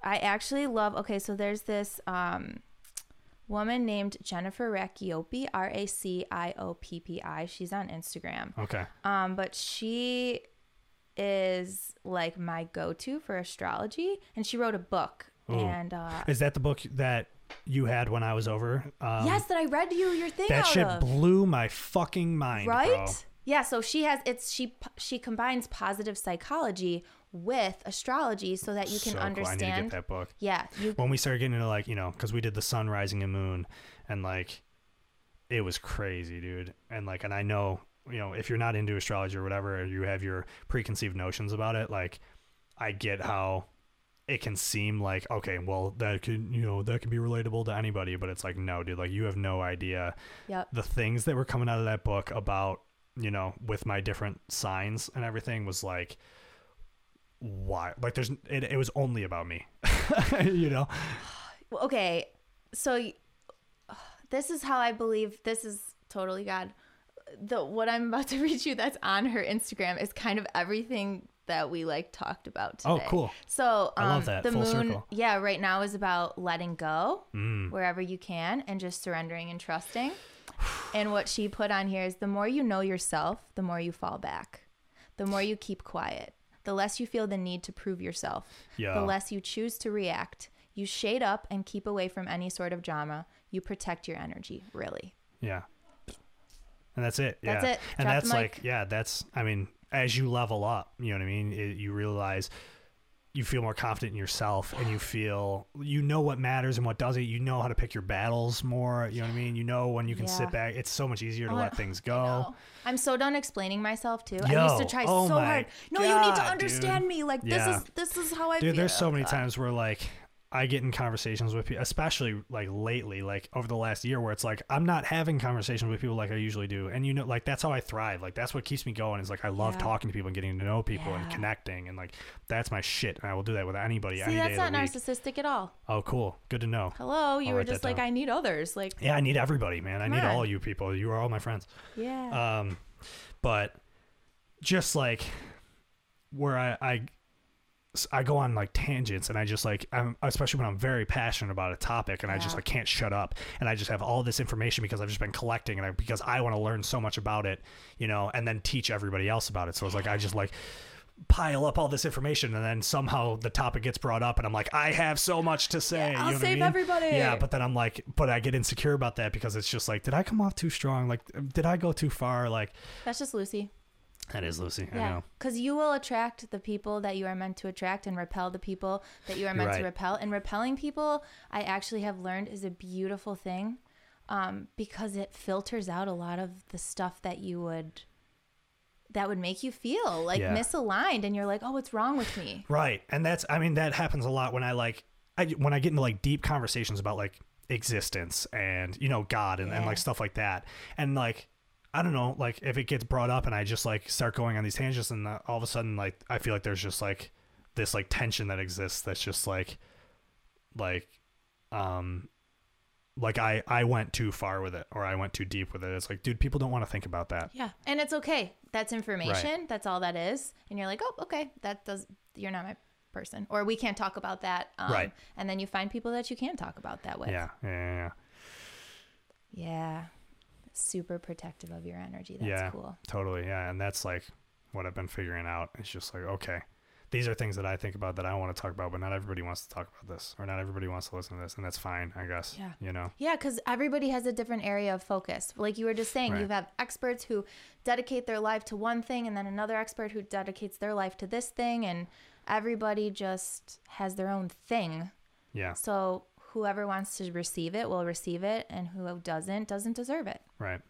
Speaker 1: I actually love. Okay, so there's this um, woman named Jennifer Raccioppi, R A C I O P P I. She's on Instagram,
Speaker 2: Okay.
Speaker 1: um, but she is like my go-to for astrology, and she wrote a book.
Speaker 2: Ooh.
Speaker 1: And uh,
Speaker 2: Is that the book that you had when I was over? Um,
Speaker 1: yes, that I read you your thing
Speaker 2: That
Speaker 1: out
Speaker 2: shit
Speaker 1: of,
Speaker 2: blew my fucking mind,
Speaker 1: right?
Speaker 2: bro.
Speaker 1: Yeah. So she has it's she p- she combines positive psychology with astrology so that you can
Speaker 2: So cool.
Speaker 1: understand.
Speaker 2: I need to get that book.
Speaker 1: Yeah, you
Speaker 2: When we started getting into like you know, because we did the sun rising and moon, and like, it was crazy, dude. And like, and I know you know if you're not into astrology or whatever, or you have your preconceived notions about it. Like, I get how it can seem like okay, well that can you know that can be relatable to anybody, but it's like no, dude. Like you have no idea
Speaker 1: yep.
Speaker 2: the things that were coming out of that book about you know with my different signs and everything was like why like there's it, it was only about me you know
Speaker 1: Well, okay so y- this is how i believe this is totally god the what i'm about to read you that's on her instagram is kind of everything that we like talked about
Speaker 2: Oh,
Speaker 1: today.
Speaker 2: cool.
Speaker 1: so um,
Speaker 2: I love that.
Speaker 1: the
Speaker 2: Full
Speaker 1: moon
Speaker 2: circle. Mm.
Speaker 1: yeah right now is about letting go wherever you can and just surrendering and trusting and what she put on here is the more you know yourself the more you fall back the more you keep quiet the less you feel the need to prove yourself
Speaker 2: Yeah.
Speaker 1: the less you choose to react. You shade up and keep away from any sort of drama. You protect your energy, really.
Speaker 2: yeah and that's it
Speaker 1: That's
Speaker 2: yeah
Speaker 1: it.
Speaker 2: and
Speaker 1: Drop the
Speaker 2: that's
Speaker 1: mic.
Speaker 2: like yeah that's i mean as you level up you know what i mean it, you realize you feel more confident in yourself and you feel you know what matters and what doesn't you know how to pick your battles more you know what i mean you know when you can
Speaker 1: Yeah.
Speaker 2: sit back it's so much easier to
Speaker 1: Oh,
Speaker 2: let things go
Speaker 1: No. I'm so done explaining myself too. I used to
Speaker 2: Yo,
Speaker 1: try
Speaker 2: oh
Speaker 1: so
Speaker 2: my
Speaker 1: hard. No, you need to
Speaker 2: God, dude.
Speaker 1: understand me. Like
Speaker 2: Yeah.
Speaker 1: this is this is how I
Speaker 2: Dude,
Speaker 1: feel.
Speaker 2: there's so many
Speaker 1: God.
Speaker 2: times where like I get in conversations with people, especially like lately, like over the last year, where it's like I'm not having conversations with people like I usually do, and you know, like that's how I thrive. Like that's what keeps me going. Is like I love
Speaker 1: Yeah.
Speaker 2: talking to people and getting to know people and
Speaker 1: Yeah.
Speaker 2: connecting, and like that's my shit. And I will do that with anybody
Speaker 1: See,
Speaker 2: any day
Speaker 1: that's not
Speaker 2: of the week.
Speaker 1: narcissistic at all.
Speaker 2: Oh, cool. Good to know.
Speaker 1: Hello, you
Speaker 2: I'll
Speaker 1: were
Speaker 2: write that
Speaker 1: just like,
Speaker 2: down.
Speaker 1: I need others. Like,
Speaker 2: Yeah, I need everybody, man. I
Speaker 1: Come
Speaker 2: need
Speaker 1: on.
Speaker 2: all you people. You are all my friends.
Speaker 1: yeah,
Speaker 2: Um, but just like where I, I I go on like tangents and I just like I'm especially when I'm very passionate about a topic and I just
Speaker 1: Yeah.
Speaker 2: like can't shut up and I just have all this information because I've just been collecting and I, because I want to learn so much about it, you know, and then teach everybody else about it. So it's like I just like pile up all this information and then somehow the topic gets brought up and I'm like I have so much to say.
Speaker 1: Yeah,
Speaker 2: you
Speaker 1: I'll
Speaker 2: know what I
Speaker 1: save
Speaker 2: mean?
Speaker 1: everybody.
Speaker 2: Yeah, but then I'm like but I get insecure about that because it's just like did I come off too strong? Like did I go too far? Like
Speaker 1: that's just Lucy.
Speaker 2: that is Lucy. I
Speaker 1: Yeah,
Speaker 2: know.
Speaker 1: because you will attract the people that you are meant to attract, and repel the people that you are meant to
Speaker 2: right.
Speaker 1: repel. And repelling people, I actually have learned, is a beautiful thing, um, because it filters out a lot of the stuff that you would, that would make you feel like
Speaker 2: Yeah.
Speaker 1: misaligned, and you're like, oh, what's wrong with me?
Speaker 2: Right. And that's I mean that happens a lot when I like I, when I get into like deep conversations about like existence and you know God and, and
Speaker 1: Yeah.
Speaker 2: like stuff like that. And like I don't know, like if it gets brought up and I just like start going on these tangents and uh, all of a sudden like I feel like there's just like this like tension that exists that's just like like um like I I went too far with it or I went too deep with it. It's like dude, people don't want to think about that.
Speaker 1: Yeah, and it's okay. That's information. That's all that is. And you're like, oh, okay, that does. You're not my person, or we can't talk about that. Um,
Speaker 2: Right.
Speaker 1: And then you find people that you can talk about that with.
Speaker 2: Yeah. Yeah. yeah, yeah.
Speaker 1: Yeah. Super protective of your energy. That's
Speaker 2: yeah,
Speaker 1: cool.
Speaker 2: Totally. Yeah. And that's like what I've been figuring out. It's just like, okay, these are things that I think about that I want to talk about, but not everybody wants to talk about this or not everybody wants to listen to this. And that's fine, I guess.
Speaker 1: Yeah.
Speaker 2: You know?
Speaker 1: Yeah, because everybody has a different area of focus. Like you were just saying, you
Speaker 2: Right.
Speaker 1: have experts who dedicate their life to one thing, and then another expert who dedicates their life to this thing, and everybody just has their own thing.
Speaker 2: Yeah.
Speaker 1: So whoever wants to receive it will receive it, and who doesn't doesn't deserve it.
Speaker 2: Right.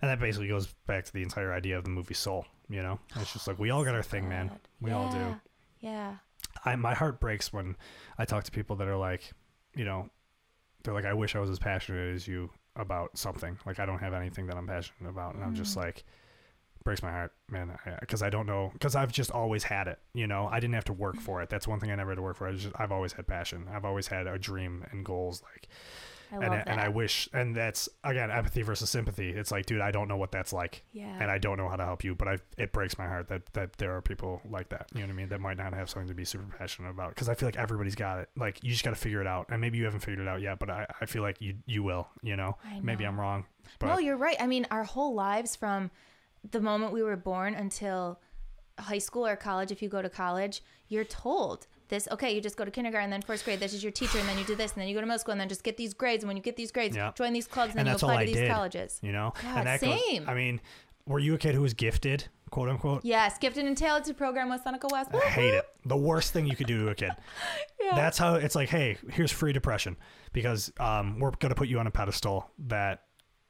Speaker 2: And that basically goes back to the entire idea of the movie Soul. You know, it's just like we all got our thing, man.
Speaker 1: God.
Speaker 2: We all do.
Speaker 1: Yeah. Yeah.
Speaker 2: I my heart breaks when I talk to people that are like, you know, they're like, I wish I was as passionate as you about something. Like I don't have anything that I'm passionate about, and I'm just like, breaks my heart, man, because I, don't know, because I've just always had it. You know, I didn't have to work for it. That's one thing I never had to work for. I just I've always had passion. I've always had a dream and goals. Like,
Speaker 1: I
Speaker 2: and
Speaker 1: love
Speaker 2: and I
Speaker 1: that.
Speaker 2: wish and that's again empathy versus sympathy. It's like, dude, I don't know what that's like.
Speaker 1: Yeah.
Speaker 2: And I don't know how to help you, but I it breaks my heart that that there are people like that. You know what I mean? That might not have something to be super passionate about because I feel like everybody's got it. Like you just got to figure it out, and maybe you haven't figured it out yet, but I, I feel like you you will. You know?
Speaker 1: I
Speaker 2: Maybe
Speaker 1: know.
Speaker 2: I'm wrong, but
Speaker 1: no, you're right. I mean, our whole lives from the moment we were born until high school or college, if you go to college, you're told this, okay, you just go to kindergarten, then first grade, this is your teacher, and then you do this, and then you go to middle school, and then just get these grades. And when you get these grades,
Speaker 2: Yeah.
Speaker 1: join these clubs, and,
Speaker 2: and
Speaker 1: then you
Speaker 2: that's all
Speaker 1: apply
Speaker 2: I
Speaker 1: to these
Speaker 2: did.
Speaker 1: colleges.
Speaker 2: You know?
Speaker 1: Yeah,
Speaker 2: and that
Speaker 1: same.
Speaker 2: goes. I mean, were you a kid who was gifted, quote unquote?
Speaker 1: Yes, gifted and talented program with Seneca West.
Speaker 2: I hate it. The worst thing you could do to a kid.
Speaker 1: Yeah.
Speaker 2: Uh, That's how it's like, hey, here's free depression because um, we're going to put you on a pedestal that.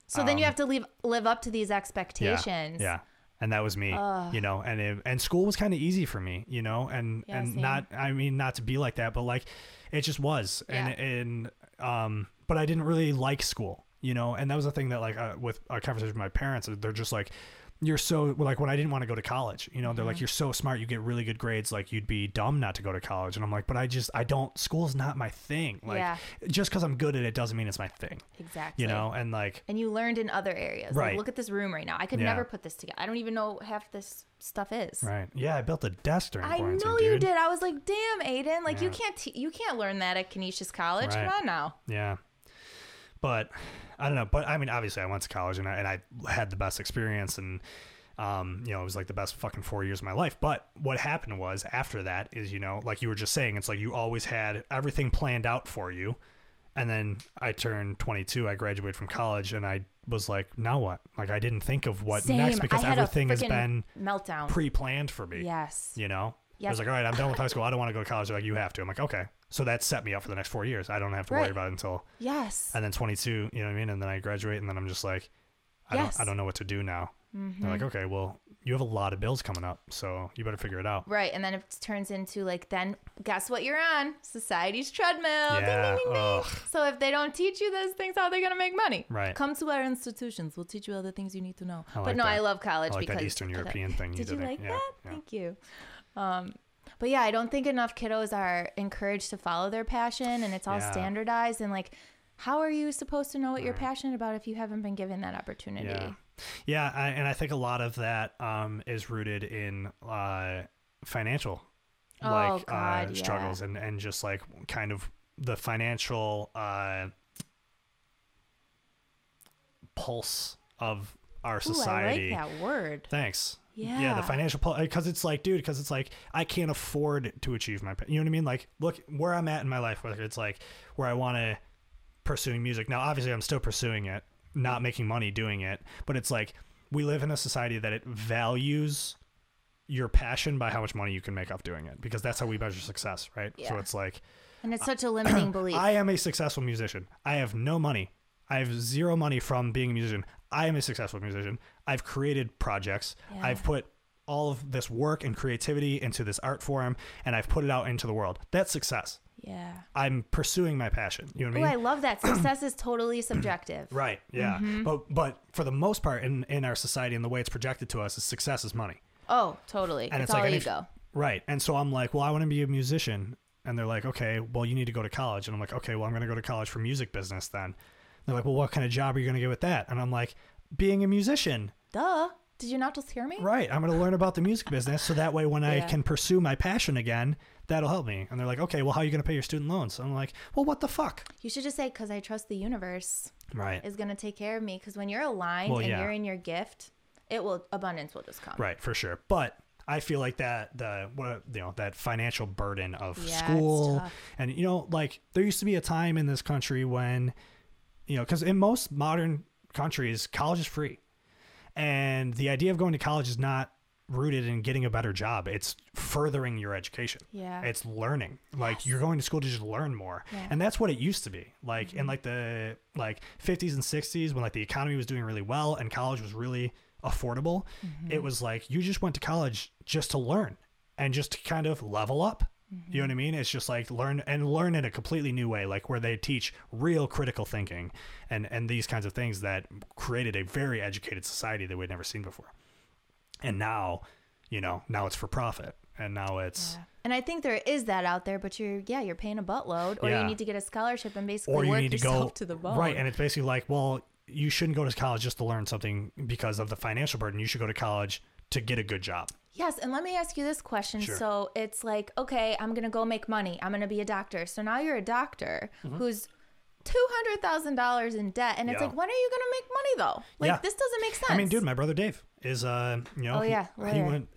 Speaker 1: so then you
Speaker 2: um,
Speaker 1: have to leave, live up to these
Speaker 2: yeah,
Speaker 1: expectations.
Speaker 2: Yeah. And that was me, you know, and it, and school was kind of easy for me, you know, and
Speaker 1: Yeah,
Speaker 2: and
Speaker 1: same.
Speaker 2: not I mean not to be like that, but like it just was, and and um, but I didn't really like school, you know, and that was the thing that like uh, with a conversation with my parents, uh, they're just like, you're so like when I didn't want to go to college, you know, they're
Speaker 1: Mm-hmm.
Speaker 2: like you're so smart, you get really good grades, like you'd be dumb not to go to college, and I'm like, but I just I don't, school's not my thing, like
Speaker 1: Yeah.
Speaker 2: just because I'm good at it doesn't mean it's my thing,
Speaker 1: Exactly.
Speaker 2: you know, and like
Speaker 1: And you learned in other areas. Like,
Speaker 2: Right.
Speaker 1: look at this room right now. I could
Speaker 2: Yeah.
Speaker 1: never put this together. I don't even know half this stuff is.
Speaker 2: right, yeah, I built a desk during
Speaker 1: I
Speaker 2: quarantine,
Speaker 1: know you
Speaker 2: dude.
Speaker 1: did. I was like, damn, Aiden, like you
Speaker 2: Yeah.
Speaker 1: can't te- you can't learn that at Canisius College.
Speaker 2: Right.
Speaker 1: Come on now.
Speaker 2: Yeah. But I don't know. But I mean, obviously, I went to college and I, and I had the best experience, and um, you know, it was like the best fucking four years of my life. But what happened was after that is, you know, like you were just saying, it's like you always had everything planned out for you, and then I turned 22, I graduated from college, and I was like, now what? Like I didn't think of what next because
Speaker 1: I had
Speaker 2: everything
Speaker 1: a
Speaker 2: has
Speaker 1: freaking
Speaker 2: been
Speaker 1: meltdown.
Speaker 2: pre-planned for me.
Speaker 1: yes.
Speaker 2: You know,
Speaker 1: Yep.
Speaker 2: I was like, all right, I'm done with high school. I don't want to go to college. They're like, you have to. I'm like, okay. So that set me up for the next four years. I don't have to worry
Speaker 1: Right.
Speaker 2: about it until
Speaker 1: Yes.
Speaker 2: and then 22 you know what i mean and then i graduate and then i'm just like i,
Speaker 1: Yes. Mm-hmm.
Speaker 2: don't, I don't know what to do now they're like okay well you have a lot of bills coming up so you better figure it out
Speaker 1: Right, and then it turns into like then guess what you're on? Society's treadmill. Ding,
Speaker 2: Yeah,
Speaker 1: ding, ding, ding.
Speaker 2: ugh.
Speaker 1: So if they don't teach you those things, how are they gonna make money?
Speaker 2: Right.
Speaker 1: Come to our institutions. We'll teach you other things you need to know. but
Speaker 2: like
Speaker 1: no, I
Speaker 2: that.
Speaker 1: love college
Speaker 2: I like that
Speaker 1: because
Speaker 2: Eastern
Speaker 1: of
Speaker 2: European thing you
Speaker 1: Did
Speaker 2: did
Speaker 1: you
Speaker 2: there.
Speaker 1: like
Speaker 2: Yeah,
Speaker 1: that?
Speaker 2: yeah.
Speaker 1: Thank you. Um, but yeah, I don't think enough kiddos are encouraged to follow their passion, and it's all
Speaker 2: Yeah. Mm.
Speaker 1: standardized. And like, how are you supposed to know what you're passionate about if you haven't been given that opportunity?
Speaker 2: yeah yeah I, and i think a lot of that um, is rooted in uh, financial
Speaker 1: Oh,
Speaker 2: like
Speaker 1: God,
Speaker 2: uh,
Speaker 1: yeah.
Speaker 2: struggles and, and just like kind of the financial uh, pulse of our
Speaker 1: Ooh,
Speaker 2: society
Speaker 1: I like that word.
Speaker 2: Thanks. Yeah,
Speaker 1: Yeah.
Speaker 2: the financial because it's like, dude, because it's like I can't afford to achieve my. pa- You know what I mean? Like, look where I'm at in my life. Whether it's like where I want to pursuing music. Now, obviously, I'm still pursuing it, not making money doing it, but it's like we live in a society that it values your passion by how much money you can make off doing it because that's how we measure success, right? So
Speaker 1: Yeah.
Speaker 2: it's like
Speaker 1: And it's such a limiting belief.
Speaker 2: I am a successful musician. I have no money. I have zero money from being a musician. I am a successful musician. I've created projects.
Speaker 1: Yeah.
Speaker 2: I've put all of this work and creativity into this art form and I've put it out into the world. That's success.
Speaker 1: yeah.
Speaker 2: I'm pursuing my passion. You know what I
Speaker 1: Oh,
Speaker 2: mean?
Speaker 1: I love that. Success is totally subjective.
Speaker 2: Right. Yeah. But but for the most part in in our society and the way it's projected to us is success is money.
Speaker 1: Oh, totally.
Speaker 2: And
Speaker 1: it's,
Speaker 2: it's like,
Speaker 1: all
Speaker 2: and if-
Speaker 1: ego.
Speaker 2: Right. And so I'm like, well, I want to be a musician. And they're like, okay, well, you need to go to college. And I'm like, okay, well, I'm going to go to college for music business then. And they're like, well, what kind of job are you going to get with that? And I'm like, being a musician.
Speaker 1: Duh. Did you not just hear me?
Speaker 2: Right. I'm going to learn about the music business. So that way, when I
Speaker 1: Yeah.
Speaker 2: can pursue my passion again, that'll help me. And they're like, okay, well, how are you going to pay your student loans? I'm like, well, what the fuck?
Speaker 1: You should just say, because I trust the universe
Speaker 2: Right.
Speaker 1: is going to take care of me. Because when you're aligned
Speaker 2: Well,
Speaker 1: and
Speaker 2: yeah.
Speaker 1: you're in your gift, it will, abundance will just come.
Speaker 2: Right, for sure. But I feel like that the what you know that financial burden of
Speaker 1: Yeah, it's
Speaker 2: school
Speaker 1: tough.
Speaker 2: and you know like there used to be a time in this country when you know because in most modern countries college is free and the idea of going to college is not rooted in getting a better job it's furthering your education
Speaker 1: Yeah.
Speaker 2: it's learning like you're going to school to just learn more and that's what it used to be like in like the like 50s and 60s when like the economy was doing really well and college was really affordable it was like you just went to college just to learn and just to kind of level up you know what i mean it's just like learn and learn in a completely new way like where they teach real critical thinking and and these kinds of things that created a very educated society that we'd never seen before and now you know now it's for profit and now it's
Speaker 1: Yeah. And I think there is that out there, but you're yeah, you're paying a buttload, or
Speaker 2: Yeah.
Speaker 1: you need to get a scholarship and basically
Speaker 2: or you
Speaker 1: work
Speaker 2: need to
Speaker 1: yourself
Speaker 2: go
Speaker 1: to the bone.
Speaker 2: right, and it's basically like, well, you shouldn't go to college just to learn something because of the financial burden. You should go to college to get a good job.
Speaker 1: yes, and let me ask you this question.
Speaker 2: Sure.
Speaker 1: So it's like, okay, I'm gonna go make money. I'm gonna be a doctor. So now you're a doctor who's two hundred thousand dollars in debt, and it's
Speaker 2: Mm-hmm. Yeah.
Speaker 1: like, when are you gonna make money though? Like
Speaker 2: Yeah.
Speaker 1: this doesn't make sense.
Speaker 2: I mean, dude, my brother Dave is uh, you know,
Speaker 1: Oh,
Speaker 2: he-
Speaker 1: yeah,
Speaker 2: he,
Speaker 1: lawyer.
Speaker 2: went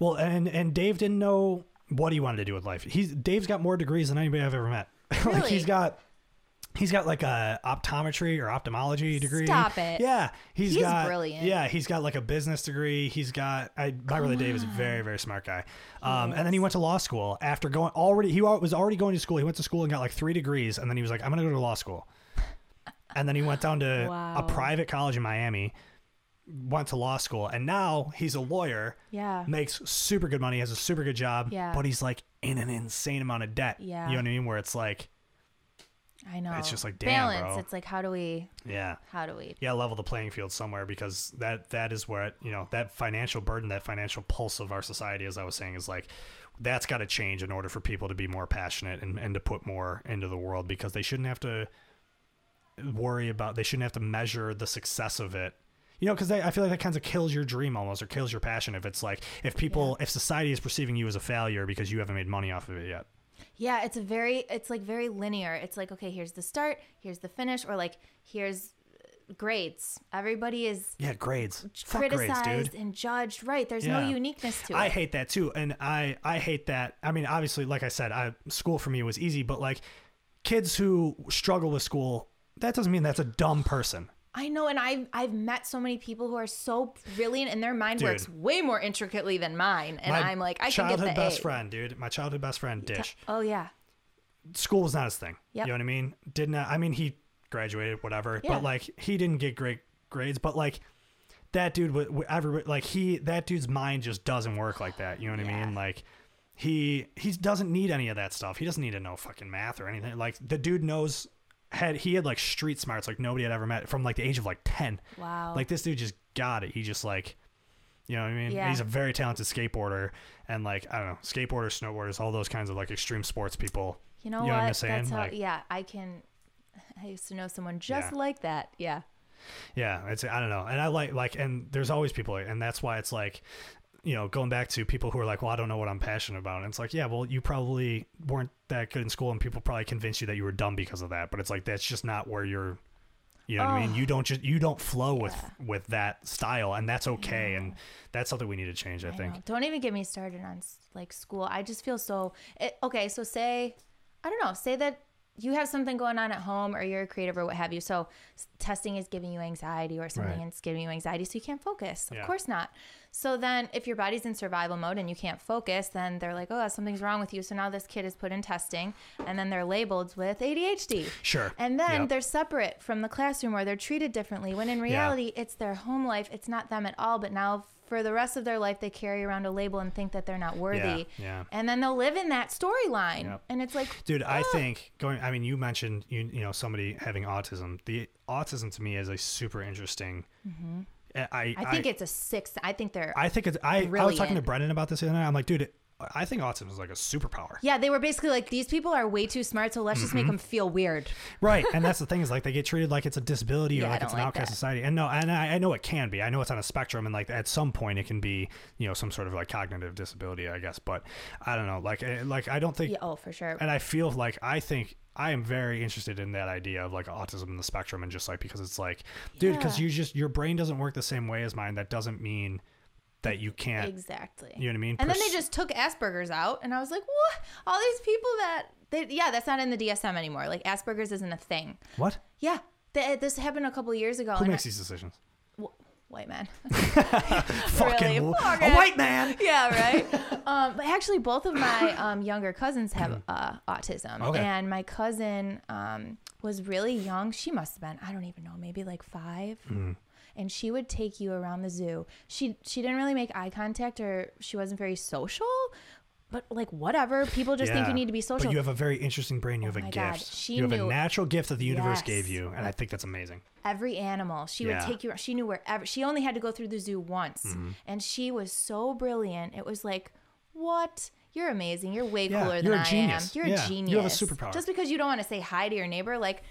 Speaker 2: well, and and Dave didn't know what he wanted to do with life. He's Dave's got more degrees than anybody I've ever met. like
Speaker 1: Really?
Speaker 2: he's got. He's got like a optometry or ophthalmology degree.
Speaker 1: Stop it.
Speaker 2: Yeah,
Speaker 1: He's
Speaker 2: got
Speaker 1: brilliant.
Speaker 2: Yeah, he's got like a business degree. He's got I, my brother Dave is a very very smart guy. Um, and then he went to law school after going already. He was already going to school. He went to school and got like three degrees, and then he was like, I'm gonna go to law school. And then he went down to
Speaker 1: Wow.
Speaker 2: a private college in Miami went to law school and now he's a lawyer
Speaker 1: yeah.
Speaker 2: makes super good money has a super good job
Speaker 1: Yeah.
Speaker 2: but he's like in an insane amount of debt
Speaker 1: Yeah.
Speaker 2: you know what i mean where it's like
Speaker 1: I know.
Speaker 2: it's just like, damn,
Speaker 1: balance.
Speaker 2: bro.
Speaker 1: It's like how do we
Speaker 2: yeah
Speaker 1: how do we
Speaker 2: yeah level the playing field somewhere because that that is where it, you know that financial burden that financial pulse of our society as i was saying is like that's got to change in order for people to be more passionate and, and to put more into the world because they shouldn't have to worry about they shouldn't have to measure the success of it you know because i feel like that kind of kills your dream almost or kills your passion if it's like if people if society is perceiving you as a failure because you haven't made money off of it yet
Speaker 1: Yeah, it's a very it's like very linear. It's like okay, here's the start, here's the finish, or like here's uh, grades. Everybody is
Speaker 2: yeah grades Fuck grades
Speaker 1: criticized
Speaker 2: dude
Speaker 1: and judged. Right? There's
Speaker 2: Yeah.
Speaker 1: no uniqueness to it.
Speaker 2: I hate that too, and I I hate that. I mean, obviously, like I said, I school for me was easy, but like kids who struggle with school, that doesn't mean that's a dumb person.
Speaker 1: I know, and I've I've met so many people who are so brilliant, and their mind
Speaker 2: Dude.
Speaker 1: works way more intricately than mine. And
Speaker 2: My
Speaker 1: I'm like, I can get
Speaker 2: childhood
Speaker 1: the
Speaker 2: best
Speaker 1: A.
Speaker 2: friend, dude. My childhood best friend, Dish.
Speaker 1: Oh yeah,
Speaker 2: school was not his thing.
Speaker 1: Yep.
Speaker 2: You know what I mean? Didn't I mean he graduated whatever,
Speaker 1: Yeah.
Speaker 2: but like he didn't get great grades, but like that dude with everybody like he that dude's mind just doesn't work like that. You know what I
Speaker 1: Yeah.
Speaker 2: mean? Like he he doesn't need any of that stuff. He doesn't need to know fucking math or anything. Like the dude knows had he had like street smarts like nobody had ever met from like the age of like 10.
Speaker 1: wow.
Speaker 2: Like this dude just got it. He just like, you know what I mean?
Speaker 1: Yeah.
Speaker 2: He's a very talented skateboarder and like I don't know, skateboarders, snowboarders, all those kinds of like extreme sports people.
Speaker 1: you know
Speaker 2: you know
Speaker 1: what?
Speaker 2: what I'm saying?
Speaker 1: That's how.
Speaker 2: Like-
Speaker 1: yeah, I can. I used to know someone just
Speaker 2: Yeah.
Speaker 1: like that. Yeah.
Speaker 2: Yeah, it's I don't know, and I like like and there's always people, and that's why it's like, you know, going back to people who are like, well, I don't know what I'm passionate about. And it's like, yeah, well, you probably weren't that good in school, and people probably convinced you that you were dumb because of that. But it's like that's just not where you're. You know what I mean? You don't just you don't flow with with that style, and that's okay, and that's something we need to change. I,
Speaker 1: I
Speaker 2: think.
Speaker 1: know. Don't even get me started on s- like school. I just feel so. It, okay, so say, I don't know, say that you have something going on at home or you're a creative or what have you. So s- testing is giving you anxiety or something
Speaker 2: Right.
Speaker 1: it's giving you anxiety, so you can't focus.
Speaker 2: Yeah.
Speaker 1: Of course not. So then if your body's in survival mode and you can't focus, then they're like, oh, something's wrong with you. So now this kid is put in testing and then they're labeled with ADHD.
Speaker 2: Sure.
Speaker 1: And then
Speaker 2: Yep.
Speaker 1: they're separate from the classroom or they're treated differently when in reality it's their home life, it's not them at all. But now for the rest of their life, they carry around a label and think that they're not worthy.
Speaker 2: yeah.
Speaker 1: And then they'll live in that storyline.
Speaker 2: Yep.
Speaker 1: And it's like,
Speaker 2: Dude, I think going. I mean, you mentioned you you know somebody having autism. The autism to me is a super interesting. I
Speaker 1: Mm-hmm. I think it's a six. I think they're.
Speaker 2: I think it's. I, I was talking to
Speaker 1: Brilliant.
Speaker 2: Brendan about this the other night. I'm like, dude, I think autism is like a superpower.
Speaker 1: yeah, they were basically like, these people are way too smart, so let's just
Speaker 2: Mm-hmm.
Speaker 1: make them feel weird.
Speaker 2: Right. And that's the thing is like they get treated like it's a disability
Speaker 1: Yeah,
Speaker 2: or
Speaker 1: I
Speaker 2: like it's
Speaker 1: don't
Speaker 2: an
Speaker 1: like
Speaker 2: outcast
Speaker 1: that.
Speaker 2: society. And no, and I, I know it can be. I know it's on a spectrum and like at some point it can be, you know, some sort of like cognitive disability, I guess. But I don't know. Like, eh, like I don't think,
Speaker 1: Yeah, oh, for sure.
Speaker 2: and I feel like I think I am very interested in that idea of like autism in the spectrum and just like because it's like, dude, because
Speaker 1: Yeah.
Speaker 2: you just, your brain doesn't work the same way as mine. That doesn't mean that you can't.
Speaker 1: Exactly.
Speaker 2: You know what I mean?
Speaker 1: And then
Speaker 2: Pers-
Speaker 1: they just took Asperger's out, and I was like, what? All these people that. They, yeah, that's not in the DSM anymore. Like, Asperger's isn't a thing.
Speaker 2: What?
Speaker 1: Yeah. Th- this happened a couple years ago.
Speaker 2: Who
Speaker 1: and
Speaker 2: makes these decisions?
Speaker 1: wh- white man.
Speaker 2: Fucking wo-
Speaker 1: fuck
Speaker 2: a
Speaker 1: it.
Speaker 2: white man.
Speaker 1: yeah, right. um, but actually, both of my um, younger cousins have uh, autism,
Speaker 2: Mm-hmm. Okay.
Speaker 1: and my cousin um, was really young. She must have been I don't even know, maybe like five.
Speaker 2: Mm-hmm.
Speaker 1: And she would take you around the zoo. She she didn't really make eye contact, or she wasn't very social. But like whatever, people just think
Speaker 2: Yeah,
Speaker 1: you need to be social. Oh
Speaker 2: But you have a very interesting brain. You have a
Speaker 1: my
Speaker 2: gift.
Speaker 1: God, she
Speaker 2: you have a
Speaker 1: knew-
Speaker 2: natural gift that the universe
Speaker 1: Yes.
Speaker 2: gave you, and I think that's amazing.
Speaker 1: every animal. She
Speaker 2: Yeah. Mm-hmm.
Speaker 1: would take you. She knew wherever. She only had to go through the zoo once, and she was so brilliant. It was like, What? You're amazing. You're way
Speaker 2: Yeah,
Speaker 1: cooler than
Speaker 2: you're a
Speaker 1: I
Speaker 2: genius.
Speaker 1: am. You're
Speaker 2: Yeah,
Speaker 1: a
Speaker 2: you have a
Speaker 1: genius.
Speaker 2: superpower.
Speaker 1: Just because you don't want to say hi to your neighbor, like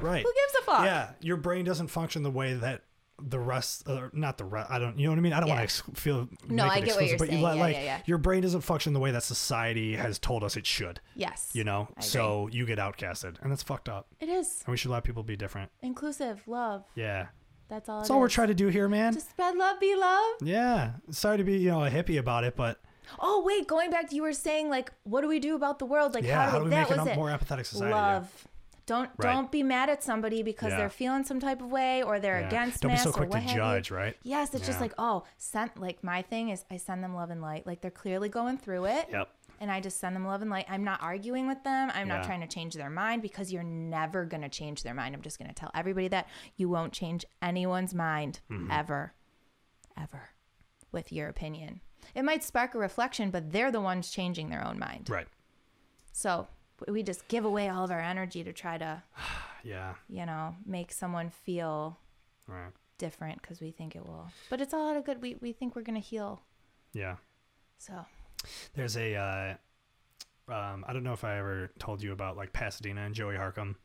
Speaker 2: Right.
Speaker 1: who gives a fuck?
Speaker 2: Yeah, your brain doesn't function the way that the rest, uh, not the rest. I don't. You know what I mean? I don't
Speaker 1: Yeah.
Speaker 2: want to ex- feel.
Speaker 1: No,
Speaker 2: make
Speaker 1: I get what
Speaker 2: it exclusive,
Speaker 1: you're
Speaker 2: but
Speaker 1: saying.
Speaker 2: You let,
Speaker 1: Yeah,
Speaker 2: like
Speaker 1: yeah, yeah.
Speaker 2: your brain doesn't function the way that society has told us it should.
Speaker 1: Yes.
Speaker 2: You know,
Speaker 1: I
Speaker 2: so you get outcasted, and that's fucked up.
Speaker 1: It is
Speaker 2: And we should let people be different.
Speaker 1: inclusive love.
Speaker 2: Yeah,
Speaker 1: That's all.
Speaker 2: that's
Speaker 1: it
Speaker 2: all we're
Speaker 1: is.
Speaker 2: trying to do here, man.
Speaker 1: to spread love, be love.
Speaker 2: yeah, sorry to be you know a hippie about it, but
Speaker 1: Oh wait, going back to you were saying like, what do we do about the world? Like,
Speaker 2: yeah,
Speaker 1: how,
Speaker 2: how do we
Speaker 1: that
Speaker 2: make
Speaker 1: was
Speaker 2: a
Speaker 1: it?
Speaker 2: more empathetic society? yeah.
Speaker 1: love. Don't
Speaker 2: Right.
Speaker 1: don't be mad at somebody because
Speaker 2: Yeah.
Speaker 1: they're feeling some type of way or they're
Speaker 2: Yeah.
Speaker 1: against
Speaker 2: Don't be
Speaker 1: mass
Speaker 2: so
Speaker 1: or
Speaker 2: quick to
Speaker 1: what have you.
Speaker 2: judge, right?
Speaker 1: Yes, it's just
Speaker 2: Yeah.
Speaker 1: like oh, send like my thing is I send them love and light. Like they're clearly going through it.
Speaker 2: Yep.
Speaker 1: And I just send them love and light. I'm not arguing with them. I'm not
Speaker 2: Yeah.
Speaker 1: trying to change their mind because you're never going to change their mind. I'm just going to tell everybody that you won't change anyone's mind
Speaker 2: Mm-hmm.
Speaker 1: ever, ever with your opinion. It might spark a reflection, but they're the ones changing their own mind.
Speaker 2: Right.
Speaker 1: So we just give away all of our energy to try to,
Speaker 2: Yeah.
Speaker 1: you know, make someone feel
Speaker 2: Right.
Speaker 1: different because we think it will. But it's all out of good. We, we think we're going to heal.
Speaker 2: Yeah.
Speaker 1: So,
Speaker 2: There's a, uh, um, I don't know if I ever told you about like Pasadena and Joey Harcum.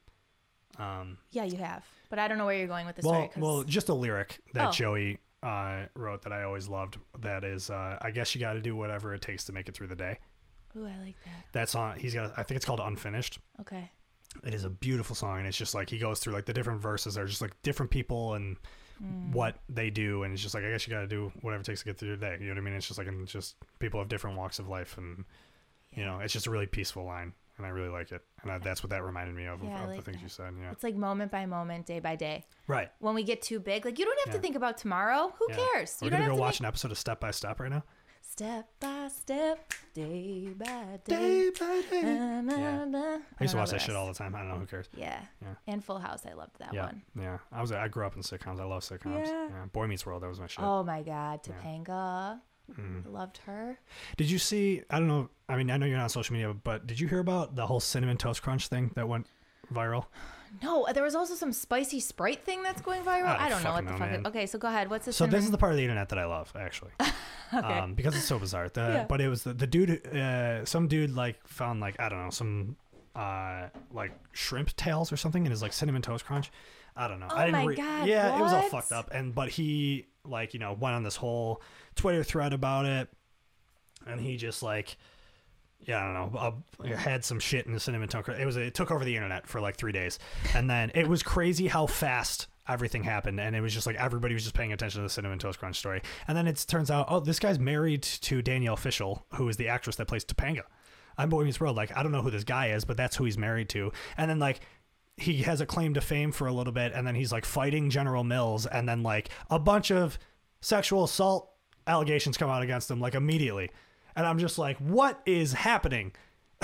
Speaker 2: Um,
Speaker 1: yeah, you have. But I don't know where you're going with this
Speaker 2: well,
Speaker 1: story 'cause-
Speaker 2: well, just a lyric that
Speaker 1: Oh.
Speaker 2: Joey uh, wrote that I always loved. That is, uh, I guess you got to do whatever it takes to make it through the day.
Speaker 1: Ooh, I like that.
Speaker 2: That song, he's got. I think it's called Unfinished.
Speaker 1: Okay.
Speaker 2: It is a beautiful song, and it's just like he goes through like the different verses are just like different people and
Speaker 1: Mm.
Speaker 2: what they do, and it's just like I guess you got to do whatever it takes to get through the day. You know what I mean? It's just like and it's just people have different walks of life, and you know, it's just a really peaceful line, and I really like it, and I, that's what that reminded me of
Speaker 1: Yeah, I
Speaker 2: of the
Speaker 1: like
Speaker 2: things
Speaker 1: that.
Speaker 2: you said. Yeah,
Speaker 1: It's like moment by moment, day by day.
Speaker 2: right.
Speaker 1: When we get too big, like you don't have
Speaker 2: Yeah.
Speaker 1: to think about tomorrow. Who
Speaker 2: Yeah.
Speaker 1: cares?
Speaker 2: We're
Speaker 1: you don't
Speaker 2: gonna
Speaker 1: have
Speaker 2: go
Speaker 1: to
Speaker 2: watch an episode of Step by Step right now.
Speaker 1: step by step, day by day.
Speaker 2: Day by day.
Speaker 1: Na, na,
Speaker 2: Yeah.
Speaker 1: na.
Speaker 2: I used to
Speaker 1: don't know
Speaker 2: watch
Speaker 1: the
Speaker 2: that shit
Speaker 1: rest.
Speaker 2: all the time. I don't know who cares.
Speaker 1: Yeah.
Speaker 2: Yeah.
Speaker 1: And Full House, I loved that
Speaker 2: yeah,
Speaker 1: one.
Speaker 2: yeah. I was I grew up in sitcoms. I love sitcoms.
Speaker 1: Yeah.
Speaker 2: Boy Meets World. That was my shit. Mm.
Speaker 1: Oh my God, Topanga. Loved her.
Speaker 2: Did you see? I don't know. I mean, I know you're not on social media, but did you hear about the whole cinnamon toast crunch thing that went viral?
Speaker 1: No, uh, there was also some spicy Sprite thing that's going viral.
Speaker 2: I don't
Speaker 1: I don't know what
Speaker 2: Oh, fucking
Speaker 1: the
Speaker 2: know,
Speaker 1: fuck. it-
Speaker 2: man.
Speaker 1: okay, so go ahead. What's the
Speaker 2: So this
Speaker 1: cinnamon-
Speaker 2: is the part of the internet that I love, actually, um, because it's so bizarre. The,
Speaker 1: Yeah.
Speaker 2: But it was the, the dude, uh, some dude like found like I don't know some uh, like shrimp tails or something in his like cinnamon toast crunch. I don't know. I
Speaker 1: Oh
Speaker 2: didn't
Speaker 1: my
Speaker 2: read.
Speaker 1: God,
Speaker 2: yeah, it was all
Speaker 1: what?
Speaker 2: fucked up. And but he like you know went on this whole Twitter thread about it, and he just like. Yeah, I don't know. Uh, had some shit in the cinnamon toast. crunch. It was it took over the internet for like three days, and then it was crazy how fast everything happened, and it was just like everybody was just paying attention to the cinnamon toast crunch story. And then it turns out, oh, this guy's married to Danielle Fishel, who is the actress that plays Topanga. I'm Boy Meets World. Like I don't know who this guy is, but that's who he's married to. And then like he has a claim to fame for a little bit, and then he's like fighting General Mills, and then like a bunch of sexual assault allegations come out against him like immediately. And I'm just like, what is happening?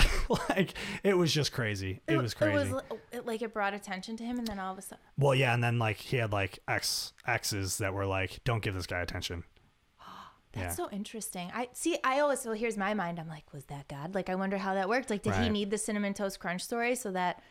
Speaker 2: like it was just crazy. It, was crazy.
Speaker 1: It was li- oh, it, like it brought attention to him, and then all of a sudden,
Speaker 2: Well, yeah, and then like he had like ex exes that were like, "Don't give this guy attention."
Speaker 1: That's
Speaker 2: Yeah.
Speaker 1: so interesting. I see. I always well. Here's my mind. I'm like, was that God? Like, I wonder how that worked. Like, did he
Speaker 2: Right.
Speaker 1: need the cinnamon toast crunch story so that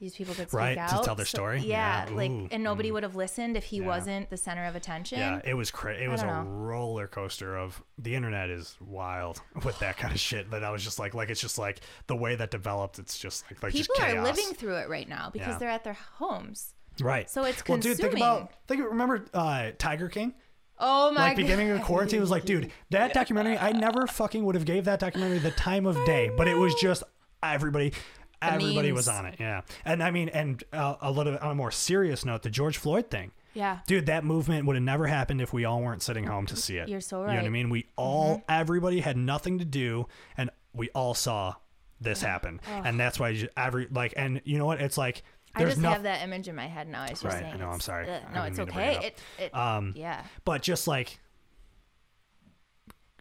Speaker 1: these people could speak
Speaker 2: Right, to
Speaker 1: out
Speaker 2: tell their
Speaker 1: So-
Speaker 2: story?
Speaker 1: yeah,
Speaker 2: Yeah,
Speaker 1: like,
Speaker 2: ooh, mm.
Speaker 1: and nobody would have listened if he
Speaker 2: Yeah.
Speaker 1: wasn't the center of attention.
Speaker 2: Yeah, it was crazy. It was a
Speaker 1: don't know.
Speaker 2: roller coaster of the internet is wild with that kind of shit. That I was just like, like it's just like the way that developed. It's just like, like
Speaker 1: People
Speaker 2: just
Speaker 1: are
Speaker 2: chaos.
Speaker 1: living through it right now because
Speaker 2: Yeah.
Speaker 1: they're at their homes.
Speaker 2: right.
Speaker 1: so it's
Speaker 2: well, dude. Think
Speaker 1: consuming.
Speaker 2: about think. Remember uh, Tiger King?
Speaker 1: Oh my
Speaker 2: like beginning
Speaker 1: god!
Speaker 2: of quarantine was like, dude, that documentary, I never fucking would have gave that documentary the time of day, but it was just everybody. Everybody was
Speaker 1: memes.
Speaker 2: on it, yeah, and I mean, and uh, a little on a more serious note, the George Floyd thing,
Speaker 1: Yeah.
Speaker 2: dude, that movement would have never happened if we all weren't sitting home to see it.
Speaker 1: You're so
Speaker 2: You know what I
Speaker 1: right. Mm-hmm.
Speaker 2: mean? We all, everybody had nothing to do, and we all saw this happen, and that's why you- every like, and you know what? It's like
Speaker 1: I
Speaker 2: there's
Speaker 1: just
Speaker 2: nothing.
Speaker 1: have that image in my head now. I was just
Speaker 2: Right, I
Speaker 1: saying.
Speaker 2: know,
Speaker 1: it's-
Speaker 2: I'm sorry.
Speaker 1: ugh,
Speaker 2: I
Speaker 1: no,
Speaker 2: didn't
Speaker 1: it's
Speaker 2: mean to bring
Speaker 1: okay.
Speaker 2: it Um,
Speaker 1: It, it, yeah.
Speaker 2: but just like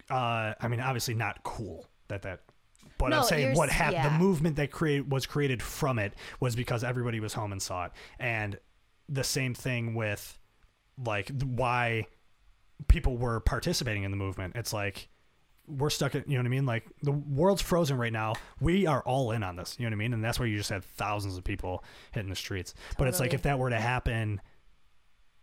Speaker 2: uh i mean obviously not cool that that but i'm
Speaker 1: No,
Speaker 2: saying
Speaker 1: you're
Speaker 2: what
Speaker 1: s-
Speaker 2: happened
Speaker 1: yeah.
Speaker 2: the movement that created was created from it was because everybody was home and saw it and the same thing with like th- why people were participating in the movement it's like we're stuck in you know what i mean like the world's frozen right now we are all in on this you know what i mean and that's why you just had thousands of people hitting the streets but it's like
Speaker 1: Totally.
Speaker 2: if that were to happen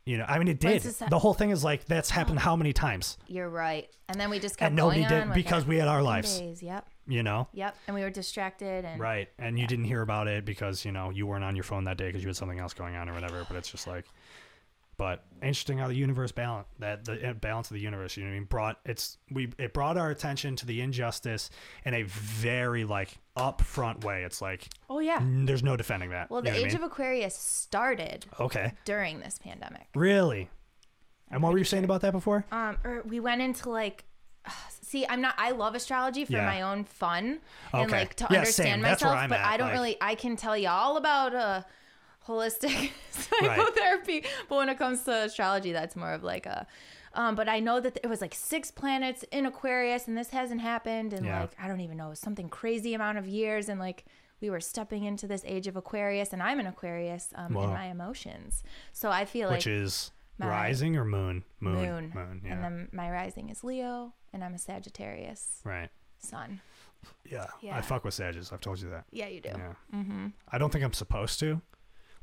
Speaker 2: You know, I mean, it
Speaker 1: When's
Speaker 2: did.
Speaker 1: this-
Speaker 2: The whole thing is like that's happened how many times,
Speaker 1: You're right. And then we just kept
Speaker 2: and nobody
Speaker 1: going on
Speaker 2: did
Speaker 1: with
Speaker 2: because
Speaker 1: it.
Speaker 2: we had our lives.
Speaker 1: Days, Yep.
Speaker 2: You know,
Speaker 1: Yep. And we were distracted and
Speaker 2: right? And you didn't hear about it because you know you weren't on your phone that day because you had something else going on or whatever. But it's just like, but interesting how the universe balance that the uh, balance of the universe. You know what I mean? Brought it's we it brought our attention to the injustice in a very like upfront way. It's like
Speaker 1: Oh yeah.
Speaker 2: n- there's no defending that.
Speaker 1: Well, the
Speaker 2: You know what
Speaker 1: age
Speaker 2: I
Speaker 1: of Aquarius started
Speaker 2: mean? okay,
Speaker 1: during this pandemic.
Speaker 2: really. And what were you saying about that before?
Speaker 1: Um, or we went into like, see, I'm not. I love astrology for
Speaker 2: Yeah.
Speaker 1: my own fun and
Speaker 2: Okay.
Speaker 1: like to
Speaker 2: Yeah,
Speaker 1: understand
Speaker 2: same. That's where
Speaker 1: myself.
Speaker 2: I'm
Speaker 1: but
Speaker 2: at,
Speaker 1: I don't
Speaker 2: like-
Speaker 1: really. I can tell you all about uh, holistic psychotherapy, but when it comes to astrology, that's more of like a. Um, but I know that it was like six planets in Aquarius, and this hasn't happened, and
Speaker 2: Yeah.
Speaker 1: like I don't even know something crazy amount of years, and like we were stepping into this age of Aquarius, and I'm an Aquarius um,
Speaker 2: Wow.
Speaker 1: in my emotions, so I feel like
Speaker 2: which is
Speaker 1: my-
Speaker 2: rising or moon? Moon.
Speaker 1: moon,
Speaker 2: yeah.
Speaker 1: and then my rising is leo and i'm a sagittarius
Speaker 2: right.
Speaker 1: sun
Speaker 2: Yeah.
Speaker 1: Yeah.
Speaker 2: I fuck with Sages. I've told you that.
Speaker 1: yeah you do
Speaker 2: Yeah. Mm-hmm. I don't think I'm supposed to.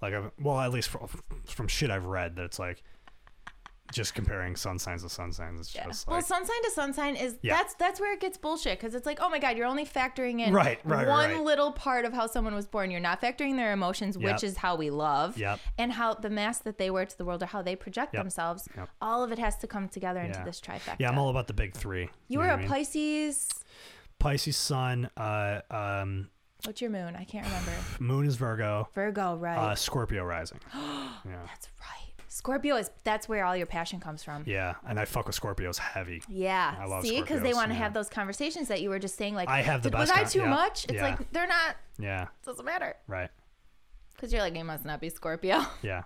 Speaker 2: Like, I've, well, at least from, from shit I've read, that it's like just comparing sun signs to sun signs. It's
Speaker 1: Yeah.
Speaker 2: just
Speaker 1: well
Speaker 2: like.
Speaker 1: sun sign to sun sign is
Speaker 2: Yeah.
Speaker 1: that's that's where it gets bullshit because it's like oh my god you're only factoring in
Speaker 2: Right, right, right,
Speaker 1: one
Speaker 2: right.
Speaker 1: little part of how someone was born you're not factoring their emotions
Speaker 2: Yep.
Speaker 1: which is how we love
Speaker 2: Yep.
Speaker 1: and how the mask that they wear to the world or how they project
Speaker 2: Yep.
Speaker 1: themselves
Speaker 2: Yep.
Speaker 1: all of it has to come together into
Speaker 2: Yeah.
Speaker 1: this trifecta
Speaker 2: yeah, I'm all about the big three.
Speaker 1: you were
Speaker 2: know
Speaker 1: a
Speaker 2: what I mean?
Speaker 1: pisces
Speaker 2: Pisces sun, uh, um,
Speaker 1: what's your moon i can't remember
Speaker 2: moon is Virgo,
Speaker 1: virgo right
Speaker 2: uh, Scorpio rising. yeah.
Speaker 1: that's right scorpio is that's where all your passion comes from
Speaker 2: Yeah, and I fuck with Scorpios heavy.
Speaker 1: Yeah.
Speaker 2: I love
Speaker 1: See, because they
Speaker 2: Scorpios,
Speaker 1: want to
Speaker 2: yeah.
Speaker 1: have those conversations that you were just saying, like,
Speaker 2: I have the
Speaker 1: "Did-
Speaker 2: best
Speaker 1: Was I
Speaker 2: con-
Speaker 1: too
Speaker 2: yeah,
Speaker 1: much? It's
Speaker 2: yeah.
Speaker 1: like they're not.
Speaker 2: Yeah,
Speaker 1: Doesn't matter.
Speaker 2: right.
Speaker 1: Because you're like, you must not be Scorpio.
Speaker 2: Yeah.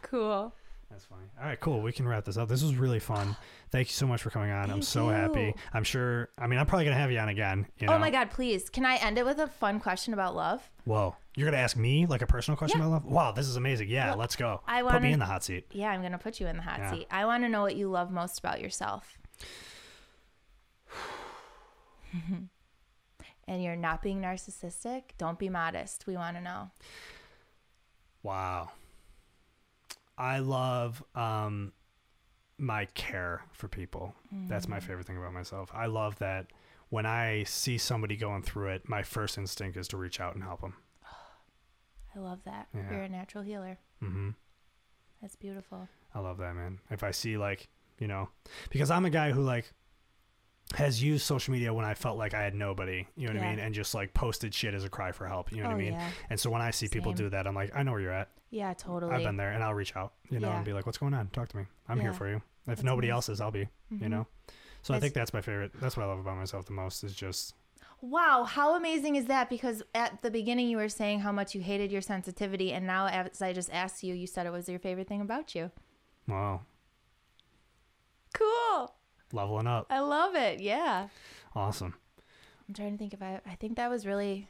Speaker 1: cool.
Speaker 2: That's funny. All right, cool. We can wrap this up. This was really fun. Thank you so much for coming on. I'm
Speaker 1: Thank
Speaker 2: so happy.
Speaker 1: you.
Speaker 2: I'm sure. I mean, I'm probably gonna have you on again. You know?
Speaker 1: Oh my God! Please, can I end it with a fun question about love?
Speaker 2: Whoa, you're gonna ask me like a personal question
Speaker 1: Yeah.
Speaker 2: about love? Wow, this is amazing. Yeah, let's go.
Speaker 1: I
Speaker 2: Put me
Speaker 1: wanna-
Speaker 2: in the hot seat.
Speaker 1: Yeah, I'm gonna put you in the hot
Speaker 2: Yeah.
Speaker 1: seat. I want to know what you love most about yourself. and you're not being narcissistic. Don't be modest. We want to know.
Speaker 2: Wow. I love um, my care for people. That's
Speaker 1: Mm.
Speaker 2: my favorite thing about myself. I love that when I see somebody going through it, my first instinct is to reach out and help them.
Speaker 1: I love that.
Speaker 2: Yeah.
Speaker 1: You're a natural healer.
Speaker 2: Mm-hmm.
Speaker 1: That's beautiful.
Speaker 2: I love that, man. If I see like, you know, because I'm a guy who like has used social media when I felt like I had nobody, you know what I
Speaker 1: Yeah.
Speaker 2: mean, and just like posted shit as a cry for help, you know what
Speaker 1: Oh,
Speaker 2: I mean.
Speaker 1: yeah.
Speaker 2: And so when I see people
Speaker 1: Same.
Speaker 2: do that, I'm like, I know where you're at.
Speaker 1: Yeah, totally.
Speaker 2: I've been there, and I'll reach out, you know,
Speaker 1: Yeah.
Speaker 2: and be like, what's going on? Talk to me. I'm here
Speaker 1: Yeah.
Speaker 2: for you. If
Speaker 1: That's
Speaker 2: nobody
Speaker 1: amazing. Mm-hmm.
Speaker 2: else is, I'll be, you know. So I
Speaker 1: That's-
Speaker 2: think that's my favorite. That's what I love about myself the most is just
Speaker 1: Wow, how amazing is that? Because at the beginning you were saying how much you hated your sensitivity, and now as I just asked you, you said it was your favorite thing about you.
Speaker 2: wow,
Speaker 1: Cool.
Speaker 2: leveling up.
Speaker 1: I love it. Yeah.
Speaker 2: Awesome.
Speaker 1: I'm trying to think if I I think that was really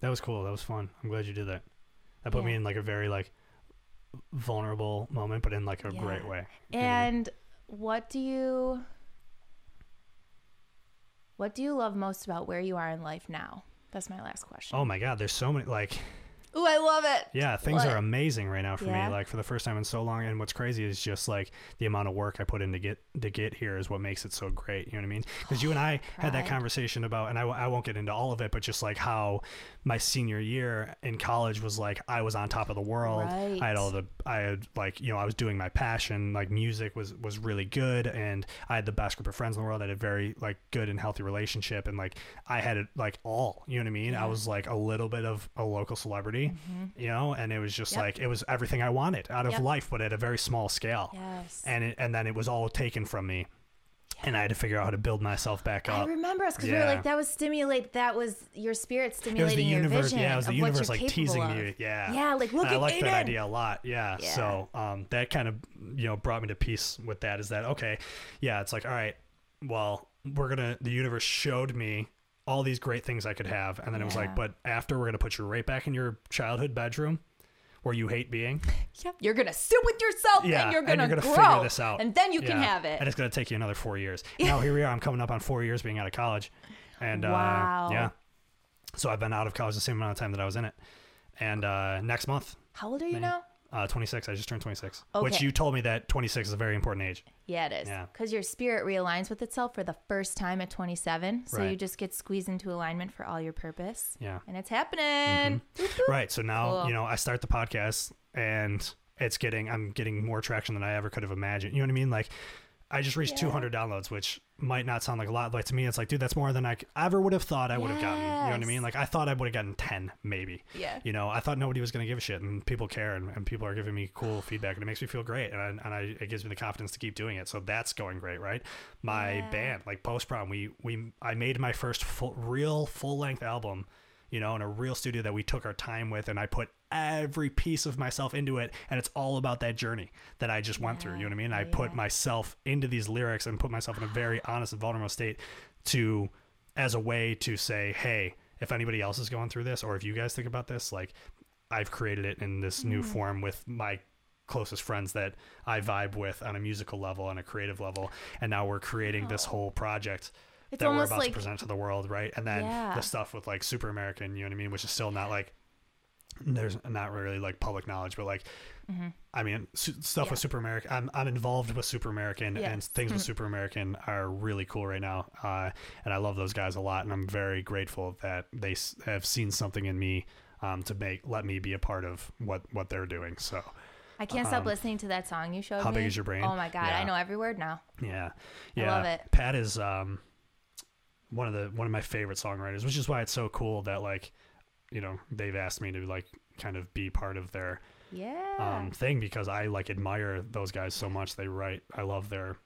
Speaker 2: That was cool. That was fun. I'm glad you did that. That put me
Speaker 1: Yeah.
Speaker 2: in like a very like vulnerable moment, but in like a
Speaker 1: Yeah.
Speaker 2: great way. You know what I mean?
Speaker 1: and what do you what do you love most about where you are in life now? That's my last question.
Speaker 2: Oh my god, there's so many like
Speaker 1: Ooh, I love it.
Speaker 2: yeah, things
Speaker 1: What?
Speaker 2: are amazing right now for
Speaker 1: Yeah.
Speaker 2: me. Like for the first time in so long and what's crazy is just like the amount of work I put in to get to get here is what makes it so great, you know what I mean? Cuz you and I had that
Speaker 1: Pride.
Speaker 2: conversation about and I, w- I won't get into all of it, but just like how my senior year in college was like I was on top of the world. I had
Speaker 1: Right.
Speaker 2: all the I had like, you know, I was doing my passion, like music was was really good and I had the best group of friends in the world. I had a very like good and healthy relationship and like I had it like all, you know what I mean? I was like a little bit of a local celebrity you know and it was just
Speaker 1: Mm-hmm. Yep.
Speaker 2: like it was everything i wanted out of
Speaker 1: Yep.
Speaker 2: life but at a very small scale
Speaker 1: Yes.
Speaker 2: and it, and then it was all taken from me and i had to figure out how to build myself back
Speaker 1: I
Speaker 2: up
Speaker 1: remember us because we were
Speaker 2: yeah.
Speaker 1: like, that was stimulate. That was your spirit
Speaker 2: it was the
Speaker 1: stimulating your
Speaker 2: universe
Speaker 1: vision.
Speaker 2: yeah it was the
Speaker 1: of what
Speaker 2: universe
Speaker 1: you're
Speaker 2: like
Speaker 1: capable
Speaker 2: teasing
Speaker 1: of.
Speaker 2: you yeah
Speaker 1: Yeah, like, look
Speaker 2: and i
Speaker 1: at
Speaker 2: like that
Speaker 1: Aiden.
Speaker 2: idea a lot yeah,
Speaker 1: Yeah.
Speaker 2: so um that kind of you know brought me to peace with that is that okay yeah it's like all right well we're gonna the universe showed me all these great things i could have and then it was
Speaker 1: Yeah.
Speaker 2: like but after we're gonna put you right back in your childhood bedroom where you hate being
Speaker 1: Yep. You're gonna sit with yourself
Speaker 2: yeah,
Speaker 1: and you're gonna, grow,
Speaker 2: figure this out,
Speaker 1: and then you can
Speaker 2: Yeah.
Speaker 1: have it.
Speaker 2: And it's gonna take you another four years. now here we are. I'm coming up on four years being out of college, and
Speaker 1: Wow.
Speaker 2: uh, yeah, so I've been out of college the same amount of time that I was in it, and uh, next month
Speaker 1: How old are you now?
Speaker 2: Uh, 26. I just turned 26. Which
Speaker 1: Okay.
Speaker 2: you told me that 26 is a very important age.
Speaker 1: Yeah, it is.
Speaker 2: Yeah.
Speaker 1: Because your spirit realigns with itself for the first time at 27. So you
Speaker 2: Right.
Speaker 1: just get squeezed into alignment for all your purpose.
Speaker 2: Yeah. Mm-hmm.
Speaker 1: And it's happening.
Speaker 2: Right. So now,
Speaker 1: Cool.
Speaker 2: you know, I start the podcast and it's getting, I'm getting more traction than I ever could have imagined. You know what I mean? Like, I just reached
Speaker 1: Yeah.
Speaker 2: 200 downloads, which might not sound like a lot, but to me, it's like, dude, that's more than I c- ever would have thought I would have gotten. You know what I
Speaker 1: Yes.
Speaker 2: mean? Like, I thought I would have gotten 10, maybe.
Speaker 1: Yeah.
Speaker 2: You know, I thought nobody was going to give a shit, and people care, and, and people are giving me cool feedback, and it makes me feel great, and, I, and I, it gives me the confidence to keep doing it. So that's going great, right? My
Speaker 1: Yeah.
Speaker 2: band, like post prom, we we I made my first full, real full length album, you know, in a real studio that we took our time with, and I put every piece of myself into it, and it's all about that journey that I just went through. You know what I mean? I put
Speaker 1: Yeah.
Speaker 2: myself into these lyrics and put myself in a very honest and vulnerable state to as a way to say, hey, if anybody else is going through this or if you guys think about this, like I've created it in this new form with my closest friends that I vibe with on a musical level, on a creative level, and now we're creating this whole project
Speaker 1: It's
Speaker 2: that we're
Speaker 1: almost
Speaker 2: about
Speaker 1: like-
Speaker 2: to present to the world, right? And then
Speaker 1: Yeah.
Speaker 2: the stuff with like Super American, you know what I mean, which is still not like there's not really like public knowledge, but like
Speaker 1: Mm-hmm.
Speaker 2: I mean, su- stuff with Super American. I'm, I'm involved with Super American, and
Speaker 1: Yes.
Speaker 2: things with Super American are really cool right now. Uh, and I love those guys a lot, and I'm very grateful that they s- have seen something in me um, to make let me be a part of what what they're doing. So
Speaker 1: I can't stop listening to that song you showed
Speaker 2: Um, How
Speaker 1: me.
Speaker 2: Big Is Your Brain?
Speaker 1: Oh my God. I
Speaker 2: Yeah.
Speaker 1: know every word now.
Speaker 2: yeah,
Speaker 1: I
Speaker 2: yeah.
Speaker 1: love it.
Speaker 2: Pat is um, one of the one of my favorite songwriters, which is why it's so cool that like you know they've asked me to like kind of be part of their
Speaker 1: Yeah.
Speaker 2: um, thing because I like admire those guys so much. They write, I love their,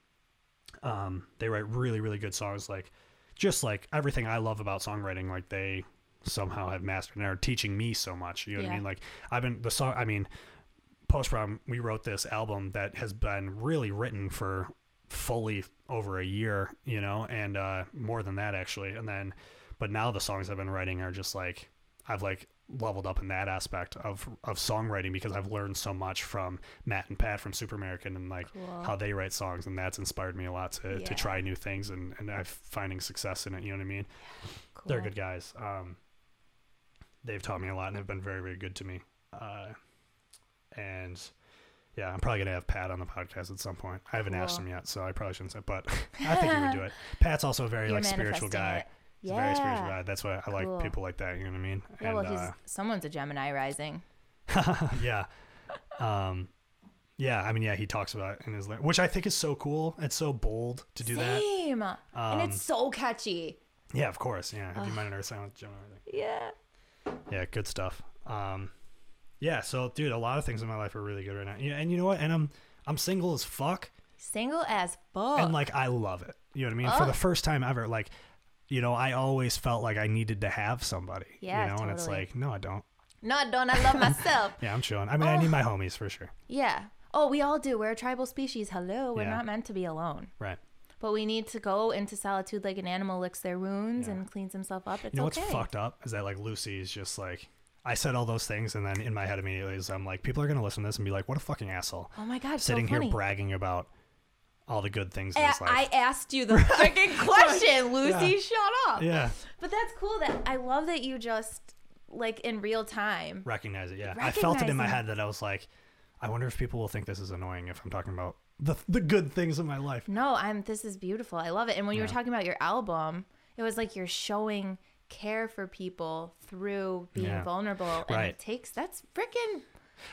Speaker 2: um, they write really, really good songs. Like, just like everything I love about songwriting, like they somehow have mastered and are teaching me so much. You know what
Speaker 1: Yeah.
Speaker 2: I mean? Like, I've been the song. I mean, post prom, we wrote this album that has been really written for fully over a year. You know, and uh, more than that actually. And then, but now the songs I've been writing are just like I've like leveled up in that aspect of of songwriting because I've learned so much from Matt and Pat from Super American and like
Speaker 1: Cool.
Speaker 2: how they write songs and that's inspired me a lot to,
Speaker 1: Yeah.
Speaker 2: to try new things and, and I'm finding success in it, you know what I mean?
Speaker 1: cool.
Speaker 2: They're good guys. Um they've taught me a lot and have been very, very good to me. Uh and yeah, I'm probably gonna have Pat on the podcast at some point. I haven't asked
Speaker 1: Cool.
Speaker 2: him yet, so I probably shouldn't say but I think he would do it. Pat's also a very
Speaker 1: You're
Speaker 2: like
Speaker 1: manifesting
Speaker 2: spiritual guy.
Speaker 1: it.
Speaker 2: He's
Speaker 1: Yeah.
Speaker 2: a very spiritual guy. That's why I
Speaker 1: Cool.
Speaker 2: like people like that, you know what I mean? uh,
Speaker 1: Yeah, well, he's, someone's a Gemini rising.
Speaker 2: yeah um yeah i mean yeah he talks about it in his language which i think is so cool it's so bold to do that Um,
Speaker 1: Same. and it's so catchy.
Speaker 2: yeah of course yeah have you mind an earth silence Jonah, I think.
Speaker 1: Yeah.
Speaker 2: yeah good stuff um yeah so dude a lot of things in my life are really good right now yeah and you know what and i'm i'm single as fuck
Speaker 1: Single as fuck.
Speaker 2: and like i love it you know what i mean for the first time ever like you know i always felt like i needed to have somebody
Speaker 1: Yeah,
Speaker 2: you know and it's
Speaker 1: totally.
Speaker 2: like no i don't
Speaker 1: no, I don't. I love myself.
Speaker 2: yeah i'm chilling i mean i
Speaker 1: Oh.
Speaker 2: need my homies for sure
Speaker 1: yeah. Oh, we all do. We're a tribal species. Hello. We're
Speaker 2: Yeah.
Speaker 1: not meant to be alone.
Speaker 2: right
Speaker 1: But we need to go into solitude like an animal licks their wounds
Speaker 2: Yeah.
Speaker 1: and cleans himself up. It's
Speaker 2: You know
Speaker 1: okay.
Speaker 2: what's fucked up is that like Lucy is just like I said all those things and then in my head immediately is I'm like people are gonna listen to this and be like what a fucking asshole
Speaker 1: Oh my god,
Speaker 2: sitting
Speaker 1: so funny.
Speaker 2: here bragging about all the good things in
Speaker 1: A-
Speaker 2: his
Speaker 1: I
Speaker 2: life.
Speaker 1: asked you the freaking question, Lucy.
Speaker 2: Yeah.
Speaker 1: Shut up.
Speaker 2: yeah,
Speaker 1: But that's cool. That I love that you just like in real time.
Speaker 2: recognize it. Yeah, I felt it in my
Speaker 1: Recognize it.
Speaker 2: head that I was like, I wonder if people will think this is annoying if I'm talking about the the good things in my life.
Speaker 1: No, I'm. This is beautiful. I love it. And when you were
Speaker 2: Yeah.
Speaker 1: talking about your album, it was like you're showing care for people through being
Speaker 2: Yeah.
Speaker 1: vulnerable, and it
Speaker 2: Right.
Speaker 1: takes. That's freaking.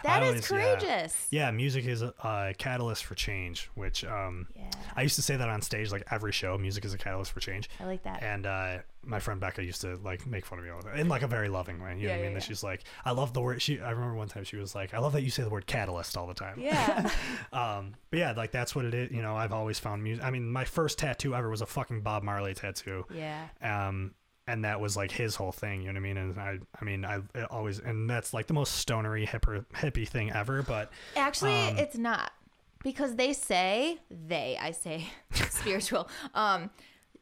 Speaker 2: I
Speaker 1: That is
Speaker 2: always- yeah.
Speaker 1: courageous.
Speaker 2: Yeah, music is a, a catalyst for change, which um,
Speaker 1: Yeah.
Speaker 2: I used to say that on stage, like every show, music is a catalyst for change.
Speaker 1: I like that.
Speaker 2: And uh, my friend Becca used to like make fun of me all the time in like a very loving way. You know
Speaker 1: Yeah,
Speaker 2: what I
Speaker 1: yeah,
Speaker 2: mean? That
Speaker 1: yeah.
Speaker 2: she's like, I love the word. She, I remember one time she was like, I love that you say the word catalyst all the time.
Speaker 1: yeah.
Speaker 2: Um, but yeah, like that's what it is. You know, I've always found music. I mean, my first tattoo ever was a fucking Bob Marley tattoo.
Speaker 1: yeah.
Speaker 2: Um, and that was like his whole thing. You know what I mean? And I, I mean, I it always, and that's like the most stonery hipper hippie thing ever. But
Speaker 1: Actually,
Speaker 2: Um,
Speaker 1: it's not because they say they, I say spiritual, um,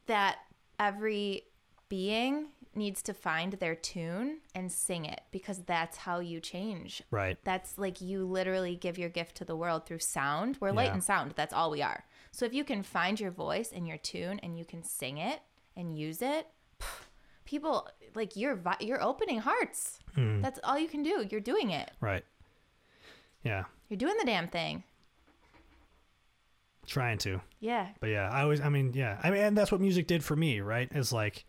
Speaker 1: that every being needs to find their tune and sing it because that's how you change.
Speaker 2: right,
Speaker 1: That's like you literally give your gift to the world through sound. We're light
Speaker 2: Yeah.
Speaker 1: and sound. That's all we are. So if you can find your voice and your tune and you can sing it and use it, pff, people like
Speaker 2: Mm.
Speaker 1: you're vi- you're opening hearts. That's all you can do. You're doing it.
Speaker 2: right. Yeah.
Speaker 1: You're doing the damn thing.
Speaker 2: Trying to.
Speaker 1: Yeah.
Speaker 2: But yeah, I always, I mean, yeah, I mean, and that's what music did for me, right? Is like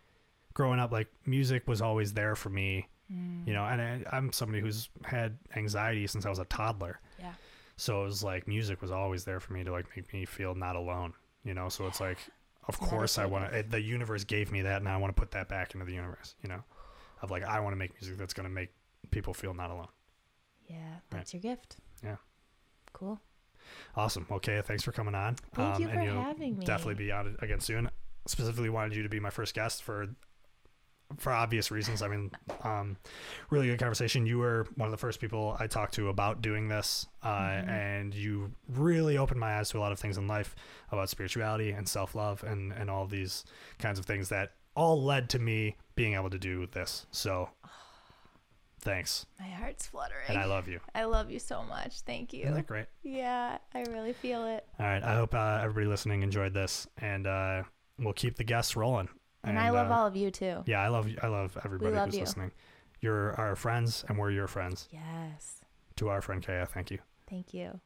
Speaker 2: growing up, like music was always there for me, you know. And I, I'm somebody who's had anxiety since I was a toddler,
Speaker 1: Yeah.
Speaker 2: so it was like music was always there for me to like make me feel not alone, you know. So it's like, of course, I want to. The universe gave me that, and I want to put that back into the universe, you know. Of like, I want to make music that's gonna make people feel not alone.
Speaker 1: Yeah. That's your gift.
Speaker 2: Yeah.
Speaker 1: Cool.
Speaker 2: Awesome. Okay, thanks for coming on. Um,
Speaker 1: Thank you for
Speaker 2: and you'll
Speaker 1: having me.
Speaker 2: Definitely be on it again soon. Specifically, wanted you to be my first guest for for obvious reasons. I mean, um, really good conversation. You were one of the first people I talked to about doing this, uh,
Speaker 1: Mm-hmm.
Speaker 2: and you really opened my eyes to a lot of things in life about spirituality and self love and and all these kinds of things that all led to me being able to do this. So, thanks,
Speaker 1: My heart's fluttering.
Speaker 2: and I love you.
Speaker 1: I love you so much. Thank you.
Speaker 2: Isn't that great?
Speaker 1: Yeah, I really feel it.
Speaker 2: All right. I hope uh, everybody listening enjoyed this, and uh, we'll keep the guests rolling.
Speaker 1: And, I love
Speaker 2: uh,
Speaker 1: all of you too.
Speaker 2: Yeah, I love I love everybody
Speaker 1: love
Speaker 2: who's
Speaker 1: you.
Speaker 2: listening. You're our friends, and we're your friends.
Speaker 1: Yes.
Speaker 2: To our friend Kaya, thank you.
Speaker 1: Thank you.